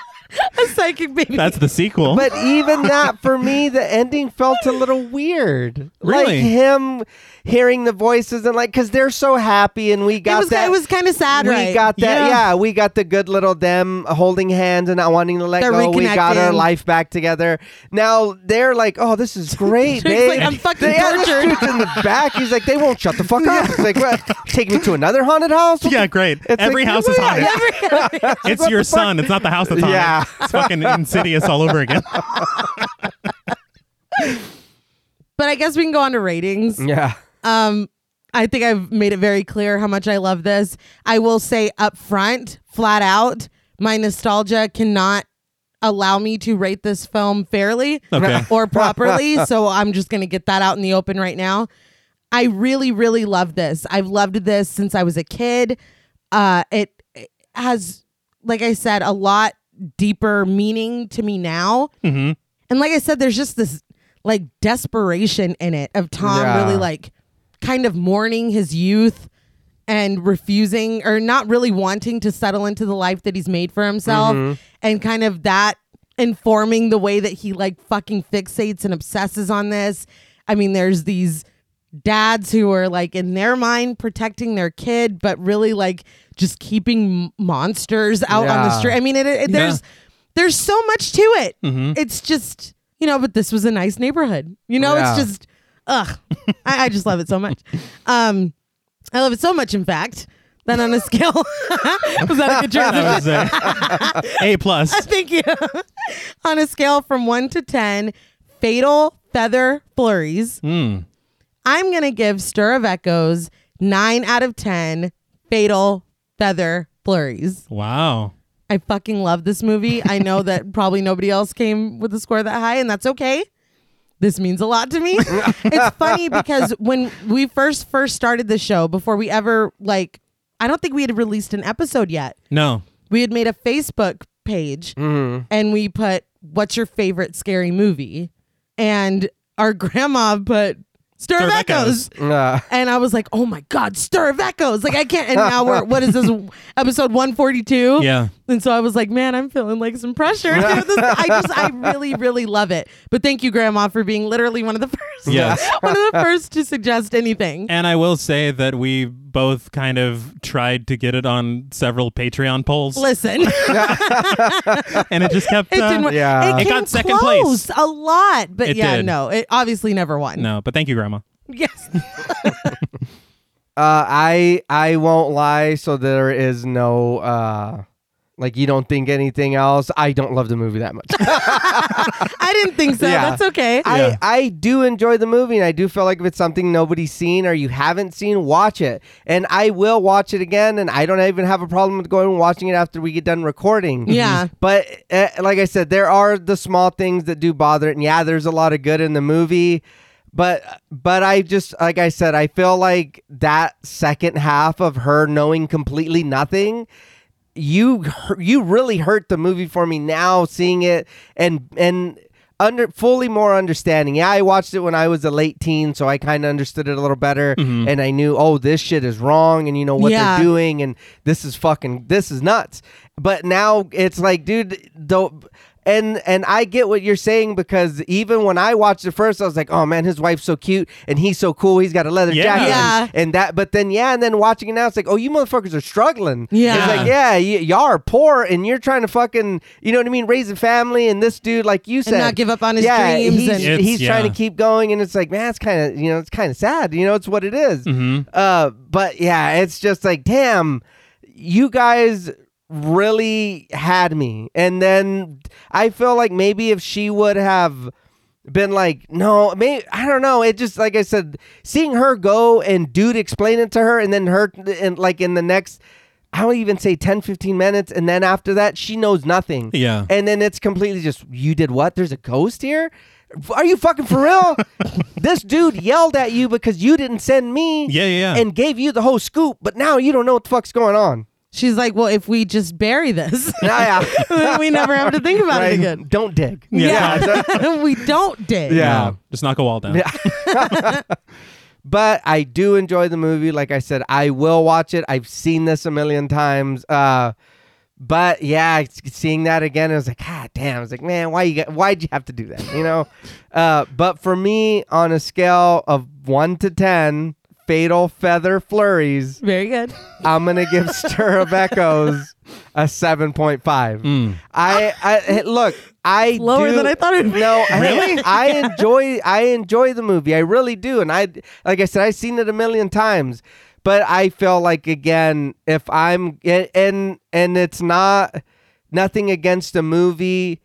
Speaker 1: a psychic baby.
Speaker 3: That's the sequel.
Speaker 2: but even that for me, the ending felt a little weird.
Speaker 3: Really?
Speaker 2: Like him hearing the voices and like, because they're so happy and we
Speaker 1: it
Speaker 2: got
Speaker 1: was,
Speaker 2: that.
Speaker 1: it was kind of sad,
Speaker 2: we
Speaker 1: right?
Speaker 2: got that.
Speaker 3: Yeah.
Speaker 2: Yeah. we got the good little them holding hands and not wanting to let
Speaker 1: They're
Speaker 2: go. We got our
Speaker 1: reconnecting.
Speaker 2: life back together. Now they're like, "Oh, this is
Speaker 1: *laughs*
Speaker 2: great,
Speaker 1: Drake's
Speaker 2: babe."
Speaker 1: like, "I'm fucking
Speaker 2: They had this
Speaker 1: tortured."
Speaker 2: dude in the back. He's like, "They won't shut the
Speaker 1: *laughs*
Speaker 2: fuck up." It's like, "What? Take me to another haunted house?" What
Speaker 3: *laughs* yeah,
Speaker 2: the-
Speaker 3: great.
Speaker 2: It's
Speaker 3: Every
Speaker 2: like-
Speaker 3: house is
Speaker 2: yeah,
Speaker 3: haunted.
Speaker 1: Every-
Speaker 3: *laughs* It's your son. It's not the house that's haunted.
Speaker 2: Yeah.
Speaker 3: It's fucking insidious all
Speaker 2: *laughs*
Speaker 3: over again. *laughs*
Speaker 1: but I guess we can go on to ratings.
Speaker 2: Yeah.
Speaker 1: Um, I think I've made it very clear how much I love this. I will say up front, flat out, my nostalgia cannot allow me to rate this film fairly
Speaker 3: Okay.
Speaker 1: or properly. so I'm just going to get that out in the open right now. I really, really love this. I've loved this since I was a kid. Uh, it, it has, like I said, a lot deeper meaning to me now.
Speaker 3: hmm
Speaker 1: And like I said, there's just this like desperation in it of Tom
Speaker 2: Yeah.
Speaker 1: really like kind of mourning his youth and refusing or not really wanting to settle into the life that he's made for himself
Speaker 2: Mm-hmm.
Speaker 1: and kind of that informing the way that he like fucking fixates and obsesses on this. I mean, there's these dads who are like in their mind protecting their kid but really like just keeping m- monsters out on the
Speaker 2: Yeah. Mm-hmm.
Speaker 1: street. I mean, it, it there's there's so much to it. It's just, you know, but this was a nice neighborhood. You know,
Speaker 2: Yeah.
Speaker 1: it's just, ugh. I, I just love it so much. Um, I love it so much, in fact, that on a scale, *laughs* was that a good transition?
Speaker 3: That was a, a plus.
Speaker 1: *laughs* Thank you. on a scale from one to 10, fatal feather flurries,
Speaker 3: Mm.
Speaker 1: I'm going to give Stir of Echoes nine out of 10 fatal feather flurries.
Speaker 3: Wow.
Speaker 1: I fucking love this movie. I know *laughs* that probably nobody else came with a score that high, and that's okay. This means a lot to *laughs* me. it's funny because when we first first started the show, before we ever like, I don't think we had released an episode yet.
Speaker 3: No.
Speaker 1: We had made a Facebook page
Speaker 2: Mm.
Speaker 1: and we put, "What's your favorite scary movie?" And our *laughs* grandma put "Stir of
Speaker 3: Stir of
Speaker 1: Echoes."
Speaker 2: Uh,
Speaker 1: And I was like, "Oh my god, Stir of Echoes!" Like I can't. And now we're what is
Speaker 3: *laughs*
Speaker 1: this episode one forty two?
Speaker 3: Yeah.
Speaker 1: And so I was like, man, I'm feeling like some pressure. *laughs* to do this. I just, I really, really love it. But thank you, Grandma, for being literally one of the first,
Speaker 3: Yes.
Speaker 1: *laughs* one of the first to suggest anything.
Speaker 3: And I will say that we both kind of tried to get it on several Patreon polls, *laughs*
Speaker 1: Listen, it
Speaker 3: and it just kept. uh,
Speaker 1: didn't. work.
Speaker 2: Yeah.
Speaker 1: it,
Speaker 2: It
Speaker 1: came
Speaker 3: got second
Speaker 1: close
Speaker 3: place.
Speaker 1: a lot, but
Speaker 3: It
Speaker 1: yeah,
Speaker 3: did.
Speaker 1: no, it obviously never won.
Speaker 3: No, but thank you, Grandma.
Speaker 1: *laughs* Yes,
Speaker 2: Uh, I I won't lie. So there is no uh, like you don't think anything else. I don't love the movie that much.
Speaker 1: I didn't think so.
Speaker 2: Yeah.
Speaker 1: That's okay.
Speaker 3: Yeah.
Speaker 2: I I do enjoy the movie, and I do feel like if it's something nobody's seen or you haven't seen, watch it. And I will watch it again, and I don't even have a problem with going and watching it after we get done recording.
Speaker 1: Yeah.
Speaker 2: But uh, like I said, there are the small things that do bother it, and yeah, there's a lot of good in the movie. But but I just like I said, I feel like that second half of her knowing completely nothing you *laughs* hu- you really hurt the movie for me now seeing it and and under fully more understanding. Yeah, I watched it when I was a late teen, so I kind of understood it a little better, and I knew oh this shit is wrong, and you know what
Speaker 1: Mm-hmm. Yeah.
Speaker 2: they're doing, and this is fucking this is nuts. But now it's like, dude, don't. And and I get what you're saying because even when I watched it first, I was like, oh man, his wife's so cute and he's so cool. He's got a leather
Speaker 3: Yeah.
Speaker 2: jacket,
Speaker 1: Yeah.
Speaker 2: And, and that. But then yeah, and then watching it now, it's like, oh, you motherfuckers are struggling.
Speaker 1: Yeah.
Speaker 2: It's like, yeah, y- y'all are poor and you're trying to fucking, you know what I mean, raise a family. And this dude, like you said,
Speaker 1: not give up on his
Speaker 2: yeah,
Speaker 1: dreams
Speaker 2: He's,
Speaker 1: and-
Speaker 3: It's-
Speaker 2: he's trying
Speaker 3: yeah.
Speaker 2: to keep going. And it's like, man, it's kind of, you know, it's kind of sad. You know, it's what it is.
Speaker 3: Mhm.
Speaker 2: Uh, but yeah, it's just like, damn, you guys really had me. And then I feel like maybe if she would have been like, no, maybe I don't know. It just like I said, seeing her go and dude explain it to her, and then her and like in the next. I would even say 10, 15 minutes. And then after that, she knows nothing.
Speaker 3: Yeah.
Speaker 2: And then it's completely just, you did what? There's a ghost here? Are you fucking for real? this dude yelled at you because you didn't send me
Speaker 3: Yeah, yeah, yeah.
Speaker 2: and gave you the whole scoop, but now you don't know what the fuck's going
Speaker 3: *laughs*
Speaker 2: on.
Speaker 1: She's like, well, if we just bury this, *laughs*
Speaker 2: Yeah,
Speaker 3: *laughs*
Speaker 2: yeah.
Speaker 1: then we never have to think about
Speaker 2: Right?
Speaker 1: it again.
Speaker 2: Don't dig.
Speaker 1: *laughs*
Speaker 3: Yeah.
Speaker 1: we don't dig.
Speaker 2: Yeah.
Speaker 3: No, just knock a wall down.
Speaker 2: Yeah. but I do enjoy the movie. Like I said, I will watch it. I've seen this a million times. Uh, but yeah, s- seeing that again, I was like, God damn! I was like, man, why you got, why'd you have to do that? You
Speaker 3: *laughs*
Speaker 2: know. uh, but for me, on a scale of one to ten, Fatal Feather Flurries,
Speaker 1: Very good.
Speaker 2: I'm gonna give Stir of Echoes a seven point five. I, I hey, look, I
Speaker 1: Lower
Speaker 2: do-
Speaker 1: than I thought it would be.
Speaker 2: No, really, I, enjoy I enjoy the movie. I really do, and I like I said, I've seen it a million times. But I feel like again, if I'm and and it's not nothing against the movie,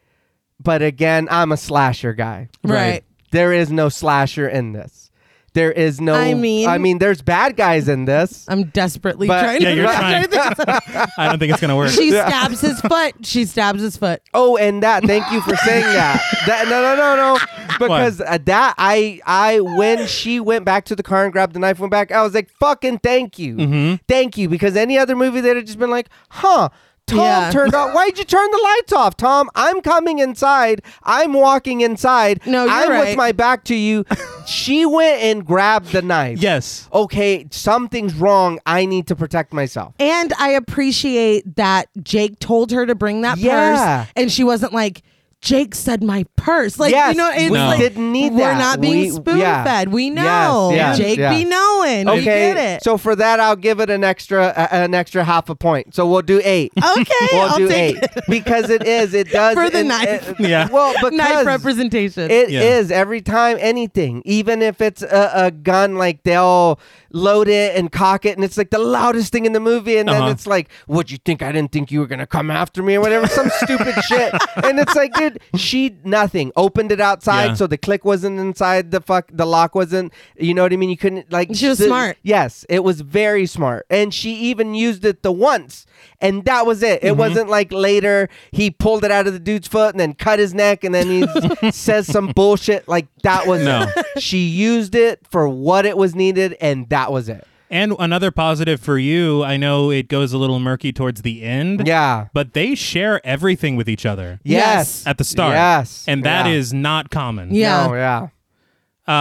Speaker 2: but again, I'm a slasher guy.
Speaker 1: Right.
Speaker 2: There is no slasher in this. There is no.
Speaker 1: I mean-
Speaker 2: I mean, there's bad guys in this.
Speaker 1: I'm desperately
Speaker 2: But-
Speaker 1: trying
Speaker 3: Yeah,
Speaker 1: to.
Speaker 3: you're
Speaker 1: trying
Speaker 3: trying.
Speaker 1: to think of
Speaker 2: *laughs*
Speaker 1: something.
Speaker 3: I don't think it's gonna work.
Speaker 1: She stabs his foot. She stabs his foot.
Speaker 2: Oh, and that. Thank you for saying that. that no, no, no, no. Because uh, that I, I when she went back to the car and grabbed the knife, went back. I was like, fucking thank you, thank you. Because any other movie, they'd have just been like, huh. Tom
Speaker 1: Yeah.
Speaker 2: turned off. Why'd you turn the lights off, Tom? I'm coming inside. I'm walking inside.
Speaker 1: No, you're
Speaker 2: I'm
Speaker 1: right.
Speaker 2: with my back to
Speaker 1: *laughs*
Speaker 2: you. she went and grabbed the knife.
Speaker 3: yes.
Speaker 2: Okay, something's wrong. I need to protect myself.
Speaker 1: And I appreciate that Jake told her to bring that
Speaker 2: Yeah.
Speaker 1: purse, and she wasn't like, "Jake said my purse." Like
Speaker 2: Yes,
Speaker 1: you know, it's
Speaker 2: we
Speaker 1: like,
Speaker 2: didn't need
Speaker 1: We're
Speaker 2: that.
Speaker 1: not being
Speaker 2: We- yeah.
Speaker 1: spoon fed. We know.
Speaker 2: yes,
Speaker 1: Jake
Speaker 2: yeah.
Speaker 1: be knowing. We get it.
Speaker 2: So *laughs* for that, I'll give it an extra uh, an extra half a point. So we'll do eight.
Speaker 1: okay,
Speaker 2: we'll
Speaker 1: I'll
Speaker 2: do
Speaker 1: take
Speaker 2: eight
Speaker 1: it.
Speaker 2: because it is it does
Speaker 1: For the
Speaker 2: it-
Speaker 1: knife.
Speaker 2: it-
Speaker 3: Yeah.
Speaker 2: Well,
Speaker 1: *laughs*
Speaker 2: because
Speaker 1: knife representation.
Speaker 2: it is
Speaker 3: Yeah.
Speaker 2: every time anything, even if it's a, a gun, like they'll load it and cock it, and it's like the loudest thing in the movie, and
Speaker 3: Uh-huh.
Speaker 2: then it's like, "What you think? I didn't think you were gonna come after me or whatever, some
Speaker 3: *laughs*
Speaker 2: stupid shit." And it's like, dude, she nothing opened it outside,
Speaker 3: Yeah.
Speaker 2: so the click wasn't inside the fuck, the lock wasn't. You know what I mean? You couldn't like.
Speaker 1: She was
Speaker 2: the-
Speaker 1: smart.
Speaker 2: Yes, it was very smart, and she even used it the once, and that was it.
Speaker 1: Mm-hmm.
Speaker 2: It wasn't like later he pulled it out of the dude's foot and then cut his neck, and then
Speaker 1: *laughs*
Speaker 2: he says some bullshit like that was.
Speaker 3: No.
Speaker 2: it. she used it for what it was needed, and that was it.
Speaker 3: And another positive for you, I know it goes a little murky towards the end.
Speaker 2: Yeah.
Speaker 3: But they share everything with each other
Speaker 2: Yes.
Speaker 3: at the start.
Speaker 2: Yes.
Speaker 3: And that is
Speaker 2: Yeah.
Speaker 3: not common.
Speaker 1: yeah.
Speaker 2: Oh yeah.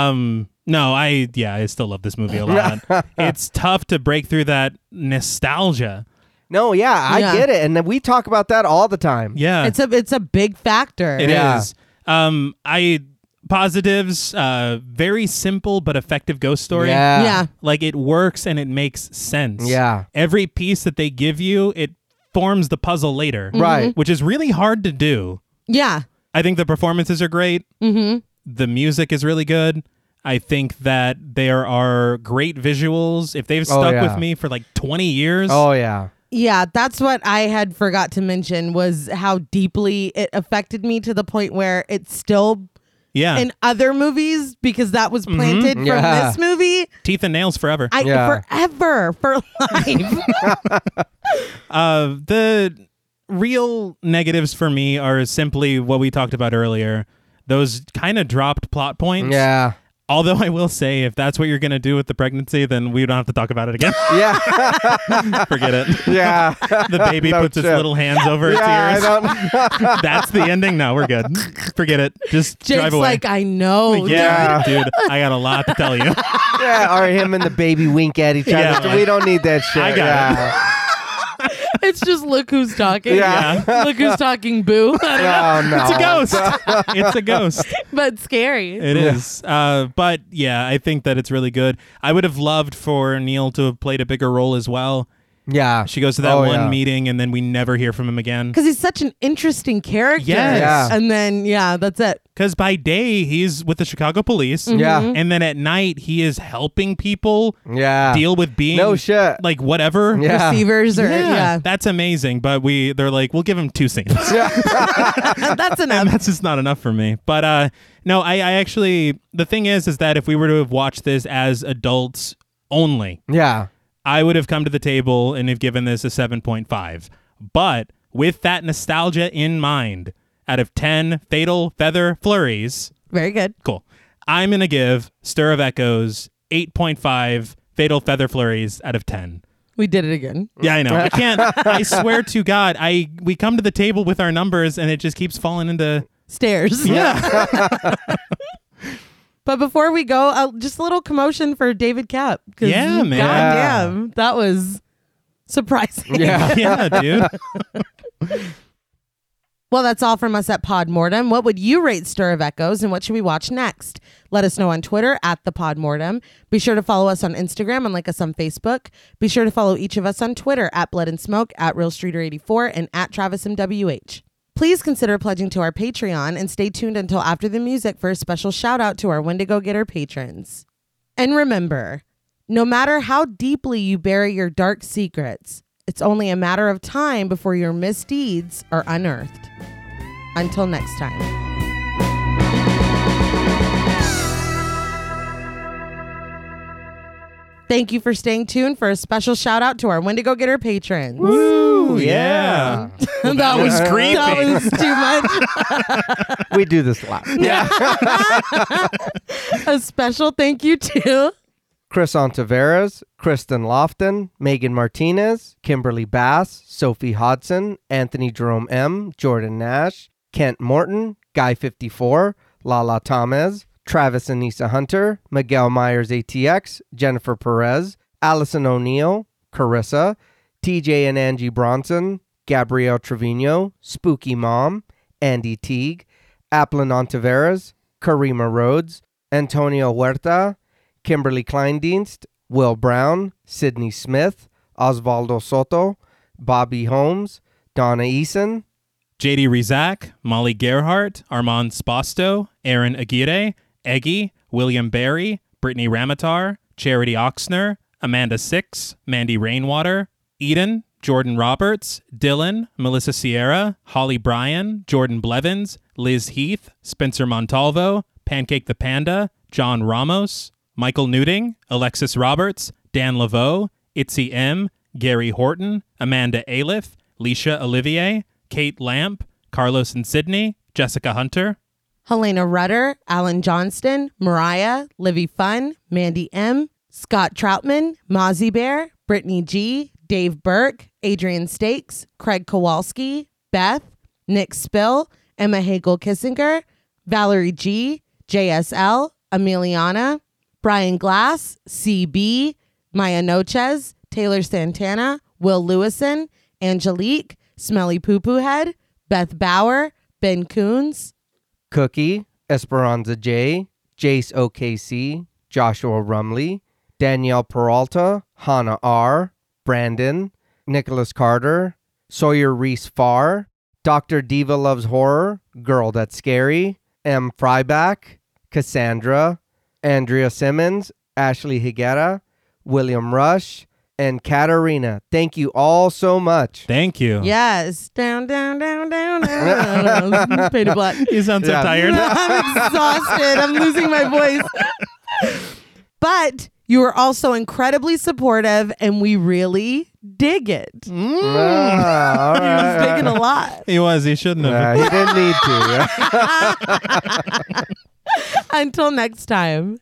Speaker 3: Um no, I yeah, I still love this movie a lot. it's tough to break through that nostalgia.
Speaker 2: No, yeah, I
Speaker 1: Yeah.
Speaker 2: get it, and then we talk about that all the time.
Speaker 3: Yeah.
Speaker 1: It's a it's a big factor.
Speaker 3: It is.
Speaker 2: Yeah.
Speaker 3: Um, I positives. Uh, very simple but effective ghost story.
Speaker 2: Yeah.
Speaker 1: yeah.
Speaker 3: Like it works and it makes sense.
Speaker 2: Yeah.
Speaker 3: Every piece that they give you, it forms the puzzle later.
Speaker 2: Mm-hmm. Right.
Speaker 3: Which is really hard to do.
Speaker 1: Yeah.
Speaker 3: I think the performances are great. Mm-hmm. The music is really good. I think that there are great visuals. If they've stuck
Speaker 2: Oh, yeah.
Speaker 3: with me for like 20 years,
Speaker 2: Oh yeah.
Speaker 1: Yeah, that's what I had forgot to mention was how deeply it affected me to the point where it's still
Speaker 3: yeah.
Speaker 1: in other movies because that
Speaker 3: Mm-hmm.
Speaker 1: was planted from
Speaker 2: Yeah.
Speaker 1: this movie.
Speaker 3: Teeth and nails forever.
Speaker 1: I
Speaker 2: Yeah.
Speaker 1: forever for *laughs*
Speaker 3: *laughs*
Speaker 1: life.
Speaker 3: Uh, the real negatives for me are simply what we talked about earlier. Those kind of dropped plot points.
Speaker 2: Yeah.
Speaker 3: Although I will say, if that's what you're gonna do with the pregnancy, then we don't have to talk about
Speaker 2: *laughs*
Speaker 3: it again. *laughs*
Speaker 2: Yeah.
Speaker 3: Forget it.
Speaker 2: yeah.
Speaker 3: The baby
Speaker 2: No
Speaker 3: puts its
Speaker 2: shit.
Speaker 3: little hands over
Speaker 2: *laughs* Yeah, I
Speaker 3: its ears.
Speaker 2: don't-
Speaker 3: *laughs* That's the ending. No, we're good. Forget it. Just drive
Speaker 1: Jake's
Speaker 3: away.
Speaker 1: like, oh, I know.
Speaker 3: *laughs* yeah, dude. I got a lot to tell
Speaker 2: *laughs*
Speaker 3: you.
Speaker 2: yeah, or him and the baby wink at each other.
Speaker 3: Yeah, like-
Speaker 2: we don't need that shit.
Speaker 3: I got
Speaker 2: yeah.
Speaker 1: *laughs* It's just look who's talking.
Speaker 2: Yeah. *laughs*
Speaker 1: look who's talking boo. *laughs*
Speaker 2: No, Oh, no.
Speaker 3: It's a ghost. it's a ghost.
Speaker 1: but scary.
Speaker 3: It is. Uh, but yeah, I think that it's really good. I would have loved for Neil to have played a bigger role as well.
Speaker 2: Yeah.
Speaker 3: She goes to that
Speaker 2: Oh,
Speaker 3: one
Speaker 2: yeah.
Speaker 3: meeting and then we never hear from him again.
Speaker 1: Because he's such an interesting character.
Speaker 3: Yes.
Speaker 2: Yeah.
Speaker 1: And then yeah, that's it.
Speaker 3: Because by day, he's with the Chicago police.
Speaker 2: Yeah. Mhm.
Speaker 3: And then at night, he is helping people
Speaker 2: Yeah.
Speaker 3: deal with being
Speaker 2: No shit.
Speaker 3: like whatever.
Speaker 2: Yeah.
Speaker 1: Receivers or
Speaker 3: Yeah,
Speaker 1: yeah.
Speaker 3: That's amazing. But we, they're like, we'll give him two
Speaker 1: *laughs*
Speaker 2: *laughs*
Speaker 3: scenes.
Speaker 1: that's
Speaker 3: *laughs* and *laughs*
Speaker 1: enough.
Speaker 3: that's just not enough for me. But uh, no, I, I actually, the thing is, is that if we were to have watched this as adults only,
Speaker 2: Yeah.
Speaker 3: I would have come to the table and have given this a 7.5. But with that nostalgia in mind, out of 10 fatal feather flurries,
Speaker 1: Very good.
Speaker 3: cool. I'm going to give Stir of Echoes 8.5 fatal feather flurries out of 10.
Speaker 1: We did it again.
Speaker 3: Yeah, I know. I can't. I swear to God, I we come to the table with our numbers and it just keeps falling into
Speaker 1: Stairs.
Speaker 3: yeah.
Speaker 1: But before we go, uh, just a little commotion for David Cap. 'cause
Speaker 3: Yeah, man.
Speaker 1: Goddamn, that was surprising.
Speaker 2: Yeah.
Speaker 3: *laughs* yeah, dude.
Speaker 1: Well, that's all from us at Podmortem. What would you rate Stir of Echoes and what should we watch next? Let us know on Twitter at the Podmortem. Be sure to follow us on Instagram and like us on Facebook. Be sure to follow each of us on Twitter at Blood and Smoke, at Real Streeter 84, and at Travis MWH. Please consider pledging to our Patreon and stay tuned until after the music for a special shout out to our Wendigo Getter patrons. And remember, no matter how deeply you bury your dark secrets, it's only a matter of time before your misdeeds are unearthed. Until next time. Thank you for staying tuned for a special shout out to our Wendigo Getter patrons.
Speaker 2: Woo,
Speaker 3: yeah.
Speaker 1: *laughs* that
Speaker 3: was
Speaker 1: That
Speaker 3: creepy.
Speaker 1: was too much.
Speaker 2: we do this a lot.
Speaker 1: a special thank you to
Speaker 2: Chris Ontiveros, Kristen Lofton, Megan Martinez, Kimberly Bass, Sophie Hodson, Anthony Jerome M, Jordan Nash, Kent Morton, Guy54, Lala Thomas, Travis and Nisa Hunter, Miguel Myers ATX, Jennifer Perez, Allison O'Neill, Carissa, TJ and Angie Bronson, Gabrielle Trevino, Spooky Mom, Andy Teague, Applin Ontiveros, Karima Rhodes, Antonio Huerta, Kimberly Kleindienst, Will Brown, Sidney Smith, Osvaldo Soto, Bobby Holmes, Donna Eason,
Speaker 3: JD Rizak, Molly Gerhart, Armand Spasto, Aaron Aguirre, Eggy, William Barry, Brittany Ramatar, Charity Oxner, Amanda Six, Mandy Rainwater, Eden, Jordan Roberts, Dylan, Melissa Sierra, Holly Bryan, Jordan Blevins, Liz Heath, Spencer Montalvo, Pancake the Panda, John Ramos, Michael Newding, Alexis Roberts, Dan Laveau, Itzy M, Gary Horton, Amanda Aliff, Leisha Olivier, Kate Lamp, Carlos and Sydney, Jessica Hunter.
Speaker 1: Helena Rutter, Alan Johnston, Mariah, Livy Fun, Mandy M, Scott Troutman, Mozzie Bear, Brittany G, Dave Burke, Adrian Stakes, Craig Kowalski, Beth, Nick Spill, Emma Hagel Kissinger, Valerie G, JSL, Emiliana, Brian Glass, CB, Maya Noches, Taylor Santana, Will Lewison, Angelique, Smelly Poo Poo Head, Beth Bauer, Ben Coons,
Speaker 2: Cookie, Esperanza J, Jace OKC, Joshua Rumley, Danielle Peralta, Hannah R, Brandon, Nicholas Carter, Sawyer Reese Farr, Dr. Diva Loves Horror, Girl That's Scary, M. Fryback, Cassandra, Andrea Simmons, Ashley Higuera, William Rush, and Katarina. Thank you all so much.
Speaker 3: Thank you.
Speaker 1: Yes. Down, down, down, down, down. Paint a black.
Speaker 3: You sound so
Speaker 2: Yeah.
Speaker 3: tired.
Speaker 1: I'm exhausted. I'm losing my voice. but you are also incredibly supportive, and we really dig it.
Speaker 2: Ah,
Speaker 1: *laughs*
Speaker 2: all right,
Speaker 1: It's
Speaker 2: all
Speaker 1: Mm. taking a lot.
Speaker 3: He was. He shouldn't
Speaker 1: *laughs*
Speaker 2: right.
Speaker 3: have.
Speaker 2: Uh, he didn't need to.
Speaker 1: Until next time.